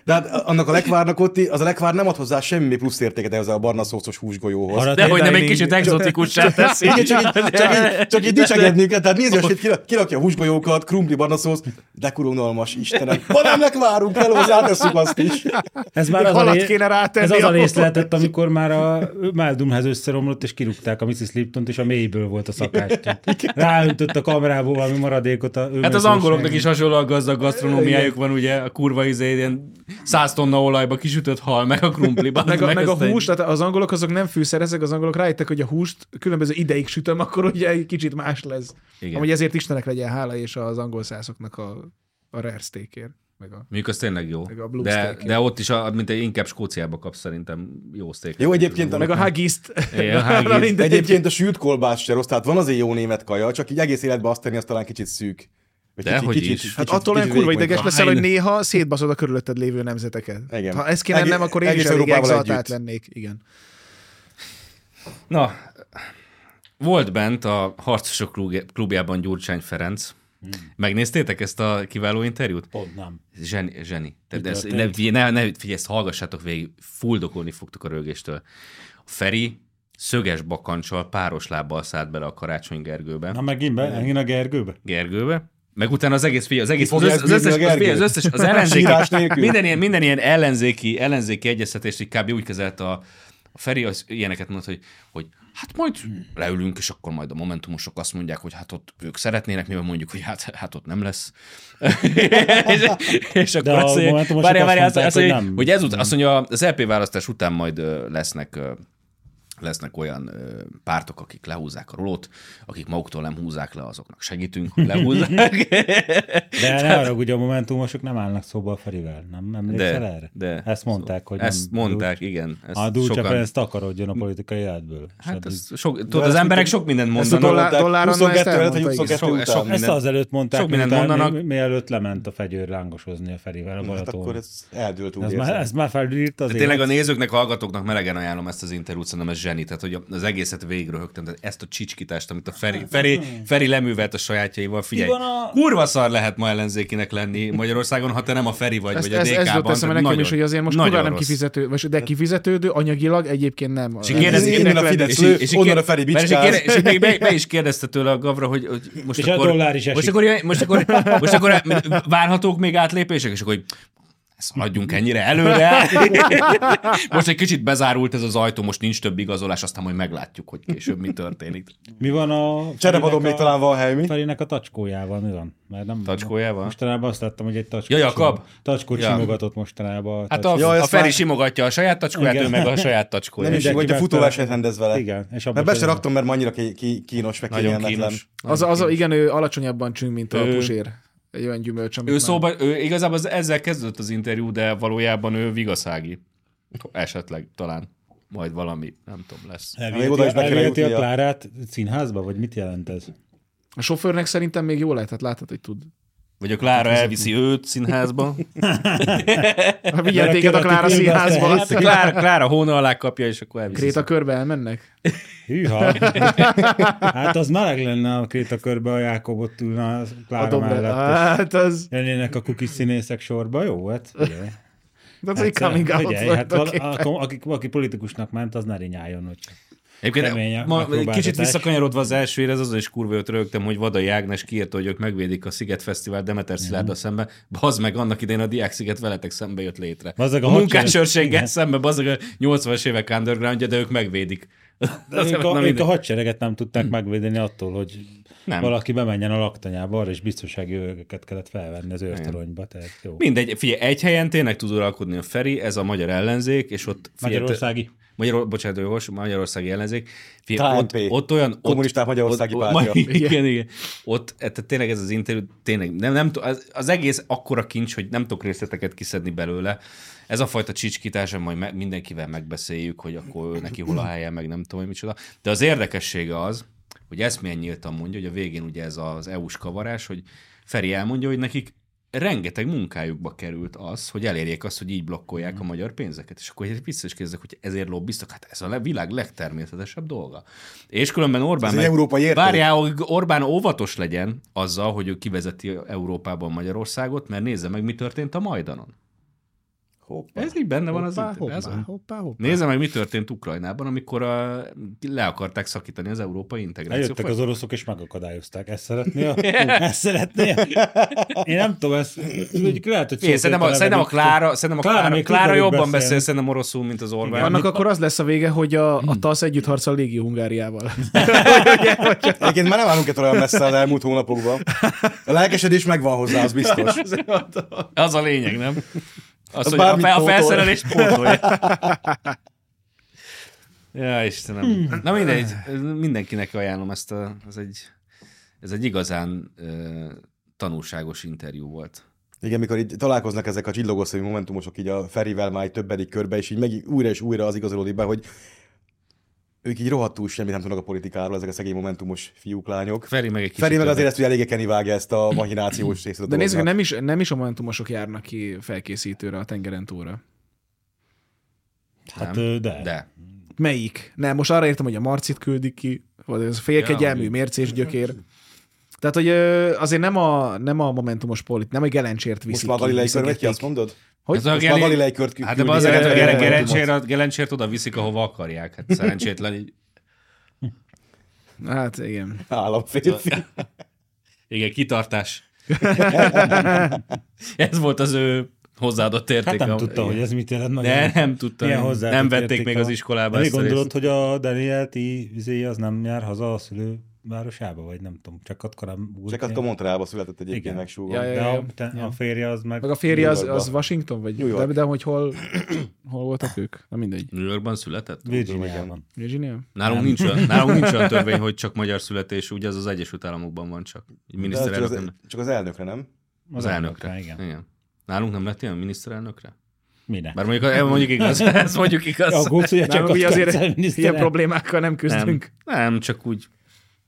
D: De hát annak a lekvárnak ott, az a lekvár nem ad hozzá semmi plusz értéket ehhez a barna szószos húsgolyóhoz.
A: De hogy nem egy
C: Tényleg
A: kicsit
C: így-
A: exotikussá teszi.
D: Igen, csak így, csak így, csak így dicsekednünk kell, tehát nézd, hogy kirak- kirakja a húsgolyókat, krumpli barna szósz, de kurva unalmas, Istenem. Banámnek várunk el, hozzáteszünk azt is.
C: Ez már
B: Még
C: az a,
B: halat
C: ré...
B: kéne rátenni
C: ez az a
B: ahhoz.
C: rész lehetett, amikor már a Máldumhez összeromlott, és kirúgták a Mrs. Liptont, és a mélyből volt a szakást. Ráöntött a kamerából valami maradékot. A
A: Hát az angoloknak is hasonlóan gazdag gasztronómiájuk van, ugye a kurva izé, ilyen 100 tonna olajba kisütött hal, meg a krumpliban.
B: Meg a, meg a
A: aztán-
B: hús, tehát az angolok azok nem fűszerezek, az angolok rájöttek, hogy a húst különböző ideig sütöm, akkor ugye egy kicsit más lesz.
A: Igen.
B: Igen. Amúgy ezért Istenek legyen hála, és az angol szászoknak a, a rare steakért, meg a
A: Mondjuk az tényleg jó.
B: Meg a blue
A: De,
B: steak.
A: de ott is, a, mint egy inkább Skóciába kapsz szerintem jó szték.
D: Jó, egyébként a,
B: meg a haggist.
A: Igen, a haggis.
B: Arra mindegy.
D: egyébként a sült kolbász se rossz, tehát van azért jó német kaja, csak így egész életben azt tenni, az talán kicsit szűk. Vagy
A: Dehogy is.
B: Hát attól olyan kurva
D: vékonyka.
B: ideges leszel,
A: Fine.
B: hogy néha szétbaszod a körülötted lévő nemzeteket.
D: Igen.
B: Ha ez kéne
D: Egé-
B: nem, akkor én is
D: egész
B: elég
D: Európával
B: exaltált
D: együtt.
B: lennék. Igen.
A: Na, volt bent a Harcosok klub- klubjában Gyurcsány Ferenc.
B: Hmm.
A: Megnéztétek ezt a kiváló interjút?
C: Pont nem.
A: Zseni. zseni. Tehát ezt, ne, figyelj, ne, ne, figyelj, ezt hallgassátok végig, fuldokolni fogtok a rögéstől. A Feri szöges bakancsal, páros lábbal szállt bele a Karácsony Gergőbe.
C: Na megint be, megint a Gergőbe?
A: Gergőbe, meg utána az egész, figyelj, az egész, az,
D: fogja
A: összes, az,
D: elbírni
A: összes,
D: a
A: az,
D: Gergőt?
A: figyelj, az összes, az ellenzéki,
D: Sírás nélkül?
A: minden ilyen, minden ilyen ellenzéki, ellenzéki egyeztetést így kb. úgy kezelt a, a Feri, az ilyeneket mondta, hogy, hogy hát majd leülünk, és akkor majd a momentumosok azt mondják, hogy hát ott ők szeretnének, mi meg mondjuk, hogy hát, hát ott nem lesz. és, és akkor
C: a
A: azt mondja,
C: Momentumosok
A: várjál, várjál, azt,
C: azt mondták,
A: azt,
C: hogy
A: mondja, hogy,
C: nem.
A: hogy ezután, azt mondja, az LP választás után majd ö, lesznek ö, lesznek olyan ö, pártok, akik lehúzzák a rolót, akik maguktól nem húzzák le, azoknak segítünk, hogy lehúzzák.
C: De ne arra, ugye a Momentumosok nem állnak szóba a Ferivel, nem emlékszel
A: De,
C: erre?
A: de.
C: Ezt mondták, hogy
A: Ezt
C: nem.
A: mondták, igen. Ezt
C: A Dulce Ferenc takarodjon a politikai életből. És
A: Hát
C: addig-
A: ez sok, tudod, az
D: ezt
A: emberek
D: mit-
A: sok mindent
D: Ezt
A: mondanak.
B: dollár-
D: dollár,
B: dollárra
D: dollár
B: na, ezt
D: 22 előtt, vagy
B: elmondta,
D: 22
A: igen. Sok- sok
D: után.
A: minden-
C: Ezt az előtt mondták,
A: sok mindent
C: miután-
A: mondanak.
C: mi- mielőtt lement a fegyőr lángosozni a Ferivel a
D: Hát
C: Balaton.
D: akkor ez eldőlt úgy
C: ez,
D: érzem.
C: már, ez már felült az
A: De Hát tényleg a nézőknek, hallgatóknak melegen ajánlom ezt az interjút, szerintem ez zseni, tehát hogy az egészet végröhögtem, tehát ezt a csicskitást, amit a Feri, Feri, Feri leművelt a sajátjaival, figyelj,
C: Hát, Mi van a-
A: kurva szar lehet ma ellenzékinek lenni Magyarországon, ha te nem a Feri vagy,
B: Ezt,
A: vagy a
B: ez, ez jutott
A: DK-ban.
B: eszembe
A: tehát
B: nekem
A: nagyon-
B: is, hogy azért most
A: nagyon
B: kurva nem
A: rossz.
B: kifizető, vagy de kifizetődő, anyagilag egyébként nem.
A: És így kérdezi,
D: Innen
A: innen
D: a Fidesz
A: és
D: lő,
A: így- és így
D: onnan
A: kérde-
D: a Feri
A: mert és így
D: bicskáz.
A: kérde- És így még be, be is kérdezte tőle a Gavra, hogy, hogy most
C: És a
A: akkor...
C: dollár is
A: most
C: esik.
A: akkor, jön- most akkor, most akkor várhatók még átlépések? És akkor, hogy szaladjunk ennyire előre. Most egy kicsit bezárult ez az ajtó, most nincs több igazolás, aztán majd meglátjuk, hogy később mi történik.
C: Mi van a...
D: Cserepadon még
C: Ferinek a-
D: talán van hely, mi?
C: Ferinek a tacskójával, mi van? Mert nem,
A: Tacskójával?
C: Mostanában azt láttam, hogy egy tacskó,
A: Ja, Jakab?
C: sim- tacskó
A: Ja.
C: simogatott mostanában.
A: Hát
C: tacskó.
A: a,
D: Ja,
A: a
D: ezt
A: Feri
D: már-
A: simogatja a saját tacskóját,
C: Igen.
A: ő meg a saját
D: Nem
A: tacskóját.
D: is,
C: Mindenki
D: hogy a
C: megtalál-
D: futóversenyt rendez vele.
C: Igen, és abban
D: Mert be se
C: sem-
D: raktam, mert annyira ki- ki- kínos, meg
A: Nagyon
D: kényelmetlen.
A: kínos.
B: Az, az, az, igen, ő alacsonyabban csünk, mint a
A: Ő-
B: pusér. Egy olyan gyümölcs, amit
A: Ő
B: már-
A: szóba, ő igazából az- ezzel kezdődött az interjú, de valójában ő vigaszági. Esetleg talán majd valami, nem tudom, lesz.
D: Még oda is
C: Elviheti,
D: be kellene
C: elviheti a
D: jutnia.
C: Klárát színházba, vagy mit jelent ez?
B: A sofőrnek szerintem még jó lehet, tehát látod, hogy tud.
A: Vagy a Klára elviszi őt színházba.
B: Ha vigyen téged a
C: kereti
B: Klára
C: filmbe azt
B: színházba,
A: Hát a Klára, Klára hóna alá kapja, és akkor elviszi.
B: Kréta körbe elmennek.
C: Hűha! Hát az meleg lenne a Kréta körbe, a Jákob ott ülne a Klára
B: Adom be.
C: mellett. és
B: Hát az,
C: Jönnének a kukis színészek sorba, jó? Hát, ugye.
B: az egy coming out
C: Ugye, hát vala,
B: volt.
C: aki, aki, politikusnak ment, az ne rinyáljon, hogy
A: Egyébként
C: Keményen
A: ma
C: megpróbáltatás.
A: kicsit visszakanyarodva az elsőre, ez azon is kurva jött rögtem, hogy Vadai Ágnes kiírta, hogy ők megvédik a Sziget Fesztivál Demeter Szilárddal szembe. Bazd meg, annak idején a Diák Sziget veletek szembe jött létre.
C: Bazd meg,
A: a
C: a hadsereg-
A: munkásőrséggel
C: Igen.
A: szembe, bazd meg a 80-as évek undergroundja, de ők megvédik.
C: De ők a, ők a hadsereget nem tudták megvédeni attól, hogy
A: Nem.
C: nem. valaki bemenjen a laktanyába, arra is biztonsági őröket kellett felvenni az őrtoronyba. Tehát jó.
A: Mindegy, figyelj, egy helyen tényleg tud uralkodni a Feri, ez a magyar ellenzék, és ott... figyelj,
C: Magyarországi.
A: Magyar, bocsánat, jogos, magyarországi ellenzék. Figyelj, ott,
D: KNP.
A: ott olyan...
D: Kommunisták
A: ott,
D: Magyarországi
A: ott,
D: Pártja.
A: ma- Igen, igen. Ott, e, tehát tényleg ez az interjú, tényleg nem, nem, tu- az, az egész akkora kincs, hogy nem tudok részleteket kiszedni belőle. Ez a fajta csicskítása, majd me, mindenkivel megbeszéljük, hogy akkor ő neki hol a helye, meg nem tudom, hogy micsoda. De az érdekessége az, hogy ezt milyen nyíltan mondja, hogy a végén ugye ez az EU-s kavarás, hogy Feri elmondja, hogy nekik rengeteg munkájukba került az, hogy elérjék azt, hogy így blokkolják a magyar pénzeket. És akkor egy vissza is kérdezek, hogy ezért lobbiztak, hát ez a le- világ legtermészetesebb dolga. És különben Orbán...
D: Ez egy európai érték.
A: Várjál, hogy Orbán óvatos legyen azzal, hogy ő kivezeti Európában Magyarországot, mert nézze meg, mi történt a Majdanon.
D: Hoppá.
A: Ez így benne van az
B: Hoppá,
A: interjú- ez
B: hoppá,
A: van.
B: hoppá, hoppá.
A: Nézze meg, mi történt Ukrajnában, amikor a, le akarták szakítani az európai integrációt.
C: Eljöttek az oroszok, és megakadályozták. Ezt szeretnél? Ezt szeretnél? Én nem tudom, ezt... Úgy, lehet, hogy
A: Én szerintem, a,
C: szólt
A: szerintem a
C: velem,
A: Klára, szerintem a Klára,
C: Klára
A: Klára,
C: még
A: Klára
C: tud velük
A: jobban beszél
C: beszélni.
A: szerintem oroszul, mint az Orbán.
B: Annak akkor az lesz a vége, hogy a,
A: Hmm.
B: a TASZ együtt harcol a légi Hungáriával.
D: Egyébként már nem állunk ettől olyan messze az elmúlt hónapokban. A lelkesedés megvan hozzá, az biztos.
A: Az a lényeg, nem? Az, hogy a,
D: bármit
A: fe, a
D: pótol.
A: felszerelés pótolja. Ja, Istenem.
D: Hmm.
A: Na mindegy, mindenkinek ajánlom ezt a, ez egy, ez egy igazán ö, tanulságos interjú volt.
D: Igen, mikor így találkoznak ezek a csillogószemű momentumosok így a Ferivel már egy többedik körbe, és így meg újra és újra az igazolódik be, hogy ők így rohadtul semmit nem tudnak a politikáról, ezek a szegény momentumos fiúk, lányok.
A: Feri meg egy kicsit.
D: Feri meg
A: többet.
D: azért ezt ugye eléggé kenivágja ezt a machinációs részét. a
B: De nézzük,
D: dolognak.
B: nem is, nem is a momentumosok járnak ki felkészítőre a tengeren túlra.
C: Hát
A: nem.
C: ö, de. de.
A: De.
B: Melyik? Nem, most arra értem, hogy a Marcit küldik ki, vagy ez a félkegyelmű
A: Ja,
B: ja, mércés gyökér. Tehát, hogy ö, azért nem a, nem a momentumos polit, nem a gelencsért
D: Most
B: viszik
D: már a Galilei
B: viszik
D: kör megy ki,
B: egy-
D: azt mondod?
B: Hogy?
A: Ez a
D: Most már a
A: Geli-
D: Galilei kört
A: Hát de
D: küldik
A: az a
D: el, el, el,
A: Gere-
D: el,
A: gerencsért, gerencsért oda viszik, ahova akarják. Hát szerencsétlen. így-
B: Hát igen.
D: Államférfi.
A: Igen, kitartás. Ez volt az ő hozzáadott
C: Hát
A: értéke.
C: nem tudta, hogy ez mit jelent. nagyon.
A: De nem tudta,
C: Milyen
A: nem.
C: hozzá
A: Nem
C: tették
A: vették még
C: a-
A: az iskolába
C: De még
A: ezt a
C: gondolod,
A: részt?
C: hogy a Daniel ti izé, az nem jár haza a szülővárosába, vagy nem tudom, csak ott korán
D: Csak akkor Montrealba született egyébként
C: Igen.
D: meg
B: Ja, ja,
D: súgom.
C: De a, te,
B: Ja.
C: a férje az meg...
B: Meg a férje az,
D: New Yorkba.
B: az Washington, vagy
D: New
B: de,
D: York.
B: de, hogy hol, hol voltak ők? Na mindegy.
A: New Yorkban született?
C: Virginiában.
B: Virginia?
A: Nálunk nincs, olyan, nálunk nincs olyan törvény, hogy csak magyar születésű, ugye az az Egyesült Államokban van csak. Így
D: Csak
A: Miniszterelnök
D: az,
A: nem.
D: csak az elnökre, nem?
A: Az elnökre.
C: Igen.
A: Igen. Nálunk nem lett ilyen miniszterelnökre?
C: Minek?
A: Bár mondjuk, eh, mondjuk igaz, ez mondjuk igaz.
C: Aggódsz, hogy a
B: Nálunk ugye azért ilyen
C: miniszterelnök.
B: problémákkal nem
A: Nem,
B: küzdünk.
A: nem, csak úgy,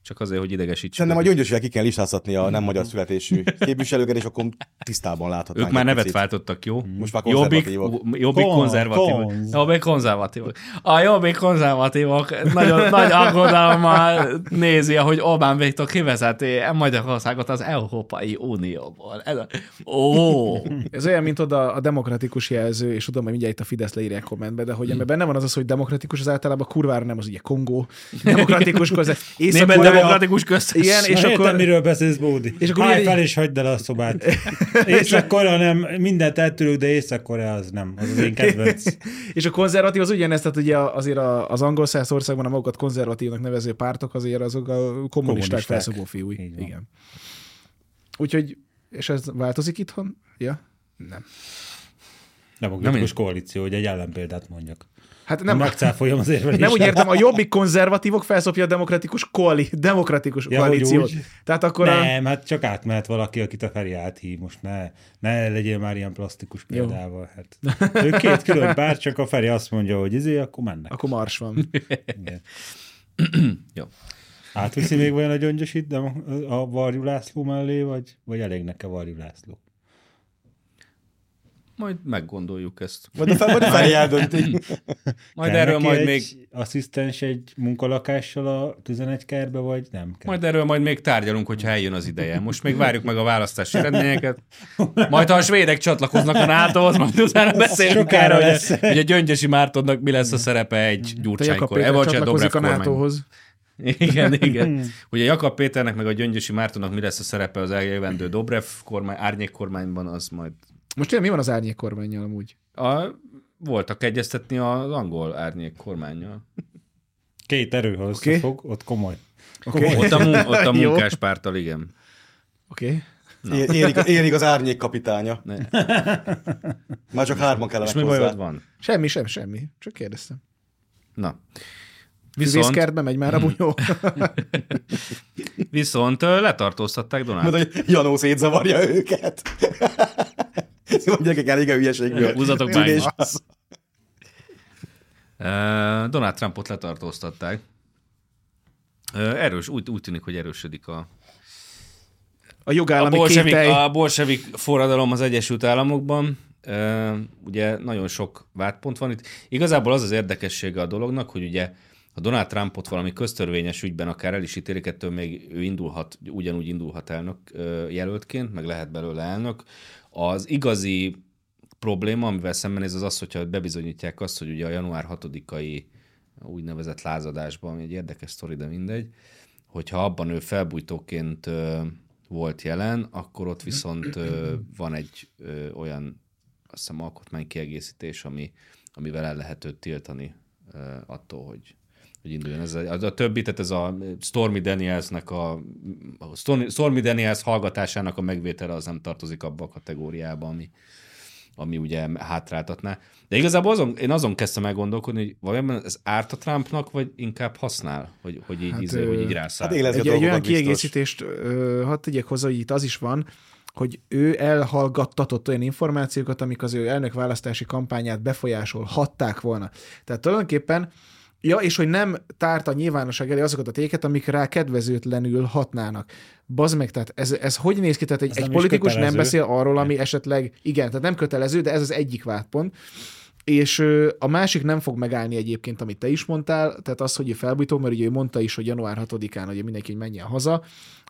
A: csak azért, hogy idegesítsük.
D: Szerintem a
A: őket.
D: gyöngyösvel ki kell listázhatni a nem magyar születésű képviselőket, és akkor tisztában láthatnánk.
A: Ők már
D: egy
A: nevet
D: picit.
A: váltottak, jó?
D: Most már
A: Jobbik,
D: konzervatívok.
A: jobbik
C: Kon-
A: konzervatívok.
C: konz.
A: Jobbik konzervatívok. A jobbik konzervatívok nagyon nagy aggodalommal nézi, hogy Orbán Viktor kivezeti Magyarországot az Európai Unióból. Ez a... Ó!
B: Ez olyan, mint oda a demokratikus jelző, és tudom, hogy mindjárt itt a Fidesz leírják kommentbe, de
C: Hmm.
B: hogy ebben benne van az az, hogy demokratikus, az általában kurvára nem az ugye Kongó, demokratikus, az észak
A: Német demokratikus köztesség.
B: Igen,
C: És
B: és
C: Na,
B: akkor
C: értem, miről beszélsz, Bódi.
B: És
C: És
B: akkor
C: akkor Állj
B: így-
C: fel és hagyd el a szobát. Észak-Korea nem, mindent eltűrök, de Észak-Korea az nem. Az az én kedvenc.
B: És a konzervatív az ugyanezt, tehát ugye azért a- az angol száz országban a magukat konzervatívnak nevező pártok azért azok a kommunisták, kommunisták.
C: Kommunisták.
B: felszobó fiúi.
C: Így van.
B: Igen. Úgyhogy, és ez változik itthon? Ja? Nem.
C: Demokratikus koalíció, hogy egy ellenpéldát mondjak.
B: Hát
C: Nem.
B: nem,
C: Megcáfoljam az érvelést.
B: nem úgy értem, a jobbik konzervatívok felszopja a demokratikus, koali, demokratikus
C: Ja, hogy
B: koalíciót.
C: úgy.
B: Tehát akkor a...
C: Nem, hát csak átmehet valaki, akit a Feri áthív. Most ne, ne legyél már ilyen plastikus példával. Hát. Ő két külön pár, csak a Feri azt mondja, hogy izé, akkor mennek.
B: Akkor mars van.
C: Igen.
A: Jó.
C: Átviszi még vajon a gyöngyösit de a Varjú László mellé, vagy, vagy elég neke Varjú László?
A: Majd meggondoljuk ezt.
D: Vagy a fel, vagy a felé eldönti.
A: Majd
C: Kell
A: erről
C: neki
A: majd
C: egy
A: még
C: asszisztens egy munkalakással a 11 kerbe, vagy nem kell?
A: Majd erről majd még tárgyalunk, hogyha eljön az ideje. Most még várjuk meg a választási eredményeket. Majd ha a svédek csatlakoznak a NATO-hoz, majd utána beszélünk
C: Sokára
A: erről,
C: lesz.
A: Hogy, a, hogy a Gyöngyösi Mártonnak mi lesz a szerepe egy
B: Te Jakab
A: gyurcsánykor.
B: Péter
A: Eh, vagy a Dobrev
B: csatlakozik a
A: kormány.
B: NATO-hoz. Hmm.
A: Igen, igen. Ugye Jakab Péternek meg a Gyöngyösi Mártonnak mi lesz a szerepe az eljövendő Dobrev kormány, árnyék kormányban, az majd
B: Most tényleg mi van az árnyék kormányjal amúgy?
A: a, voltak egyeztetni az angol árnyék kormányjal.
C: Két erőhöz
B: Oké.
C: okay. fog, ott komoly.
B: Oké.
A: Ott a, mun- ott a
B: Jó.
A: munkáspártal, igen.
B: Oké.
D: É- Érik, érik az árnyék kapitánya.
A: Ne.
D: Már csak hárman
A: És
D: kellenek
A: mi bajod
D: hozzá.
A: van?
B: Semmi, sem, semmi. Csak kérdeztem.
A: Na. Viszont,
B: Viszont... megy már a bunyó.
A: viszont ö, letartóztatták Donald
D: Mondod, hogy Janó szétzavarja őket. Szóval gyerekek, elég a hülyeségből.
A: Húzzatok
D: Tudni,
A: bányba.
D: és-
A: Ö, Donald Trumpot letartóztatták. Ö, Erős, úgy, úgy tűnik, hogy erősödik a...
B: A
A: A
B: jogállami
A: bolsevik,
B: kételj.
A: a bolsevik forradalom az Egyesült Államokban. Ö, Ugye nagyon sok vádpont van itt. Igazából az az érdekessége a dolognak, hogy ugye ha Donald Trumpot valami köztörvényes ügyben akár el is ítélik, ettől még ő indulhat, ugyanúgy indulhat elnök ö, jelöltként, meg lehet belőle elnök. Az igazi probléma, amivel szemben ez az az, hogyha bebizonyítják azt, hogy ugye a január 6-ai úgynevezett lázadásban, ami egy érdekes sztori, de mindegy, hogyha abban ő felbújtóként ö, volt jelen, akkor ott viszont ö, van egy ö, olyan, azt hiszem, alkotmánykiegészítés, ami, amivel el lehet őt tiltani ö, attól, hogy hogy induljon. Ez a, az a többi, tehát ez a Stormy Danielsnek a, a Stormy, Stormy Daniels hallgatásának a megvétele az nem tartozik abba a kategóriába, ami, ami ugye hátráltatná. De igazából azon, én azon kezdtem el gondolkodni, hogy valójában ez árt a Trumpnak, vagy inkább használ, hogy, hogy így, hát,
B: Hát,
A: izé, hogy így
B: ö,
A: rászáll.
D: hát élezi a
B: egy, egy olyan
D: dolgokat biztos.
B: kiegészítést, ö, hadd tegyek hozzá, hogy itt az is van, hogy ő elhallgattatott olyan információkat, amik az ő elnök választási kampányát befolyásolhatták volna. Tehát tulajdonképpen, ja, és hogy nem tárta a nyilvánosság elé azokat a téket, amik rá kedvezőtlenül hatnának. Bazd meg, tehát ez, ez hogy néz ki? Tehát egy,
C: Ez
B: egy
C: nem is
B: politikus nem
C: kötelező.
B: beszél arról, ami esetleg, igen, tehát nem kötelező, de ez az egyik vádpont. És ö, a másik nem fog megállni egyébként, amit te is mondtál, tehát az, hogy ő felbújtó, mert ugye ő mondta is, hogy január 6-án, hogy mindenki hogy menjen haza,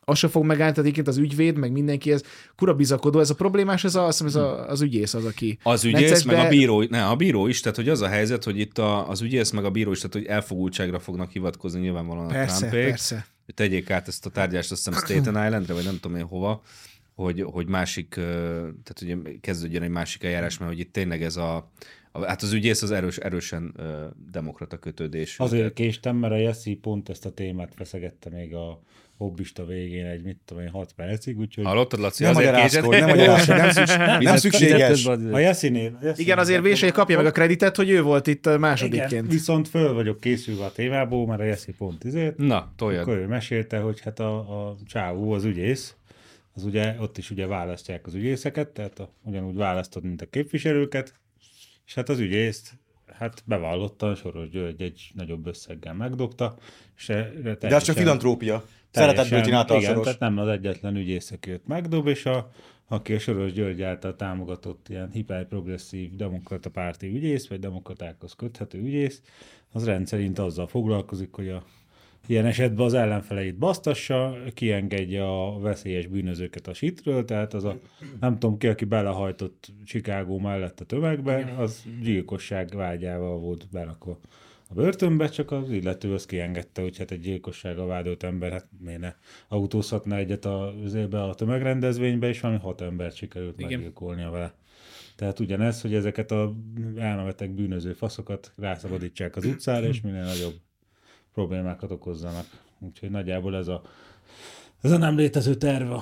B: az se fog megállni, tehát egyébként az ügyvéd, meg mindenki ez kura bizakodó, ez a problémás, ez, a, azt hiszem, ez a, az ügyész az, aki...
A: Az
B: necces,
A: ügyész, meg
B: de-
A: a bíró, ne, a bíró is, tehát hogy az a helyzet, hogy itt a, az ügyész, meg a bíró is, tehát hogy elfogultságra fognak hivatkozni nyilvánvalóan a
B: Persze,
A: Trumpék.
B: persze.
A: hogy tegyék át ezt a tárgyást, azt hiszem Staten Islandre, vagy nem tudom én hova, hogy, hogy másik, ö, tehát ugye kezdődjön egy másik eljárás, mert hogy itt tényleg ez a, a hát az ügyész az erős, erősen ö, demokrata kötődés.
C: Azért késtem, mert a Jesse pont ezt a témát feszegette még a hobbista végén egy, mit tudom én, 6 percig, úgyhogy...
A: Hallottad, Laci?
D: Nem
A: azért
D: magyarázkodj,
A: késed?
D: nem magyarázkodj, nem, szüks, nem szükséges.
C: A Jesse-nél... Jesse
B: Igen, azért Vésely kapja meg a kreditet, hogy ő volt itt ö, másodikként.
C: viszont föl vagyok készülve a témából, mert a Jesse pont izért.
A: Na,
C: Akkor
A: toljad.
C: ő mesélte, hogy hát a, a csávó, az ügyész, az ugye, ott is ugye választják az ügyészeket, tehát a, ugyanúgy választod, mint a képviselőket, és hát az ügyészt hát bevallottan Soros György egy nagyobb összeggel megdogta, és e-
D: De az
C: teljesen-
D: csak filantrópia.
C: teljesen-
D: Szeretetből csinálta a
C: igen,
D: soros.
C: tehát nem az egyetlen ügyész, aki őt megdob, és a, aki a Soros György által támogatott ilyen hiperprogresszív demokrata párti ügyész, vagy demokratákhoz köthető ügyész, az rendszerint azzal foglalkozik, hogy a ilyen esetben az ellenfeleit basztassa, kiengedje a veszélyes bűnözőket a sitről, tehát az a nem tudom ki, aki belehajtott Chicago mellett a tömegbe, az gyilkosság vágyával volt belakva a börtönbe, csak az illető azt kiengedte, hogy hát egy gyilkossága vádolt ember, hát miért ne autózhatna egyet a, üzébe a tömegrendezvénybe, és valami hat embert sikerült meggyilkolnia vele. Tehát ugyanez, hogy ezeket a elmebetek bűnöző faszokat rászabadítsák az utcára, és minél nagyobb problémákat okozzanak. Úgyhogy nagyjából ez a, ez a nem létező terve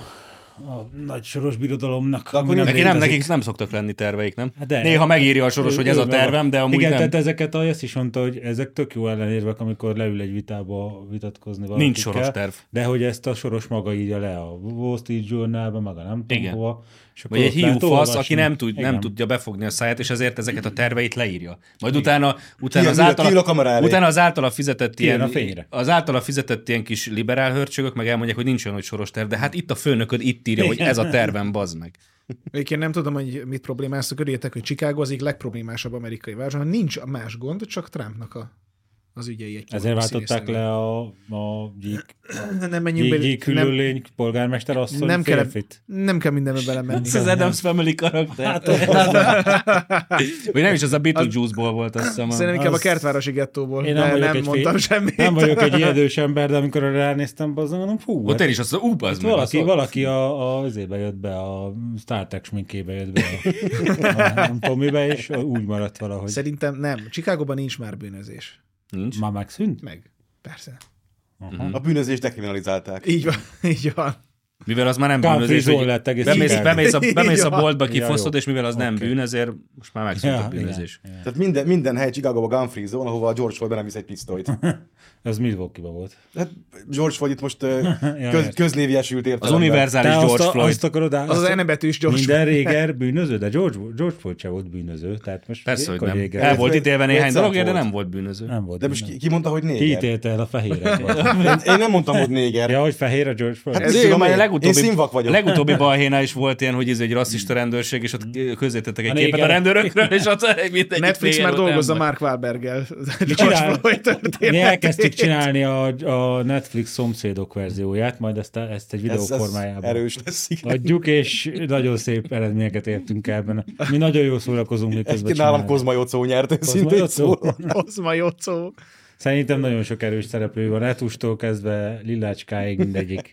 C: a nagy soros birodalomnak.
D: akkor
C: ami nem
A: Neki nem,
C: létezik.
A: nekik nem szoktak lenni terveik, nem?
C: Hát
A: De,
C: de-
A: Néha megírja a soros, hogy ez a
C: Így van.
A: tervem, de amúgy
C: Igen,
A: nem.
C: tehát ezeket a, ezt is mondta, hogy ezek tök jó ellenérvek, amikor leül egy vitába vitatkozni valakikkel.
A: Nincs soros terv.
C: De hogy ezt a soros maga írja le a Wall Street Journalbe, meg a nem tudom
A: Igen.
C: hova. És akkor
A: Vagy egy
C: ott lehet
A: hiú fasz,
C: olvasni.
A: aki nem, tud, nem
C: Igen.
A: tudja befogni a száját, és ezért ezeket a terveit leírja. Majd utána, utána,
D: Kijön,
A: az
D: kijön, kijön
A: általa,
D: a kamera elé.
A: utána az általa fizetett
C: Kijön
A: ilyen,
C: a fényre.
A: az általa fizetett ilyen kis liberál hörcsögök, meg elmondják, hogy nincs olyan, hogy soros terv, de hát itt a főnököd itt írja, hogy ez a tervem, bazd meg.
B: Egyébként nem tudom, hogy mit problémáztak, örüljetek, hogy Chicago az egyik legproblémásabb amerikai város, hanem nincs a más gond, csak Trumpnak a, az ügyei. Egy
C: Ezért váltották
B: színésznél.
C: le a, a gyík,
B: Nem menjünk
C: gyík,
B: bele,
C: gyík
B: nem,
C: külőlény polgármester asszony
B: nem, kell,
C: férfit.
B: nem kell mindenbe belemenni.
E: Ez az Adams Family karakter. Hát, Vagy nem is, az a Beetlejuice-ból volt, azt hiszem.
B: Szerintem
E: a-
B: inkább a
C: az-
B: kertvárosi gettóból,
C: Én
B: de
C: nem vagyok
B: nem
C: egy
B: mondtam
C: fél-
B: semmit.
C: Nem vagyok egy ijedős ember, de amikor ránéztem, azon mondom, fú,
A: Ott
C: hát
A: én is azt mondom, ú,
C: Hát
A: bazd meg,
C: valaki,
A: azt-
C: valaki a, a, azébe jött be, a Star Trek sminkébe jött be, a, a, nem tudom mibe, és úgy maradt valahogy. Szerint...
B: Szerintem nem. Chicagóban nincs már bűnözés.
A: Nincs.
C: Már megszűnt?
B: Meg. Persze.
D: A bűnözést dekriminalizálták.
B: Így van. Így van.
A: Mivel az már nem
C: Humphrey
A: bűnözés,
C: Zoll
A: hogy
C: lett egész
A: bemész,
C: Chicago.
A: bemész, a, bemész a
B: Ja.
A: boltba,
C: Ja,
A: kifosztod,
C: jó.
A: és mivel az nem
C: Oké.
A: bűn, ezért most már megszűnt a bűnözés.
C: igen.
D: Tehát minden, minden hely Chicago-ba Gunfree zone, ahova a George Floyd be nem visz egy pisztolyt.
C: Ez Milwaukee-ba volt.
D: Hát George Floyd itt most ö, köz,
C: értem.
D: köznéviesült
A: Az
D: értelemben.
A: univerzális
C: azt,
A: George
C: a-
A: Floyd.
C: azt akarod át,
B: Az az N E betűs gyors.
C: Minden réger bűnöző, de George, George Floyd sem volt bűnöző, tehát most
A: Persze, hogy
C: mikor
A: nem.
C: réger-
A: El volt ítélve néhány
D: Vincent
A: dologért, de
D: volt.
A: nem volt bűnöző.
C: Nem volt.
D: De most
C: bűnöző.
D: ki, ki mondta, hogy
C: ki
D: néger?
C: ítélte el a fehérek? volt?
D: Én, én nem mondtam, hogy néger.
C: ja, hogy fehér a George Floyd?
D: Hát
A: Ez
D: Ez
A: tudom,
D: tudom
A: már a
D: én.
A: legutóbbi,
D: Én színvak vagyok.
A: legutóbbi balhéna is volt ilyen, hogy ez egy rasszista rendőrség, és ott
C: Mm.
A: közzétettek egy
C: A
A: képet a
C: négerek.
A: rendőrökről, és ott mindegy.
B: Netflix már dolgozza Mark Wahlberggel. George Floyd
C: Mi
B: történet.
C: elkezdtük csinálni a, a Netflix szomszédok verzióját, majd ezt, a, ezt egy videó
D: Ez, ez
C: formájában
D: erős lesz. igen.
C: adjuk, és nagyon szép eredményeket értünk el benne. Mi nagyon jól szórakozunk, miközben
D: Egyébként nálam
C: csináljuk.
D: Kozma Jocó nyert, őszintén
C: Kozma Jocó?
D: szólva.
B: Hozma Jocó.
C: Szerintem nagyon sok erős szereplő van, Etustól kezdve Lilácskáig mindegyik.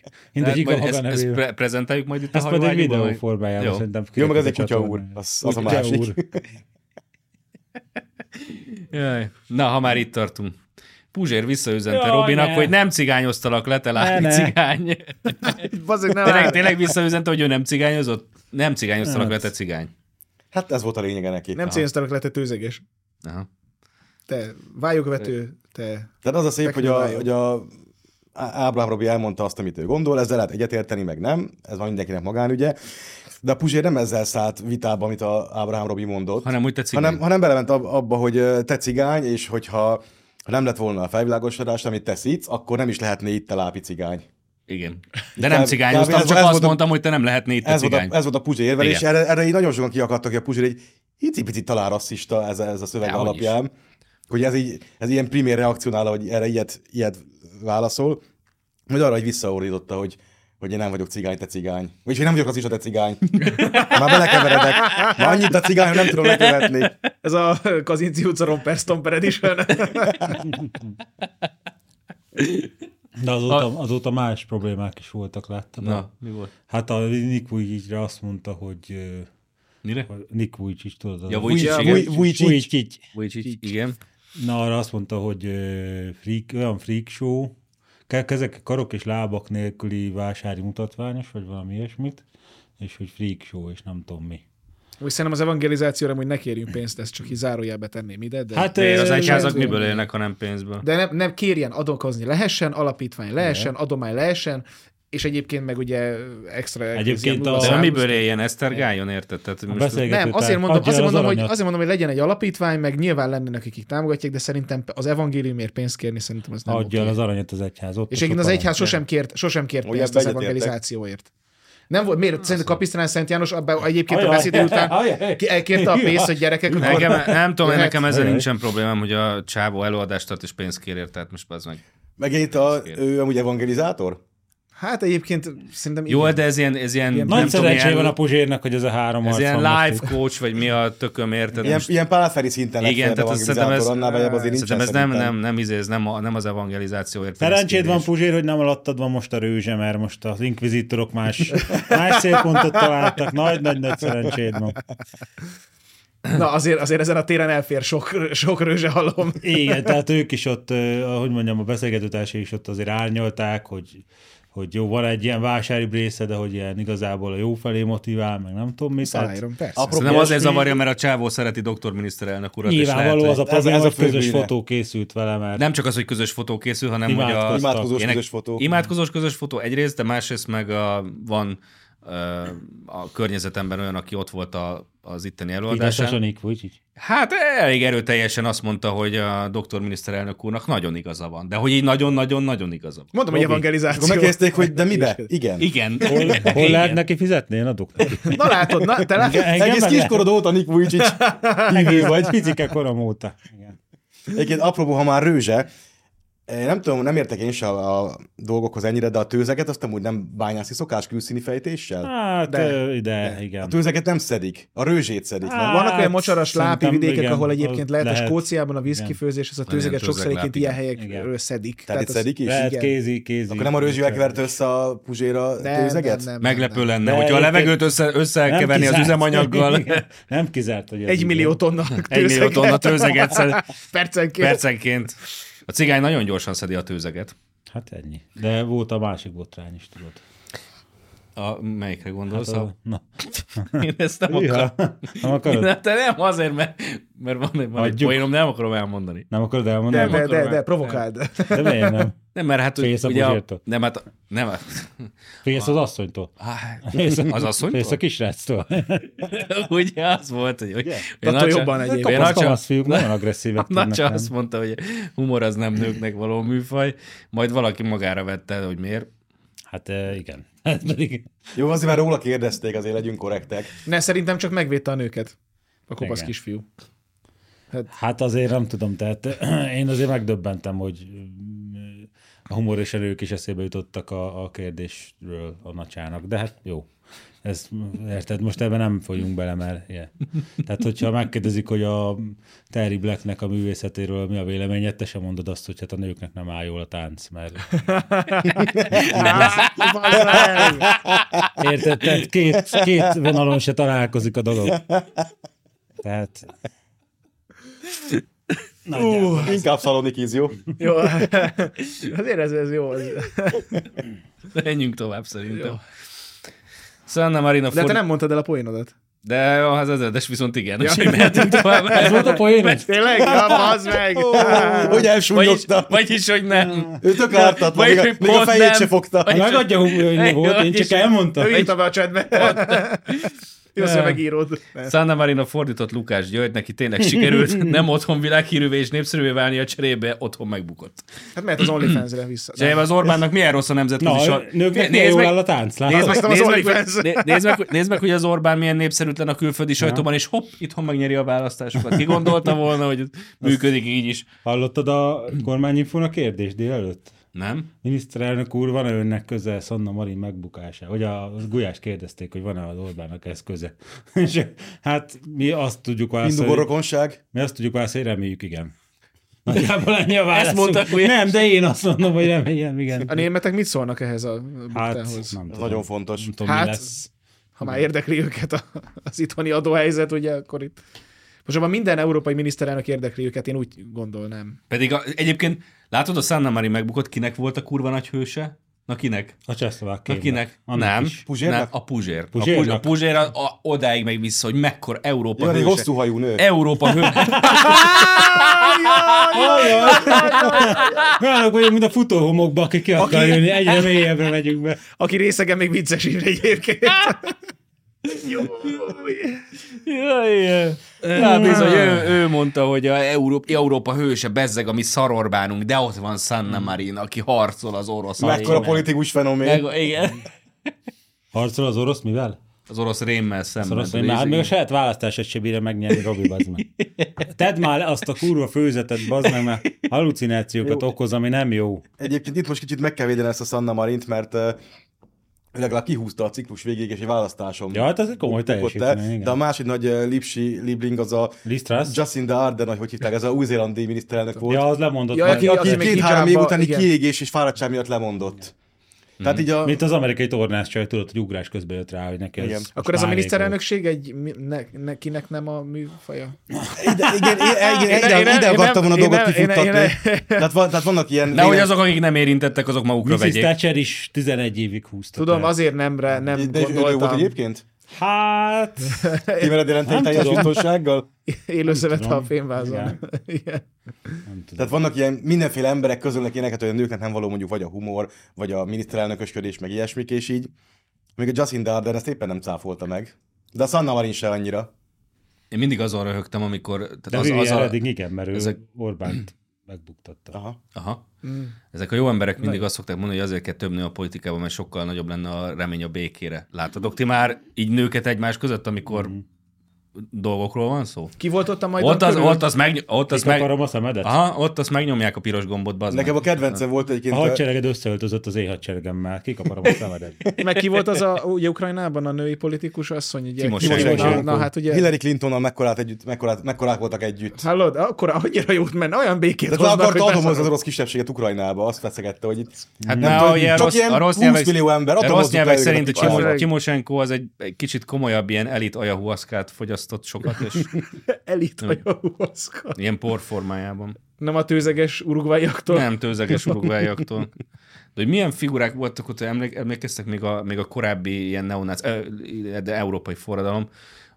A: Hát
C: Mindegyik a
A: majd
C: maga
A: ezt, ezt
C: nevében.
A: pre- prezentáljuk majd itt
C: Ezt
A: a
C: majd egy
A: hajóágyúban,
C: videó
A: vagy-
C: formájában
A: Jó.
C: szerintem.
D: Jó, meg ez egy
C: küldjük a
D: kutya úr.
C: csatornára.
D: Az, az a
C: Kutya
D: másik.
C: úr.
A: Jaj. Na, ha már itt tartunk. Puzsér visszaüzente
C: Jaj,
A: Robinak,
C: ne.
A: hogy nem cigányoztalak le, te látni
C: Ne, ne.
A: cigány.
B: Bazeg, nem
A: Tényleg,
B: áll.
A: tényleg visszaüzente, hogy ő nem cigányozott? Nem cigányoztalak le, te cigány.
D: Hát ez volt a lényege neki.
C: Ah.
B: Nem cénztelek le, te tőzeges.
A: Aha.
B: Te vályogvető, te...
D: Tehát az a szép, hogy a,
B: Technológia.
D: hogy a Ábrám Robi elmondta azt, amit ő gondol, ezzel lehet egyetérteni, meg nem, ez van mindenkinek magánügye. De a Puzsér nem ezzel szállt vitába, amit a Ábrám Robi mondott,
A: Hanem úgy te cigány.
D: hanem, hanem belement ab- abba, hogy ö, te cigány, és hogyha ha nem lett volna a felvilágosodás, amit te szítsz, akkor nem is lehetné itt a lápi cigány.
A: Igen. De nem
D: Kb- kb.
A: cigányoztam,
D: ez-
A: csak
D: ez
A: azt
D: volt a-
A: mondtam, hogy te nem lehetnél itt a
D: Ez volt
A: cigány.
D: a, ez volt a Puzsér érvelés,
A: Igen.
D: erre, erre így nagyon sokan kiakadtak, hogy a Puzsér egy icipicit talán rasszista ez a, ez a szöveg
A: Dehogy
D: alapján, hogy ez, így, ez ilyen primér reakcionál, hogy erre ilyet, ilyet válaszol, majd arra, hogy visszaordította, hogy hogy én nem vagyok cigány, te cigány. Vagyis én nem vagyok rasszista, te cigány. Már belekeveredek. Már annyit a cigány, hogy nem tudom lekövetni.
B: Ez a Kazinci utca Romper Stomper Edition.
C: De azóta, azóta más problémák is voltak, láttam.
A: Na, mi volt?
C: Hát a Nick Vujicicre azt mondta, hogy ö,
A: Mire?
C: hogy Nick Vujicic, tudod? az-
A: Ja, Vujicic,
D: Ja,
A: igen.
D: Vuj- Vujicic.
C: Vujicic.
A: Vujicic, igen.
C: Na, arra azt mondta, hogy ö, freak, olyan freak show, ke- ezek karok és lábak nélküli vásári mutatványos, vagy valami ilyesmit, és hogy freak show, és nem tudom mi.
B: Úgy szerintem az evangelizációra hogy ne kérjünk pénzt, ezt csak így zárójelbe tenném ide. De...
C: Hát,
A: De az
C: ö,
A: egyházak
C: ö,
A: miből élnek, ha nem pénzből?
B: De nem, nem kérjen adokozni lehessen, alapítvány lehessen, adomány lehessen, és egyébként meg ugye extra...
C: Egyébként
B: ilyen
C: a-
A: De
B: szám-
A: miből éljen, esztergáljon, érted? Tehát most
C: beszélgetés-
B: nem, azért
C: Adja
B: mondom,
C: az
B: azért, mondom, hogy,
C: aranyat.
B: azért mondom, hogy legyen egy alapítvány, meg nyilván lennének, akik támogatják, de szerintem az evangéliumért pénzt kérni szerintem az nem
C: Adja
B: oké.
C: el az aranyat az egyház. Ott
B: És
C: a
B: egyébként az
C: arany.
B: egyház sosem kért, sosem kért
D: Ugye,
B: pénzt
D: ebbe
B: az
D: egyetértek.
B: evangelizációért. Nem volt, miért? Szerintem Kapisztrán Szent János abban egyébként a
C: Ajaj.
B: beszéd után
C: Ajaj.
B: ki- elkérte a pénzt, hogy gyerekek, akkor
A: Nekem, nem tudom,
C: Hát-
B: Jöhet.
A: nekem ezzel nincsen problémám, hogy a csávó előadást tart és pénzt kér érte, hát most az meg.
D: Megint a, ő amúgy evangelizátor?
B: Hát egyébként szerintem
A: Jó,
B: igen.
A: de ez ilyen, ez ilyen,
C: Nagy
A: nem tudom,
C: szerencséje van a
A: ilyen,
C: Puzsérnak, hogy ez a három
A: ez
C: arc
A: ilyen
C: van most
A: live coach, vagy mi a tököm, érted?
D: Ilyen,
A: Most-
D: ilyen pálferi szinten lett
A: Igen,
D: fel
A: tehát azt szerintem ez,
D: evangelizátor, annál bejebb azért nincsen
A: szerintem ez nem,
D: szerintem.
A: nem, nem, izé, ez nem, a, nem az evangelizációért.
C: Szerencséd
A: pénzkérés.
C: van, Puzsér, hogy nem alattad van most a rőzse, mert most az inkvizitorok más, más célpontot találtak. Nagy-nagy-nagy szerencséd van.
B: Na azért, azért ezen a téren elfér sok, sok rőzse halom.
C: Igen, tehát ők is ott, ö, ahogy mondjam, a beszélgetőtársai is ott azért árnyalták, hogy, hogy jó, van egy ilyen vásári része, de hogy ilyen igazából a jó felé motivál, meg nem tudom mi. Tehát
B: Aláírom, persze.
D: Apropó,
A: Szerintem azért
D: ilyesmi-
A: zavarja, mert a csávó szereti doktor miniszterelnök urat. és
C: nyilvánvaló
A: lehet,
C: az a
A: hogy
D: Ez- ez
C: probléma,
D: a
C: hogy
D: fő
C: közös
D: bűne.
C: fotó készült vele, mert
A: Nem csak az, hogy közös fotó készül, hanem hogy a...
C: Imádkoztak.
D: Imádkozós
A: Ének-
D: közös fotó.
A: Imádkozós közös fotó egyrészt, de másrészt meg a, van ö, a környezetemben olyan, aki ott volt a az itteni
C: Fideszes a
A: előadásán.
C: Nick Vujicic.
A: Hát elég erőteljesen azt mondta, hogy a doktor miniszterelnök úrnak nagyon igaza van, de hogy így nagyon-nagyon-nagyon igaza van.
B: Mondtam, hogy evangelizáció.
D: Akkor megkérdezték, hogy de mibe? Igen.
A: Igen.
C: Hol, hol lehet
A: Igen.
C: neki fizetni? Én adok neki.
B: Na látod, na, te látod?
C: Engem
D: Egész
C: meg
D: kiskorod óta Nick Vujicic hívő
C: lehet.
D: vagy.
C: Vagy picike korom óta. Igen.
D: Egyébként apropó, ha már rőzse, eh, nem tudom, nem értek én is a, a dolgokhoz ennyire, de a tőzeget azt amúgy nem bányászi szokás külszíni fejtéssel?
C: Hát,
B: De. hát
C: de, de
D: A
C: igen.
D: tőzeget nem szedik, a rőzsét szedik. nem?
C: Á,
B: Vannak olyan mocsaras
C: szerintem
B: lápi vidékek,
C: igen,
B: ahol
C: az
B: egyébként lehet, lehet, a
C: lehet.
B: Skóciában a
C: Igen.
B: vízkifőzés, ez a
A: Van ilyen
B: tőzeget sokszor
A: tőzegláp,
B: egyébként ilyen
A: igen.
B: helyekről szedik.
D: Tehát itt
B: az-
D: szedik is?
C: Lehet
B: igen.
C: kézi, kézi.
D: Akkor nem a rőzsővel kevert össze a puzséra
B: Nem, nem,
D: tőzeget?
B: nem, nem,
A: Meglepő
B: nem.
A: lenne,
C: De
A: hogyha a
C: egyébként-
A: levegőt össze,
C: Nem
A: összekeverni az
C: kizárt.
A: üzemanyaggal,
C: Igen. Nem kizárt, hogy ez
B: Egy
C: így
B: millió
C: van.
B: tonna
A: egy millió
B: tőzeget.
A: tonna tőzeget szed
B: Percenként.
A: percenként. A cigány nagyon gyorsan szedi a tőzeget.
C: Hát ennyi. De volt a másik botrány is, tudod.
A: A, melyikre
C: Hát
A: gondolsz?
C: a,
A: Hát,
C: na.
A: én ezt nem
C: Hűha.
A: akarom.
C: Nem akarod?
A: Na, te nem azért, mert, mert van, van egy
C: Adjuk.
A: poénom, nem akarom elmondani.
C: Nem akarod
B: De,
C: elmondani?
B: de, de, de,
A: akarom.
B: provokáld.
C: De miért nem?
A: Nem, mert hát
C: Félsz a
A: ugye... A,
C: Puzsértól?
A: nem, hát... Nem, hát-
C: Félsz az asszonytól.
A: Á,
C: Félsz a-
A: az asszonytól?
C: Félsz a kisráctól.
A: ugye az volt, hogy... hogy
B: Attól
A: Nacsa-
B: jobban egyébként.
A: hogy
C: Kapasz,
A: Nacsa-
C: kapasz fiúk nagyon agresszívek
A: A
C: tudnak.
A: Nacsa
C: nem?
A: azt mondta, hogy humor az nem nőknek való műfaj, majd valaki magára vette, hogy miért.
C: Hát eh, igen. Ez pedig
D: Jó, azért már róla kérdezték, azért legyünk korrektek.
B: Ne, szerintem csak megvédte a nőket. A kopasz
C: Igen.
B: kisfiú.
C: Hát azért nem tudom, tehát én azért megdöbbentem, hogy a humor és erők is eszébe jutottak a, a kérdésről a nacsának, de hát jó. Ez, érted, most ebben nem folyunk bele, mert yeah. Tehát, hogyha megkérdezik, hogy a Terry Blacknek a művészetéről mi a véleményed, te sem mondod azt, hogy hát a nőknek nem áll jól a tánc, mert érted, tehát két, két vonalon se találkozik a dolog. Tehát... Nagyjából.
D: Inkább szalonikíz, jó?
B: Jó. Azért ez, ez jó.
A: Menjünk tovább szerintem. Szóval Jó. Sanna Marino
B: De te
A: for...
B: nem mondtad el a poénodat.
A: De az ezredes viszont igen, ja. úgyhogy mehetünk tovább.
C: Ez volt a poén?
B: Tényleg? Ja, bazd meg!
D: Ó, Hogy
A: vagyis,
D: elsúlyogta.
A: vagyis, hogy nem.
D: Ő tök ártatlan,
A: Vagy
D: még, a-
A: hogy
D: még a
A: pont
D: fejét
A: nem.
D: se fogta.
A: Vagy-
C: Ha megadja, hogy mi volt, én csak elmondtam.
B: Ő írta be a csetbe. Jó, hogy megírod.
A: Sanna Marino Szóval fordított Lukás György, neki tényleg sikerült nem otthon világhírűvé és népszerűvé válni a cserébe, otthon megbukott.
B: Hát mehet az OnlyFans-re vissza.
A: Cserébe az Orbánnak milyen rossz a
C: Na,
A: nemzetközi
C: a
A: sor. Né-
C: nőknek milyen jól áll a tánc,
A: Nézd
C: látod?
A: meg,
B: Aztán
A: nézd,
B: az
A: meg,
B: OnlyFans.
A: hogy- né- nézd, meg, hogy- nézd meg, hogy az Orbán milyen népszerűtlen a külföldi sajtóban, és hopp, itthon megnyeri a választásokat. Ki gondolta volna, hogy ez működik így is?
C: Hallottad a kormányinfón a kérdést délelőtt?
A: Nem?
C: Miniszterelnök úr, van-e önnek köze Szanna Marin megbukása? Hogy a Gulyás kérdezték, hogy van-e az Orbánnak ez köze. És hát mi azt tudjuk
D: Indugó
C: válaszolni,
D: rokonság.
C: mi azt tudjuk válaszolni, hogy reméljük igen. Nagyjából ennyi a válaszunk.
A: mondta Hát, Gulyás.
C: Nem, de én azt mondom, hogy remélem,
B: A
C: igen.
B: németek mit szólnak ehhez a
C: Hát, nem
B: buktához?
C: tudom.
D: Ez nagyon fontos.
C: Nem tudom, mi
B: Hát,
C: lesz.
B: ha már érdekli őket a, az itthoni adóhelyzet, ugye, akkor itt... Most abban minden európai miniszterelnök érdekli őket, én úgy gondolnám.
A: Pedig a, egyébként látod, a Sanna Marin megbukott, kinek volt a kurva nagy hőse? Na kinek?
C: A csehszlovák
A: Na kinek? nem.
D: Puzsérnak?
A: nem, a Puzsér. A
C: Puzsérnak?
A: Puzsér, a, Puzsér a, a, odáig meg vissza, hogy mekkora Európa
D: Jó, hát egy
A: hőse.
D: hosszú hajú nő.
A: Európa hőse.
C: Olyanok vagyunk, mint a futóhomokba, aki ki akar
B: Aki-
C: jönni, egyre mélyebbre megyünk be.
B: Aki részegen még vicces is egyébként.
A: Jaj, jaj. Na, bizony, ő, ő, mondta, hogy a Európa, Európa hőse bezzeg a mi szarorbánunk, de ott van Sanna Marin, aki harcol az orosz
D: Mekkora
A: rémmel.
D: politikus fenomén.
A: Meg, igen.
C: Harcol az orosz mivel?
A: Az orosz rémmel szemben.
C: Az orosz, hát hogy
A: tudod,
C: Szóval már
A: és-
C: még a saját választását se bírja megnyerni, Robi, bazd meg. Tedd már le azt a kurva főzetet, bazd meg, mert hallucinációkat okoz, ami nem jó.
D: Egyébként itt most kicsit meg kell védeni ezt a Sanna Marint, mert eh, ő legalább kihúzta a ciklus végéig, és egy választásom.
C: Ja, hát az egy komoly
D: bukott el.
C: teljesítmény, igen.
D: De a másik nagy eh, Lipsi Libling az a
C: Liz Truss?
D: Jacinda Ardern, hogy hogy hívták, ez a új-zélandi miniszterelnök volt.
C: Ja, az lemondott
B: Ja,
C: már.
D: aki,
B: az
D: aki
B: még
D: két-három
B: hijába,
D: év utáni
B: igen.
D: kiégés és fáradtság miatt lemondott. Tehát így a...
C: Mint az amerikai tornász csaj, tudod, hogy ugrás közben jött rá, hogy neki ez...
D: Igen.
C: most
B: Akkor ez a
C: mánék
B: miniszterelnökség egy, mi- ne, ne, kinek nem a műfaja?
D: Ide, igen, igen, igen,
B: én-
D: ide,
B: én-
D: ide
B: én-
D: akartam volna
B: én-
D: dolgot
B: én- én-
D: kifuttatni.
B: én-
D: Tehát, van, tehát vannak ilyen...
A: Nehogy
D: ilyen-
A: azok, akik nem érintettek, azok magukra
C: volt. Mrs.
A: vegyék.
C: Thatcher is 11 évig húzta.
B: Tudom,
C: tehát.
B: azért nem, re, nem
D: De ő ő volt
B: gondoltam.
D: egyébként?
C: Hát...
D: Kimered jelenteni
C: Nem
D: teljes
C: tudom.
D: biztonsággal?
B: Élőszövet
C: tudom.
B: a fémvázon. Igen.
C: Nem tudom.
D: Tehát vannak ilyen mindenféle emberek közölnek ilyeneket, hogy a nőknek nem való mondjuk vagy a humor, vagy a miniszterelnökösködés, meg ilyesmik, és így. Még a Justin Darden ezt éppen nem cáfolta meg. De a Sanna Marin se annyira.
A: Én mindig azon röhögtem, amikor... Tehát
C: De az, az a... eddig igen, mert ő ezek... Orbánt megbuktatta.
D: Aha.
A: Aha. Mm. Ezek a jó emberek mindig azt szokták mondani, hogy azért kell több nő a politikában, mert sokkal nagyobb lenne a remény a békére. Látodok ti már így nőket egymás között, amikor
C: Mhm.
A: mm. dolgokról van szó?
B: Ki volt ott a majd
A: Ott az, ott az, megny- ott az
C: Azt meg...
A: meg...
C: akarom a szemedet?
A: Aha, ott azt megnyomják a piros gombot, bazd meg.
D: Nekem a kedvencem volt egyébként...
C: A
D: a-
C: hadsereged összeöltözött az én hadseregemmel. Kikaparom a szemedet.
B: Meg ki volt az a, ugye Ukrajnában a női politikus asszony, ugye?
A: Timoshenko.
B: Na, na, hát ugye,
D: Hillary Clintonnal mekkorát, együtt, mekkorát, mekkorák voltak együtt.
B: hallod, akkor annyira jót menne, olyan békét
D: Tehát le
B: hoznak,
D: akarta
B: hogy
D: atomozni az
B: beszarod.
D: orosz kisebbséget Ukrajnába, azt feszegette, hogy itt
A: Hát
D: nem
A: na,
D: tudom,
A: ilyen
D: csak
A: rossz,
D: ilyen
A: a rossz
D: 20
A: nyelvek,
D: millió ember,
A: a rossz
D: atomozzuk
A: nyelvek
D: le
A: szerint a
D: őket a
A: Csimo-
B: Ukrajnát.
A: Timoshenko az egy, egy kicsit komolyabb ilyen elit ajahuaszkát fogyasztott sokat, és
B: Elit hajóhozka.
A: ilyen porformájában.
B: Nem a tőzeges urugvájaktól.
A: Nem tőzeges urugvájaktól. De hogy milyen figurák voltak ott, emlék, emlékeztek még a, még a korábbi ilyen neonác, ö, de európai forradalom,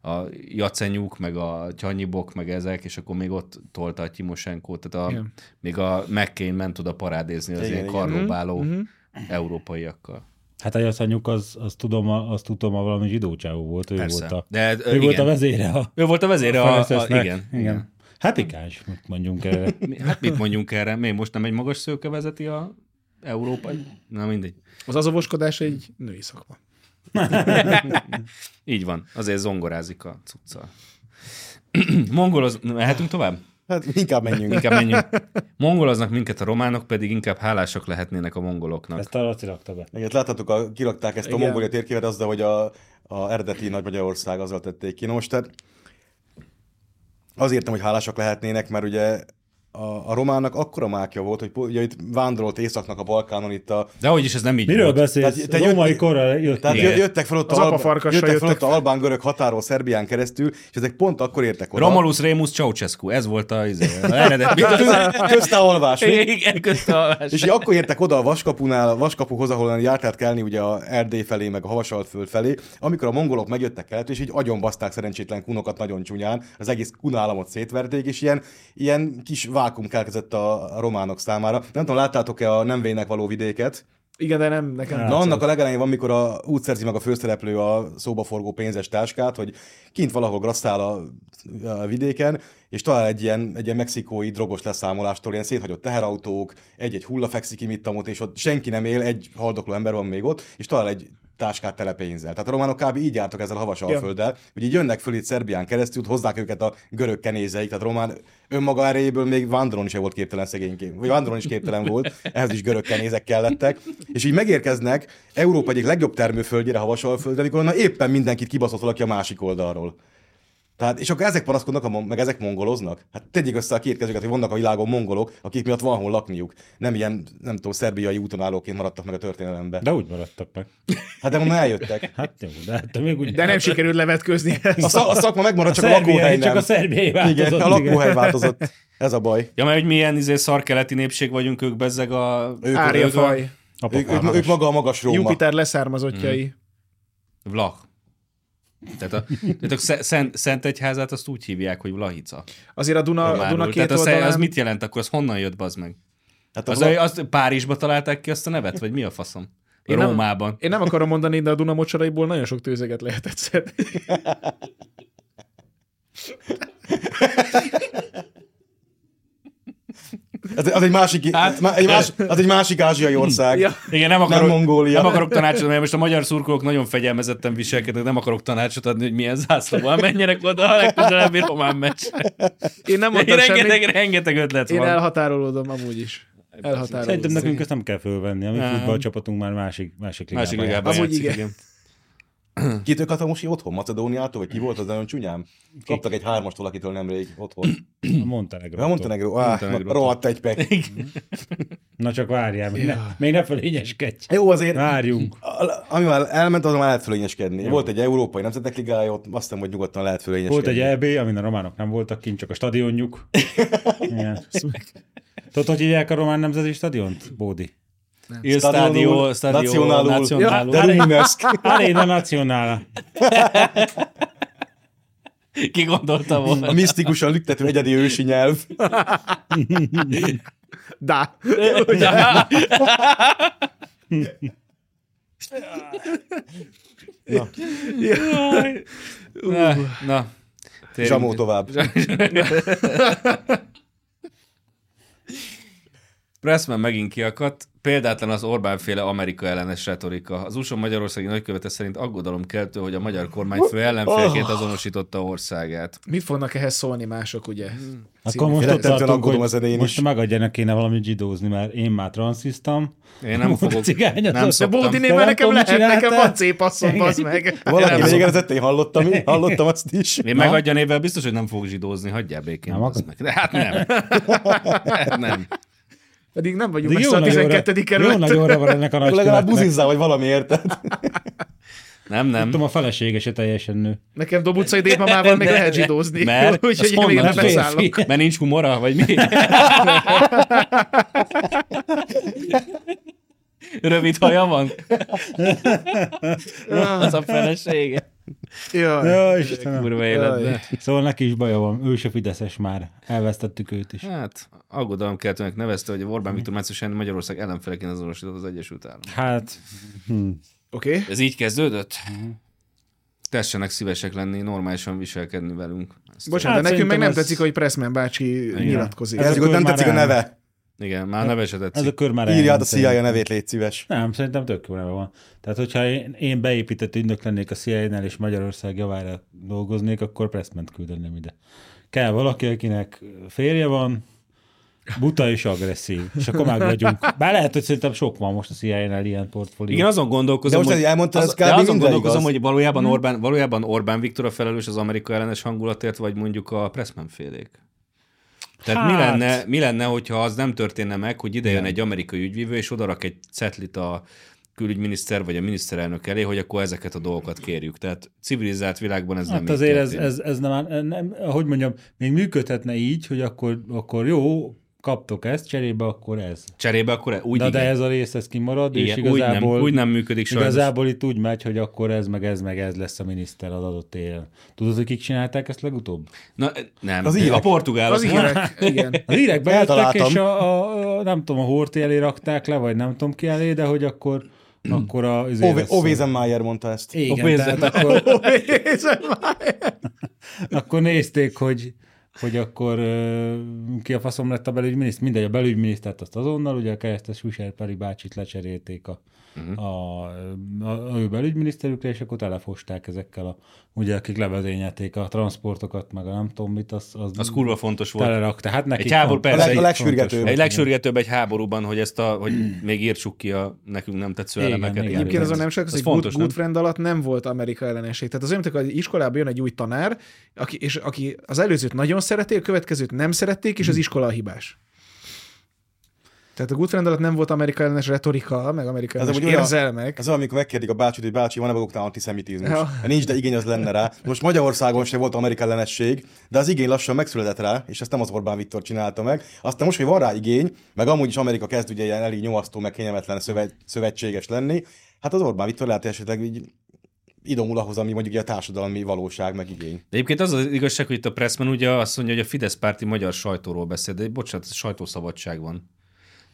A: a jacenyúk, meg a tyanyibok, meg ezek, és akkor még ott tolta a Timosenkót, tehát a,
B: Igen.
A: még a McCain ment oda parádézni az
D: Igen,
A: ilyen
D: igen.
A: karlóbáló európaiakkal.
C: Hát a jaszanyuk, az, az tudom, a- azt tudom, a valami zsidó csávó volt, ő
A: Persze.
C: volt a,
A: De, ö,
C: ő volt a
A: igen.
C: vezére a,
A: Ő volt a vezére, a, a,
C: FSS-nek.
A: igen.
C: igen. Hát ikáns, mondjunk erre.
A: Mi- Hát mit mondjunk erre? Még most nem egy magas szőke vezeti a európai? Na mindegy.
B: Az azovoskodás egy női szakma.
A: Így van. Azért zongorázik a cuccal. Mongoloz... Mehetünk tovább?
D: Hát inkább menjünk.
A: Inkább menjünk. Mongoloznak minket a románok, pedig inkább hálásak lehetnének a mongoloknak.
C: Ezt a Laci rakta be.
D: Igen, láthatok, a, kirakták ezt Igen. a
B: Igen.
D: Mongolia térképet azzal, hogy a, a eredeti Nagy Magyarország azzal tették ki. Na most tehát azért nem, hogy hálásak lehetnének, mert ugye a, a románnak akkora mákja volt, hogy po- ugye itt vándorolt északnak a Balkánon itt a...
A: De hogy is ez nem így
C: Miről
A: volt.
C: beszélsz?
D: Tehát
C: Te
D: te
C: római
D: jött-
C: korra jött.
D: Tehát
A: Igen.
D: Igen. jöttek fel ott
B: Az
D: a,
B: apa
D: Alba,
B: farkassal
D: jöttek fel
B: jöttek.
D: ott a albán görög határól Szerbián keresztül, és ezek pont akkor értek oda.
A: Romulus Remus Ceausescu, ez volt a, izé, az eredet.
D: Köz- Köztávolvás. mi?
A: Igen, köztalvás.
D: És így akkor értek oda a vaskapunál, a vaskapuhoz, ahol járt át kelni ugye a Erdély felé, meg a Havasaltföld felé, amikor a mongolok megjöttek kelet, és így agyonbaszták szerencsétlen kunokat nagyon csúnyán, az egész kunállamot szétverték, és ilyen, ilyen kis vákum keletkezett a, a románok számára. Nem tudom, láttátok-e a nem vének való vidéket?
B: Igen, de nem, nekem
D: Na, annak a legelején van, mikor a, úgy szerzi meg a főszereplő a szóbaforgó pénzes táskát, hogy kint valahol grasszál a, a vidéken, és talál egy ilyen, egy ilyen mexikói drogos leszámolástól, ilyen széthagyott teherautók, egy-egy hulla fekszik imittamot, és ott senki nem él, egy haldokló ember van még ott, és talál egy táskát tele pénzzel. Tehát a románok kb. így jártak ezzel a havas alfölddel, hogy így jönnek föl itt Szerbián keresztül, hozzák őket a görög kenézeik, tehát román önmaga erejéből még vándron is volt képtelen szegényként, vagy vándron is képtelen volt, ehhez is görög kenézek kellettek, és így megérkeznek Európa egyik legjobb termőföldjére, havasalföldre, mikor na éppen mindenkit kibaszott valaki a másik oldalról. Tehát, és akkor ezek panaszkodnak, a mon- meg ezek mongoloznak? Hát tegyék össze a két kezüket, hogy vannak a világon mongolok, akik miatt van hol lakniuk. Nem ilyen, nem tudom, szerbiai úton állóként maradtak meg a történelemben.
C: De úgy maradtak meg.
D: Hát de ma eljöttek.
C: Hát jó, de hát te még úgy...
B: De nem sikerült levetkőzni
D: A,
B: ezt.
D: szak, a szakma megmarad, csak a,
C: szerbiai-
D: lakóhely nem.
C: Csak a szerbiai változott.
D: igen, a lakóhely változott. Ez a baj.
A: Ja, mert hogy milyen izé, szarkeleti népség vagyunk, ők bezzeg a...
D: Ők-
B: Árja faj.
C: Apa
D: Ők, ők,
C: fárados.
D: ők maga a magas Róma.
B: Jupiter leszármazottjai.
A: Vlach. Tehát a, tehát a Sze- szent, szent egyházát azt úgy hívják, hogy Vlahica.
B: Azért a Duna, a
A: Románul.
B: Duna két
A: Tehát az,
B: oldalán...
A: az mit jelent akkor? Az honnan jött, bazd meg?
D: Hát
A: Az,
D: az,
A: az, az Párizsba találták ki azt a nevet? Vagy mi a faszom?
B: Én nem-
A: Rómában.
B: Én nem akarom mondani, de a Duna mocsaraiból nagyon sok tőzeget lehetett szedni.
D: az, az, egy másik,
A: Hát-
D: hát, egy más, az egy másik
C: Hm.
D: ázsiai ország.
B: Ja.
A: Igen, nem akarok,
D: Nem Mongólia.
A: nem akarok tanácsot adni, mert most a magyar szurkolók nagyon fegyelmezetten viselkednek, nem akarok tanácsot adni, hogy milyen zászlóval menjenek oda a legközelebbi román meccsre.
B: Én nem
A: Én
B: mondtam
A: rengeteg,
B: semmit.
A: rengeteg ötlet
B: Én
A: van.
B: elhatárolódom amúgy is.
C: Szerintem
B: Elhatárolódom.
C: nekünk ezt nem kell fölvenni, a mi futballcsapatunk már másik, másik ligában.
A: Másik ligában
B: Amúgy
A: játszik,
B: igen.
D: Két ők most otthon, Macedóniától, vagy ki volt az nagyon csúnyám? Kaptak egy hármast valakitől nemrég otthon.
C: A Montenegro.
D: Ja, Montenegro, áh,
A: Montenegrótól.
D: rohadt egy pek.
C: Na csak várjál, még, ne, még ne fölényeskedj.
D: Jó, azért
C: Hát- Várjunk.
D: a- ami már elment, azon már lehet fölényeskedni. Volt egy európai nemzetek ligája, ott azt hiszem, hogy nyugodtan lehet fölényeskedni.
C: Volt egy EB, amin a románok nem voltak kint, csak a stadionjuk. Igen. Tudod, hogy hívják a román nemzeti stadiont, Bódi?
A: Il stádió,
D: Stadionul,
A: stádió,
D: nacionálul.
A: nacionálul.
D: De Rumesk.
C: Arena Nacional.
A: Ki gondolta volna?
D: A misztikusan lüktető egyedi ősi nyelv.
B: Dá.
A: Na. Na.
D: Zsamó tovább.
A: Pressman megint kiakadt, példátlan az Orbán féle Amerika ellenes retorika. Az USA Magyarországi nagykövete szerint aggodalom keltő, hogy a magyar kormányfő ellenfélként azonosította országát.
B: Mit fognak ehhez szólni mások, ugye?
C: Akkor most ott
D: Rettentően
C: tartunk,
D: aggódom
C: hogy
D: az elején
C: most
D: is.
C: megadjanak kéne valamit zsidózni, mert én már transziztam.
A: Én nem fogok-
C: Cigány,
A: nem
B: De
A: szok-
B: Bolti
A: Te
B: néven
C: nem
B: nekem
C: tudom,
B: lehet,
C: csináltál?
B: nekem van C-passzom, bazd meg.
D: Valaki végeredett, én hallottam, én hallottam azt is.
A: Én megadja névvel, biztos, hogy nem fog zsidózni, hagyjál békén.
C: Nem
A: bazd meg. De hát nem. hát nem.
B: Pedig nem vagyunk
C: De
B: messze
C: jó
B: szóval a
C: nagyóra,
B: 12.
C: jó
B: kerület.
C: nagyóra van ennek a nagy
D: Legalább
C: követnek.
D: buzizzál, vagy valami érted.
A: Nem, nem.
C: Tudom, a felesége se teljesen nő.
D: Hm.
B: Nekem dobucai dépmamával még lehet zsidózni.
A: Mert
B: Úgyhogy
A: az
B: én még
A: honnan
B: nem
A: férfi?
B: beszállok.
A: Mert nincs humora, vagy mi? Rövid haja van? Az a felesége.
B: Jaj.
C: Jó, Istenem.
A: Kurva életben.
C: Szóval neki is baja van, ő se fideszes már. Elvesztettük őt is.
A: Hát, aggodalomkeltőnek nevezte, hogy Orbán Viktor Márciusán Magyarország ellenfeleként azonosított az Egyesült Államok.
C: Hát,
B: Oké.
A: Ez így kezdődött? Tessenek szívesek lenni, normálisan viselkedni velünk. Ezt
B: Bocsánat,
C: Hát
B: de nekünk meg
C: szerintem
B: nem
C: ez-
B: tetszik, hogy Pressman bácsi nyilatkozik.
D: Ez
C: akkor
D: nem
C: már
D: tetszik a
C: el-
D: neve.
A: Igen, már nevesedett.
C: ez a kör már
D: Írjad a
C: elment
D: CIA
C: szerintem.
D: nevét, légy szíves.
C: Nem, szerintem tök jó neve van. Tehát, hogyha én, én beépített ügynök lennék a CIA-nál, és Magyarország javára dolgoznék, akkor Pressment küldeném ide. Kell valaki, akinek férje van, buta és agresszív. És akkor meg vagyunk. Bár lehet, hogy szerintem sok van most a CIA-nál ilyen portfólió.
A: Igen, azon gondolkozom,
D: De most,
A: hogy,
D: hogy elmondtad, az
A: az, de
D: kb.
A: azon
D: minden
A: gondolkozom,
D: igaz.
A: hogy valójában,
C: Hm?
A: Orbán, valójában Orbán Viktor a felelős az Amerika ellenes hangulatért, vagy mondjuk a Pressman félék. Tehát mi,
C: Hát.
A: lenne, mi lenne, hogyha az nem történne meg, hogy ide jön egy amerikai ügyvívő, és odarak egy cetlit a külügyminiszter vagy a miniszterelnök elé, hogy akkor ezeket a dolgokat kérjük. Tehát civilizált világban ez nem
C: Hát
A: így
C: azért ez,
A: történik.
C: ez, ez nem, nem, hogy mondjam, még működhetne így, hogy akkor, akkor jó, kaptok ezt, cserébe akkor ez.
A: Cserébe akkor e- úgy
C: Na, de
A: igen.
C: ez a rész, ez kimarad, és
A: Igen, úgy nem-
C: igazából...
A: úgy nem működik sajnos.
C: Igazából itt úgy megy, hogy akkor ez, meg ez, meg ez lesz a miniszter az adott élen. Tudod, hogy kik csinálták ezt legutóbb?
A: Na, nem,
D: Az
A: az a
D: írek.
A: portugálok.
B: Az írek, igen.
C: Az írek bejöttek,
D: Eltaláltam.
C: és a, a, a, nem tudom, a Horti elé rakták le, vagy nem tudom ki elé, de hogy akkor, akkor a... izé lesz a-
D: Ovézenmájer mondta ezt.
C: Igen, tehát akkor, akkor nézték, hogy, hogy akkor ö, ki a faszom lett a belügyminiszter, mindegy, a belügyminisztert azt azonnal, ugye a keresztes Husser Peri bácsit lecserélték a,
A: Mhm.
C: uh-huh. a, a, a ő belügyminiszterükre, és akkor telefosták ezekkel, a, ugye akik levezényelték a transportokat, meg a nem tudom mit, az, az,
A: Az kurva fontos volt.
C: telerakta. Hát nekik
A: Egy háború
C: fontos-
A: persze, A leg- a
D: legsürgetőbb.
C: fontos volt.
A: Egy legsürgetőbb egy háborúban, hogy ezt a, hogy még írtsuk ki a nekünk nem tetsző
C: Igen,
A: elemeket.
C: igen.
B: Egyébként azon nem csak,
A: Ez
B: az, hogy
A: fontos,
B: good,
A: nem?
B: good friend alatt nem volt Amerika ellenesség. Tehát az olyan, mint hogy az iskolában jön egy új tanár, aki, és aki az előzőt nagyon szereti, a következőt nem szerették,
A: Hmm.
B: és az iskola a hibás. Tehát a good friend alatt nem volt Amerika ellenes retorika, meg Amerika ellenes
D: amúgy olyan-
B: érzelmek.
D: Ez olyan, amikor megkérdik a bácsit, hogy bácsi, van-e maguknál antiszemitizmus?
B: Ja.
D: Ja. Nincs, de igény az lenne rá. Most Magyarországon sem volt amerikai ellenesség, de az igény lassan megszületett rá, és ezt nem az Orbán Viktor csinálta meg. Aztán most, hogy van rá igény, meg amúgy is Amerika kezd ugye ilyen elég nyomasztó, meg kényelmetlen szövet, szövetséges lenni, hát az Orbán Viktor lehet hogy esetleg így idomul ahhoz, ami mondjuk ugye a társadalmi valóság, meg igény.
A: De egyébként az az igazság, hogy itt a Pressman ugye azt mondja, hogy a Fidesz párti magyar sajtóról beszél, de bocsánat, sajtószabadság van.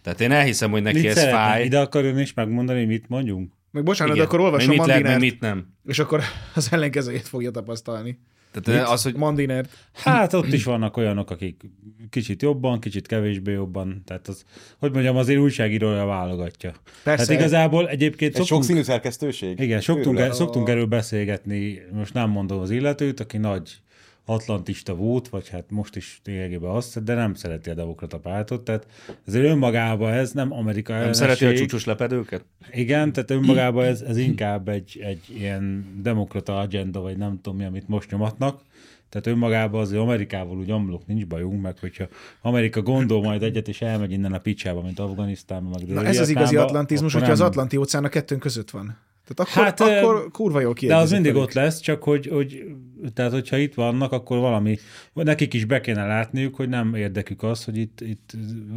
A: Tehát én elhiszem, hogy neki
C: Mit
A: ez
C: szeretnénk?
A: fáj.
C: Ide akar ön is megmondani, hogy mit mondjunk?
B: Meg bocsánat, de
A: Igen.
B: akkor olvasom
A: Meg mit lehet, meg
B: Mandinert,
A: mit nem.
B: és akkor az ellenkezőjét fogja tapasztalni.
A: Tehát az, hogy
B: Mandinert.
C: Hát ott is vannak olyanok, akik kicsit jobban, kicsit kevésbé jobban. Tehát az, hogy mondjam, azért újságírója válogatja.
B: Persze.
C: Hát igazából egyébként
D: Egy
C: szoktunk,
D: sokszínű szerkesztőség?
C: igen, szoktunk,
D: Őrület.
C: el, szoktunk erről beszélgetni, most nem mondom az illetőt, aki nagy atlantista volt, vagy hát most is lényegében azt, de nem szereti a demokrata pártot, tehát azért önmagában ez nem Amerika
A: nem szereti a csúcsos lepedőket?
C: igen, tehát önmagában ez, ez inkább egy, egy ilyen demokrata agenda, vagy nem tudom mi, amit most nyomatnak. Tehát önmagában azért Amerikával úgy amblok nincs bajunk, meg hogyha Amerika gondol majd egyet, és elmegy innen a picsába, mint Afganisztánba, meg
B: Na ez az igazi
C: Vietnámba,
B: atlantizmus,
C: akkor
B: hogyha az
C: nem.
B: Atlanti óceán a kettőnk között van. Tehát akkor,
C: Hát,
B: hát, akkor
C: ö,
B: kurva jól
C: De
B: kiegyezik.
C: az mindig
B: velük.
C: ott lesz, csak hogy, hogy, tehát hogyha itt vannak, akkor valami, nekik is be kéne látniuk, hogy nem érdekük az, hogy itt, itt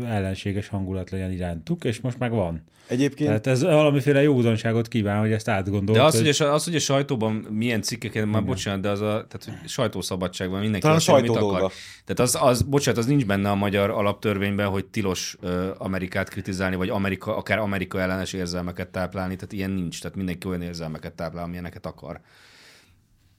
C: ellenséges hangulat legyen irántuk, és most meg van.
D: Egyébként
C: Tehát ez valamiféle józanságot kíván, hogy ezt átgondolod.
A: De az, hogy, a- az, hogy a sajtóban milyen cikkeket, már bocsánat, de az a tehát, hogy sajtószabadságban mindenki
D: Talán
A: azt
D: a
A: mondja,
D: sajtó dolga.
A: Tehát az, az, bocsánat, az nincs benne a magyar alaptörvényben, hogy tilos ö, Amerikát kritizálni, vagy Amerika, akár Amerika ellenes érzelmeket táplálni, tehát ilyen nincs, tehát mindenki olyan érzelmeket táplál, amilyeneket akar.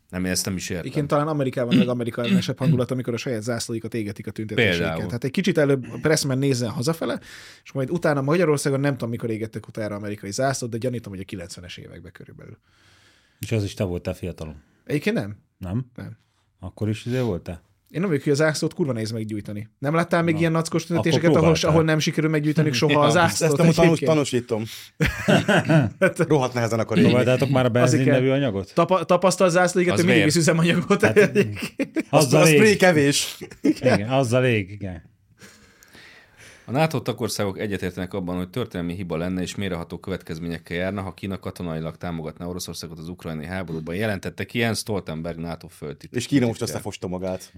A: Nem, én ezt nem is értem.
B: Egyébként talán Amerikában meg Amerika ellenesebb hangulat, amikor a saját zászlóikat égetik a tüntetéseiken.
A: Például.
B: Tehát egy kicsit előbb a Pressman nézzen hazafele, és majd utána Magyarországon nem tudom, mikor égettek utána amerikai zászlót, de gyanítom, hogy a 90-es években körülbelül.
C: És az is te voltál fiatalon,
B: Egyébként nem.
C: nem?
B: Nem.
C: Akkor is izé voltál?
B: Én nem vagyok, hogy a zászlót kurva nehéz meggyújtani. Nem láttál még ilyen nackos tüntetéseket,
C: Akkor
B: ahol,
C: próbáltál.
B: ahol nem sikerül meggyújtani soha a
D: Ezt, ezt
B: zászlót?
D: amúgy tanús,
B: egyébként?
D: tanúsítom. Rohadt nehezen akar élni.
C: Próbáltátok Szóval már a benzin
B: Azért kell.
C: nevű anyagot?
B: Tapa- tapasztal zászlóiget,
A: Az
B: hogy mindig
A: miért?
B: visz üzemanyagot. Hát,
D: Az,
C: Azzal
D: az spray
C: ég.
D: kevés.
C: Igen, azzal ég, igen.
A: A NATO tagországok egyetértenek abban, hogy történelmi hiba lenne és méreható következményekkel járna, ha Kína katonailag támogatná Oroszországot az ukrajnai háborúban. Jelentette ki Jens Stoltenberg NATO föltitkár.
D: És Kína most összefosta magát.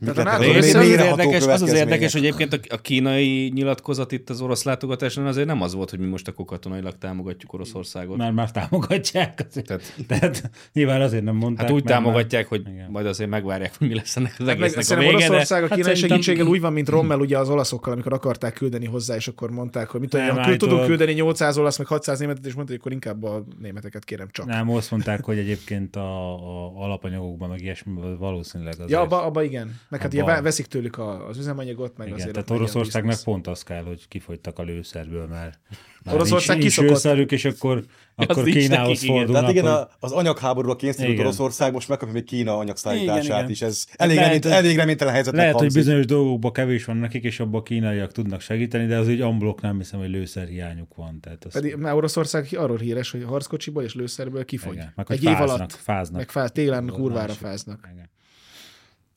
D: Mit
B: a
D: lehet-
B: NATO-
D: mi-
A: És
B: Mélyre
A: az, az,
D: mélyreható
A: érdekes, az az
D: következmények?
A: érdekes, hogy egyébként a- a kínai nyilatkozat itt az orosz látogatáson azért nem az volt, hogy mi most akkor katonailag támogatjuk Oroszországot.
C: Már már támogatják. Azért.
A: Tehát-
C: Tehát, Tehát nyilván azért nem mondták.
A: Hát úgy
C: mert már-
A: támogatják, hogy
C: Igen.
A: majd azért megvárják, hogy mi lesz ennek az
B: Hát Meg
A: egésznek a
B: szerintem
A: vége. De...
B: Oroszország a
C: hát
B: kínai
C: szerintem-
B: segítséggel úgy van, mint Rommel ugye az olaszokkal, amikor akarták küldeni hozzá, és akkor mondták, hogy mit tudom, én,
C: Nem,
B: ha kül- tudunk
C: állítólag-
B: küldeni 800 olasz, meg 600 németet, és mondták, hogy akkor inkább a németeket kérem csak.
C: Nem, azt mondták, hogy egyébként a, a alapanyagokban, meg ilyesmiben valószínűleg azért.
B: Ja, abba, abba igen. Meg hát
C: Abba-
B: ugye ve- veszik tőlük a, az üzemanyagot, meg
C: Igen,
B: azért.
C: tehát
B: ott megy a
C: Oroszországnak
B: biznisz.
C: pont az kell, hogy kifogytak a lőszerből, mert már
B: Oroszország
C: nincs, nincs
B: kiszokott.
C: lőszerük, és akkor, akkor
A: nincs
C: Kínához
A: nekik, igen.
C: fordulnak.
D: Tehát igen,
C: hogy-
D: a- az anyagháborúra kényszerült
C: Igen.
D: Oroszország most megkapja még Kína
C: Igen,
D: anyagszállítását
C: igen.
D: is. Ez elég,
C: Lehet,
D: reményt,
C: hogy-
D: elég reménytelen helyzetnek
C: Lehet, hogy
D: hangzik.
C: bizonyos dolgokban kevés van nekik, és abban a kínaiak tudnak segíteni, de az úgy amblok nem hiszem, hogy lőszerhiányuk van. Tehát az,
B: Pedig már Oroszország hi- arról híres, hogy harckocsiból és lőszerből kifogy.
C: igen, meg hogy
B: Egy év
C: fáznak,
B: alatt.
C: fáznak.
B: Meg fáz, télen
C: Az
B: kurvára
C: másik.
B: fáznak.
C: Igen.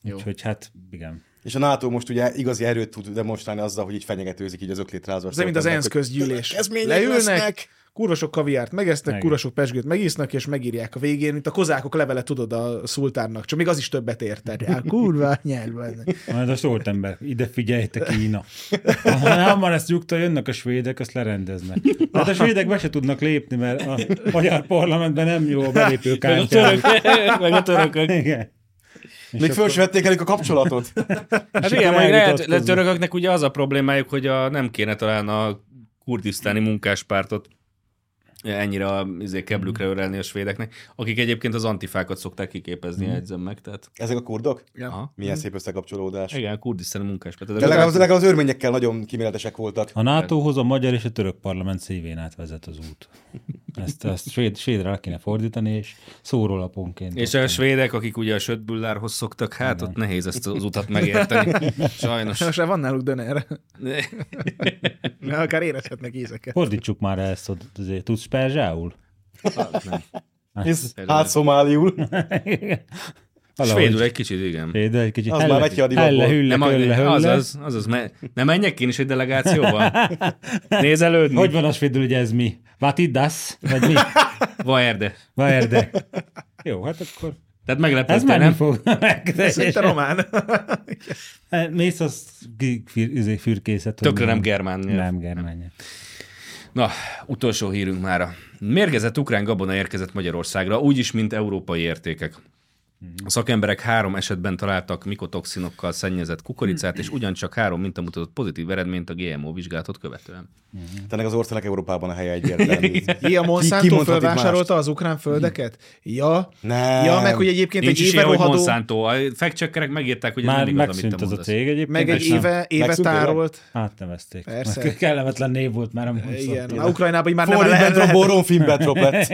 B: Jó.
C: Úgyhogy hát igen.
D: És a NATO most ugye igazi erőt tud demonstrálni azzal, hogy így fenyegetőzik így az öklétrázva.
B: Ez mint az ENSZ közgyűlés. Leülnek, kurva sok kaviárt megesznek,
C: Igen.
B: kurva sok pesgőt megisznak, és megírják a végén, mint a kozákok levele, tudod, a szultánnak. Csak még az is többet érted. Hát kurva nyelven.
C: Majd a Stoltenberg, ide figyelj, te Kína. Ha nem van ezt nyugta, jönnek a svédek, azt lerendeznek. Hát a svédek be se tudnak lépni, mert a magyar parlamentben nem jó a belépő kártya.
E: Meg a törökök.
C: Igen.
D: Még föl sem vették elég a kapcsolatot.
A: Hát
C: És
A: igen,
C: akkor
A: meg lehet,
C: elvitatkozunk.
A: lehet törököknek ugye az a problémájuk, hogy a, nem kéne talán a kurdisztáni munkáspártot ennyire a izé, keblükre ölelni a svédeknek, akik egyébként az antifákat szokták kiképezni, jegyzem meg. Tehát,
D: Ezek a kurdok?
A: aha.
D: Milyen szép összekapcsolódás.
A: Igen, kurdisztáni munkáspárt.
D: De legalább, az- legalább az örményekkel nagyon kíméletesek voltak.
C: A NATO-hoz a magyar és a török parlament szívén át vezet az út. Ezt, ezt svéd, svédre le kéne fordítani, és szórólaponként.
A: És a svédek, akik ugye a sötbullárhoz szoktak, hát ott nehéz ezt az utat megérteni.
C: Hát
A: Sajnos.
B: Most már van náluk döner. Mert akár érezhetnek ízeket.
C: Fordítsuk már el ezt, hogy azért tudsz perzsául?
D: Hisz, hát szomáliul.
C: Valahogy.
A: Svédül egy kicsit, igen.
C: Svédül egy kicsit.
D: Az már megy ki a divatból.
C: helle, hülle,
A: Nem,
C: kölle, hölle.
A: azaz, azaz, me, nem menjek én is egy delegációval? Nézelődni?
C: Hogy van a svédül, hogy ez mi? What it does? Vagy mi?
A: Van erde.
C: Vajerde. Jó, hát akkor...
A: Tehát meglepődtél,
C: Ez már
A: nem?
C: nem fog meg.
B: Szinte román.
C: Mész az ki- fir- izé, fürkészet. hogy
A: Tökre nem germán nyelv.
C: Nem germán.
A: Na, utolsó hírünk mára. Mérgezett ukrán gabona érkezett Magyarországra, úgyis, mint európai értékek. A szakemberek három esetben találtak mikotoxinokkal szennyezett kukoricát, és ugyancsak három mintamutatott pozitív eredményt a GMO vizsgálatot követően.
D: Ennek az országnak Európában a helye egyértelmű.
B: Ja,
D: Ki-
B: Monsanto
D: kimondhat itt mást?
B: felvásárolta az ukrán földeket? Ja.
D: Nem.
B: Ja, meg hogy egyébként
A: Nincs
B: egy
A: is
B: éve
A: ilyen, hogy
B: rohadó,
A: Monsanto. A fact megírták, hogy ez
C: Már
A: nem igaz, amit te
C: megszűnt az a
A: mondasz.
C: cég egyébként.
B: meg egy
C: és nem-
B: éve, éve
D: Megszűnt tényleg?
B: tárolt.
C: Átnevezték.
B: Persze.
C: Mert Kellemetlen név volt már, szóval amikor
B: Igen,
C: szóltam.
B: a Ukrajnában így már nem
D: Ford
B: lehet.
D: Bentrop, Boron Finn Bentrop lett.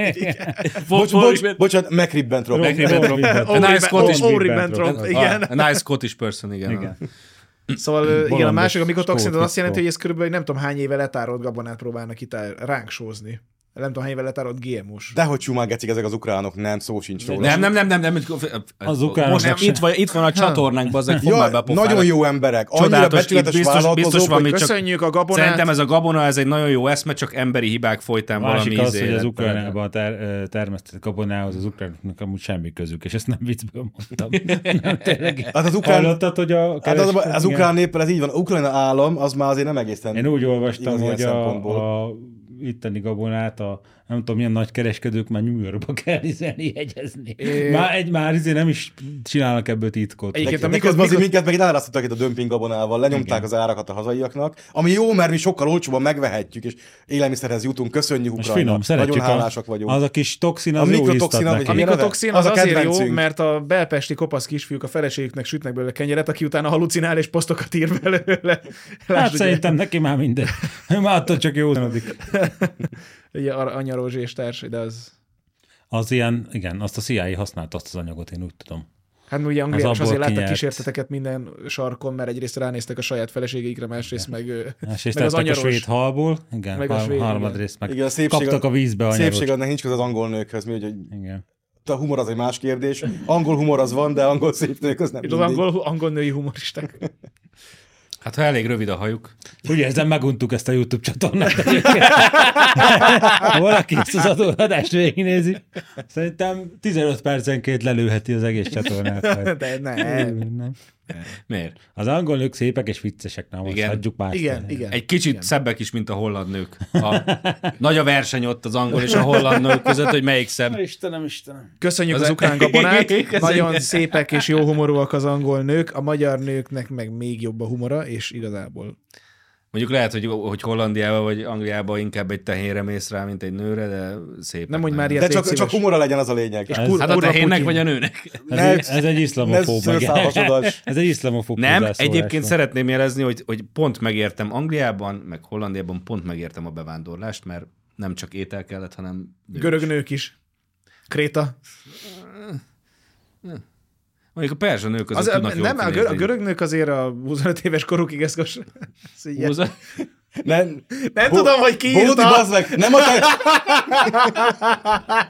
A: Bocs, bocs,
D: Bocs, bocsánat, Mac Ribbentrop.
A: Mac Ribbentrop.
C: Ribbentrop.
A: A nice Scottish Ah.
B: Ó- Ó-
C: Big
B: Ribbentrop,
C: Bentrop.
B: igen.
A: A nice Scottish person, igen.
C: Igen.
B: Szóval ö, igen, a
C: Bolondos
B: másik, a mikotoxin, az
C: skót
B: azt jelenti,
C: fickó.
B: hogy ez körülbelül nem tudom hány éve letárolt gabonát próbálnak itt el- ránk sózni. Nem tudom hány éve letárolt GMO-s.
D: De hogy csumálgecik ezek az ukránok, nem, szó sincs róla.
A: Nem, nem, nem, nem, nem. Az
C: ukránok
A: Most
C: sem.
A: itt, van, itt van a csatornánk, bazzeg,
D: Jaj,
A: fogd be a pofádat.
D: nagyon jó emberek. Annyira
A: Csodálatos, itt
D: becsületes
A: biztos, biztos
D: vállalkozók,
A: van,
D: hogy
A: még csak
B: Köszönjük a gabonát.
A: Szerintem ez a gabona, ez egy nagyon jó eszme, csak emberi hibák folytán
C: Másik
A: valami
C: az,
A: izé
C: hogy az
A: lett belőle.
C: Ukrajnában ter, ö, termesztett gabonához az ukránoknak amúgy semmi közük, és ezt nem viccből mondtam. nem, tényleg.
D: Hát az ukrán-
C: Hallottad, hogy a
D: Hát az,
C: kereskedelmi-
D: az ukrán néppel ez így van. Ukrajna állam az már azért nem egészen...
C: Én úgy olvastam,
D: Igaz, ilyen
C: hogy a,
D: szempontból.
C: a itteni gabonát a nem tudom milyen nagy kereskedők már New Yorkba kell izeni, jegyezni.
B: É.
C: Már, egy, már izé nem is csinálnak ebből titkot.
B: Egy-
D: Egyébként
B: Egyébként
D: a
B: a
D: mikor,
B: mikor-
D: mikor... minket meg itt elárasztottak itt a dömping gabonával, lenyomták az árakat a hazaiaknak, ami jó, mert mi sokkal olcsóbban megvehetjük, és élelmiszerhez jutunk, köszönjük
C: És
D: Ukrajnának.
C: finom,
D: Nagyon
C: szeretjük.
D: hálásak vagyunk.
C: Az a kis toxin, az
D: A
C: a jó
D: mikrotoxin,
C: iztat
D: ami-
C: neki.
B: A
D: ami-
B: mikrotoxin az,
D: Az a
B: az azért jó,
D: kedvencünk.
B: mert a belpesti kopasz kisfiúk a feleségüknek sütnek belőle kenyeret, aki utána halucinál és posztokat ír belőle.
C: Hát
B: Lásd, ugye-
C: szerintem neki már minden. Ő már attól csak jó zenodik.
B: Ugye Ar- Anya Rózsi és társai, de az...
C: Az ilyen, igen, azt a CIA használta azt az anyagot, én úgy tudom.
B: Hát ugye Angliában az
C: abból
B: azért láttak
C: kinyert.
B: kísérteteket minden sarkon, mert egyrészt ránéztek a saját feleségeikre, másrészt meg... ö,
C: Másrészt
B: Meg az
C: tettek a
B: anyaros.
C: svéd halból, igen,
B: Meg
C: meg
B: a
C: a
B: svéd, igen.
C: harmadrészt meg
D: Igen, a szépség-
C: kaptak a vízbe anyagot.
D: Szépség az nincs köz az angol nőkhöz, mi, hogy
C: Igen.
D: a humor az egy más kérdés. Angol humor az van, de angol szép nők az nem
B: És az
D: mindig.
B: angol, angol női humoristák.
A: Hát ha elég rövid a hajuk.
C: Úgy érzem, meguntuk ezt a YouTube csatornát. Ha Valaki ezt az adóadást végignézi. Szerintem 15 percenként lelőheti az egész csatornát. majd.
B: De ne.
C: Nem.
A: Miért?
C: Az angol nők szépek és viccesek, na most
A: Igen.
C: hagyjuk már. ezt
B: Igen,
C: el.
B: igen.
A: Egy kicsit Igen. szebbek is, mint a holland nők. A, nagy a verseny ott az angol és a holland nők között, hogy melyik szebb.
C: Istenem, Istenem.
B: Köszönjük az,
A: Az-
B: az ukrán gabonát,
A: Köszönjük.
B: nagyon szépek és jó humorúak az angol nők, a magyar nőknek meg még jobb a humora, és igazából.
A: Mondjuk lehet, hogy, hogy Hollandiában vagy Angliában inkább egy tehénre mész rá, mint egy nőre, de szép.
B: Nem mondj már ilyet,
D: De
B: légy
D: csak,
B: szíves.
D: csak humora legyen az a lényeg.
B: És
C: Ez-
B: kur-
A: Hát a
B: kurva
A: tehénnek
B: Putyin.
A: vagy a nőnek?
C: Ez,
D: Ne-
C: egy, ez egy iszlamofób.
D: ne
C: igen.
D: szőrszálhasodás.
C: ez egy iszlamofób.
A: Nem,
C: hozzászólás Hát
A: egyébként
C: volt.
A: szeretném jelezni, hogy, hogy pont megértem Angliában, meg Hollandiában pont megértem a bevándorlást, mert nem csak étel kellett, hanem...
B: Görög nők is. Kréta.
A: Mondjuk a perzsa nők között
B: Az,
A: az, tudnak jól
B: nem, a, gör, a görög nők azért a 25 éves korukig ezt most... ezt így-
A: Húza...
D: Nem,
B: Nem tudom, hogy ki
D: Bódi,
B: írta.
D: bazd meg! Nem a te...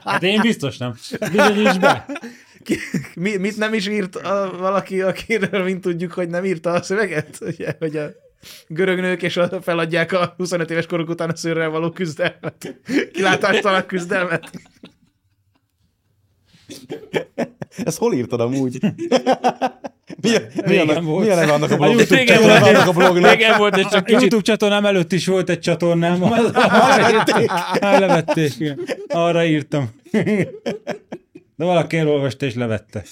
C: Hát én biztos nem. Bizonyíts be.
B: Mi, mit nem is írt a, valaki, akiről mint tudjuk, hogy nem írta a szöveget? Ugye, hogy a görög nők és a, feladják a 25 éves koruk után a szőrrel való küzdelmet. Kilátástalan küzdelmet.
D: Ezt hol írtad amúgy? Mi, a- mi, a,
C: Régen volt.
D: mi a neve annak a, blog,
C: YouTube
D: mi a neve annak a blognak?
E: Igen, volt, és csak
C: A YouTube csatornám előtt is volt egy csatornám. Az- Hát, Levették. igen. Arra írtam. De valaki elolvasta és levette.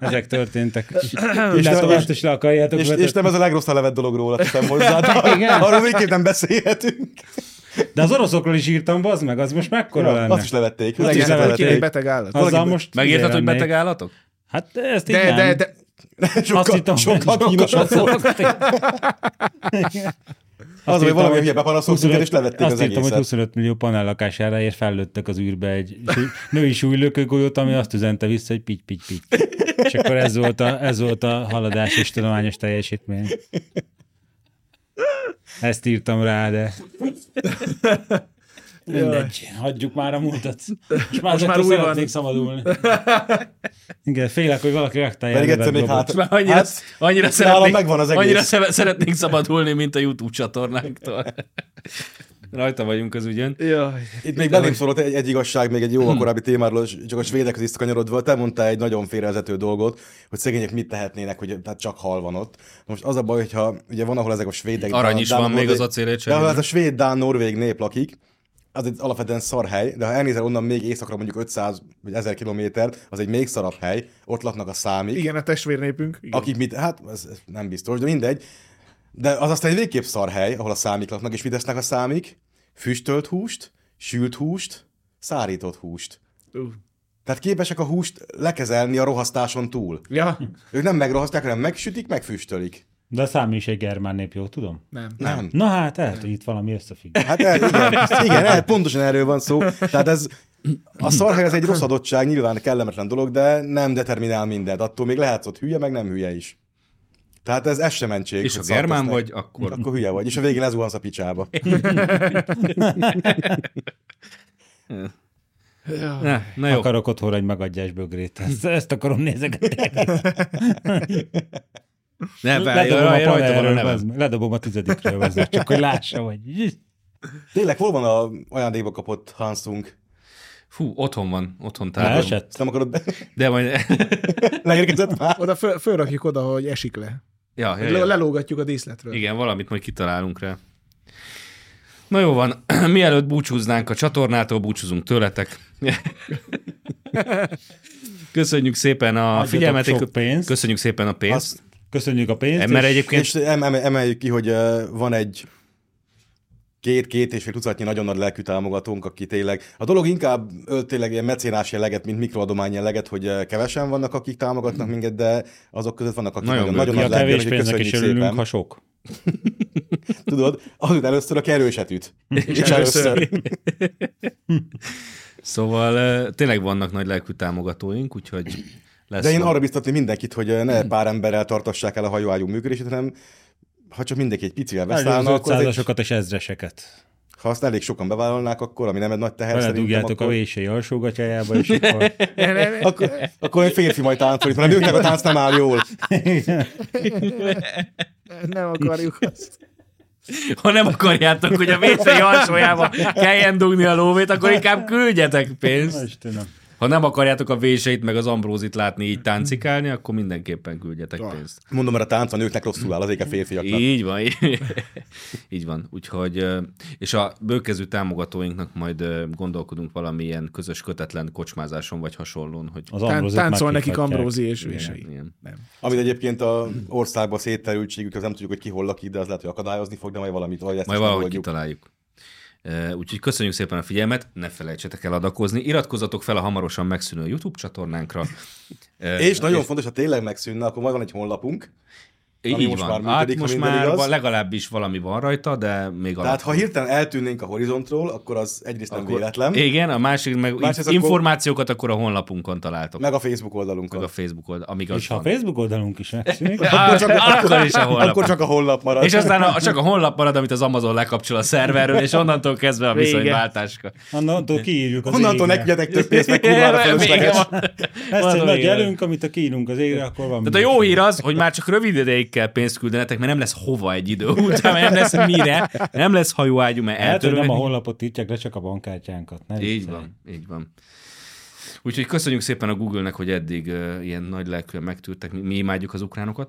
C: Ezek történtek. És
D: nem-
C: ne tovább
D: és-
C: is le akarjátok
D: És,
C: vetetni.
D: és nem ez a legrosszabb levett dolog róla, teszem hozzá.
C: Igen.
D: Arról végképp nem beszélhetünk.
C: De az oroszokról is írtam, bazd meg, az most mekkora lenne?
D: Azt is levették.
C: Azt is
D: Azt
C: levették.
B: Valaki egy beteg állat.
C: Azzal
D: valaki-
C: most
A: Megérted, hogy
C: lennék.
A: beteg állatok?
C: Hát ezt így
B: De,
C: nem.
B: de, de,
C: Azt hittem,
D: Sokkal, sokkal kínosabb volt. Az, hogy
C: írtam,
D: valami hülye bepanaszoltunk el, és
C: 25
D: levették
C: azt
D: az
C: írtam, hogy
D: egészet.
C: 25 millió panel lakására ér fellőttek az űrbe egy sú- női súlylökőgolyót, ami azt üzente vissza, hogy pitty, pitty, pitty. És akkor ez volt a, ez volt a haladás és tudományos teljesítmény. Ezt írtam rá, de mindegy, hagyjuk már a múltat. Most már, Most
B: már
C: már
B: új van.
C: szeretnék szabadulni. Igen, félek, hogy valaki raktál
D: Pedig egyszer még hát...
A: Már annyira,
D: hát,
A: hát, annyira,
D: nálam
A: szeretnék,
D: megvan az egész.
A: annyira szere- szeretnénk szabadulni, mint a YouTube csatornáktól. Rajta vagyunk az ügyön.
B: jaj.
D: Itt még belém szólt egy, egy igazság, még egy
A: Mhm.
D: jó korábbi témáról, és csak a svédekhez is kanyarodva, te mondtál egy nagyon félrevezető dolgot, hogy szegények mit tehetnének, hogy tehát csak hal van ott. Most az a baj, hogyha ugye van, ahol ezek a svédek...
A: Arany is van még az acélért
D: De
A: cserélve.
D: ahol ez a svéd, dán, norvég nép lakik, az egy alapvetően szar hely, de ha elnézel onnan még északra mondjuk 500 vagy 1000 kilométer, az egy még szarabb hely, ott laknak a számik,
B: Igen, a testvérnépünk. Igen.
D: akik mit, hát ez, ez nem biztos, de mindegy. De az aztán egy végképp szar hely, ahol a számik laknak, és mit esznek a számik? Füstölt húst, sült húst, szárított húst.
B: Ú.
D: Tehát képesek a húst lekezelni a rohasztáson túl.
B: Ja,
D: Ők nem megrohasztják, hanem megsütik, megfüstölik.
C: De a számi is egy germán nép, jól tudom?
B: nem.
D: Nem.
C: Na hát, lehet, hogy itt valami összefügg.
D: Hát el, igen, igen el, pontosan erről van szó. Tehát ez, a szarhely ez egy rossz adottság, nyilván kellemetlen dolog, de nem determinál mindent. Attól még lehetsz ott hülye, meg nem hülye is. Tehát ez, ez sem mentség.
A: És ha
D: hogy
A: germán
D: szart
A: vagy,
D: tesznek.
A: akkor...
D: Akkor hülye vagy, és a végén lezuhansz a picsába.
B: Ja.
A: Ne, na jó.
C: Akarok otthonra egy megadjás bögrét. Ezt, ezt akarom nézegetni.
A: Ne, várj,
C: Ledobom a
A: raj- rajta van a
C: panelről,
A: nevem.
C: bazd meg. Ledobom a tizedikről, bazd meg, csak hogy lássa, hogy...
D: Tényleg, hol van a ajándékba kapott Hansunk?
A: Fú, otthon van, otthon tárolom.
D: Ezt
C: Leesett?
D: nem akarod be...
A: De majd...
D: Leérkezett már?
B: Oda föl, fölrakjuk oda, hogy esik le.
A: ja, ja,
B: Le-
A: ja.
B: Lelógatjuk a díszletről.
A: Igen, valamit majd kitalálunk rá. Na jó van, mielőtt búcsúznánk a csatornától, búcsúzunk tőletek. Köszönjük szépen a
C: Adjatok
A: figyelmet,
C: sok pénzt.
A: köszönjük szépen a pénzt.
C: Azt köszönjük a pénzt.
A: mert
C: és-
A: egyébként
D: És em- em- emeljük ki, hogy ö, van egy két-két és fél tucatnyi nagyon nagy lelkű támogatónk, aki tényleg, a dolog inkább ö, tényleg ilyen mecénás jelleget, mint mikroadomány jelleget, hogy ö, kevesen vannak, akik támogatnak minket, de azok között vannak, akik
A: Nagyon
D: nagyon, nagyon
A: bőke.
D: nagy
C: a
D: lelkűek,
C: kevés
D: úgyhogy
C: pénznek is
D: köszönjük
C: örülünk,
D: szépen.
C: ha sok.
D: Tudod, azután először, aki erőset üt. És
B: először.
D: először.
A: Szóval ö, tényleg vannak nagy lelkű támogatóink, úgyhogy lesz.
D: De én
A: van.
D: arra biztatni mindenkit, hogy ö, ne pár emberrel tartassák el a hajóágyú működését, hanem ha csak mindenki egy picivel
C: Az
D: beszállna, akkor az egy,
C: 500-asokat és ezreseket.
D: ha azt elég sokan bevállalnák, akkor ami nem egy nagy teher
C: Vele
D: szerintem,
C: dugjátok a
D: akkor,
C: vései alsógatyájába, és akkor...
D: akkor, akkor egy férfi majd táncolít, mert a nőknek a tánc nem áll jól.
B: Nem akarjuk azt.
A: Ha nem akarjátok, hogy a vécei alsójába kelljen dugni a lóvét, akkor inkább küldjetek
C: Na,
A: pénzt.
C: Istenem.
A: Ha nem akarjátok a véseit meg az ambrózit látni így táncikálni, akkor mindenképpen küldjetek
D: Ah.
A: pénzt.
D: Mondom, mert a tánc a nőknek rosszul áll, azért a férfiaknak.
A: Így van. Így van. Úgyhogy, ö, és a bőkezű támogatóinknak majd ö, gondolkodunk valamilyen közös kötetlen kocsmázáson vagy hasonlón, hogy
C: Az
B: Tán-
C: Ambrózit
B: táncol
C: már
B: nekik
C: kihagylják.
B: Ambrózi és vései.
A: ilyen.
D: Amit egyébként a országba szétterültségük, az nem tudjuk, hogy ki hol lakik, de az lehet, hogy akadályozni fog, de majd valamit, vagy ezt
A: Majd
D: is
A: valahogy
D: megoldjuk.
A: kitaláljuk. Ö, Úgyhogy köszönjük szépen a figyelmet, ne felejtsetek el adakozni, iratkozzatok fel a hamarosan megszűnő YouTube csatornánkra. Ö,
D: És nagyon fontos, ha tényleg megszűnne, akkor majd van egy honlapunk. ami
A: így
D: most
A: van.
D: már
A: hát
D: működik, ha
A: most
D: minden
A: már
D: igaz.
A: van- legalábbis valami van rajta, de még
D: Tehát ha hirtelen eltűnnénk a horizontról, akkor az egyrészt nem véletlen,
A: Igen, a másik meg
D: Másrészt akkor-
A: információkat akkor... a honlapunkon találtok. Meg,
D: meg a Facebook
A: meg
D: oldalunkon.
A: a Facebook oldal, amíg
C: És
A: az
C: ha a
A: van.
C: Facebook oldalunk is megszűnik,
A: Á, akkor is a honlapunk.
D: Akkor csak a honlap marad.
A: És aztán a, csak a honlap marad, amit az Amazon lekapcsol a szerverről, és onnantól kezdve a
B: Vége.
A: viszonyváltáska.
C: onnantól kiírjuk az
D: Onnantól
C: égre.
D: nekügyetek több pénzt, meg kurvára
A: Vége
D: fölösleges.
A: van.
C: Lesz egy
A: Onnantól
C: nagy
A: igen.
C: jelünk, amit a kiírunk az égre, akkor van
A: Tehát a jó hír az, hogy már csak rövid ideig kell pénzt küldenetek, mert nem lesz hova egy idő után, mert nem lesz mire, nem lesz hajóágyú, mert
C: Hát, hogy
A: eltörölnek.
C: nem a honlapot írtják le, csak a bankkártyánkat. Ne
A: Így
C: viccelj.
A: van, így van. Úgyhogy köszönjük szépen a Google-nek, hogy eddig uh, ilyen nagy lelkűen megtűrtek. Mi, mi imádjuk az ukránokat.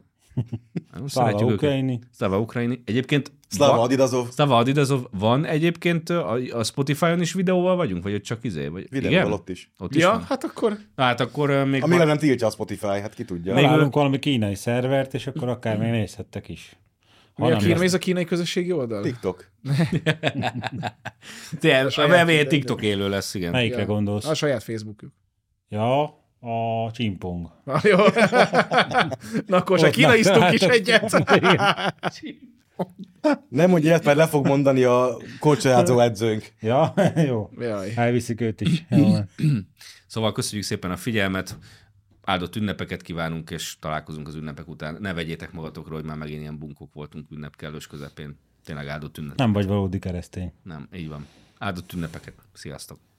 A: Nagyon Szeretjük őket.
C: ukrajni.
A: Szláva ukrajni. Egyébként
D: Szláva
A: van-
D: Adidazov.
A: Szláva Adidazov van egyébként ö, a, a Spotify-on is videóval vagyunk, vagy ott csak izé? Vagy...
D: Videóval ott is.
A: Ott is
B: Ja,
A: van.
B: hát akkor
A: Hát akkor ö, még...
D: Amire
A: van-
D: nem tiltja a Spotify, hát ki tudja.
A: Még-
C: Találunk valami kínai szervert, és akkor akár még nézhettek is. Ha
B: mi a,
C: nem
B: kín,
C: lesz-
B: ez a kínai közösségi oldal?
D: TikTok.
A: Tényleg, a
B: saját
A: bevé
B: videó.
A: TikTok élő lesz, igen.
C: Melyikre
B: Ja.
C: gondolsz?
B: A saját Facebookjuk.
C: Ja, a csimpong.
B: Na, jó. Na akkor se
C: Ott
B: kínaiztunk is
C: megtaláltuk.
B: egyet.
D: Nem mondj ilyet, mert le fog mondani a kocsajázó edzőnk.
C: Ja, jó.
B: Jaj.
C: Elviszik őt is. Jó van.
A: Szóval köszönjük szépen a figyelmet, áldott ünnepeket kívánunk, és találkozunk az ünnepek után. Ne vegyétek magatokra, hogy már megint ilyen bunkok voltunk ünnep kellős közepén. Tényleg áldott ünnep.
C: Nem vagy valódi keresztény.
A: Nem, így van. Áldott ünnepeket. Sziasztok!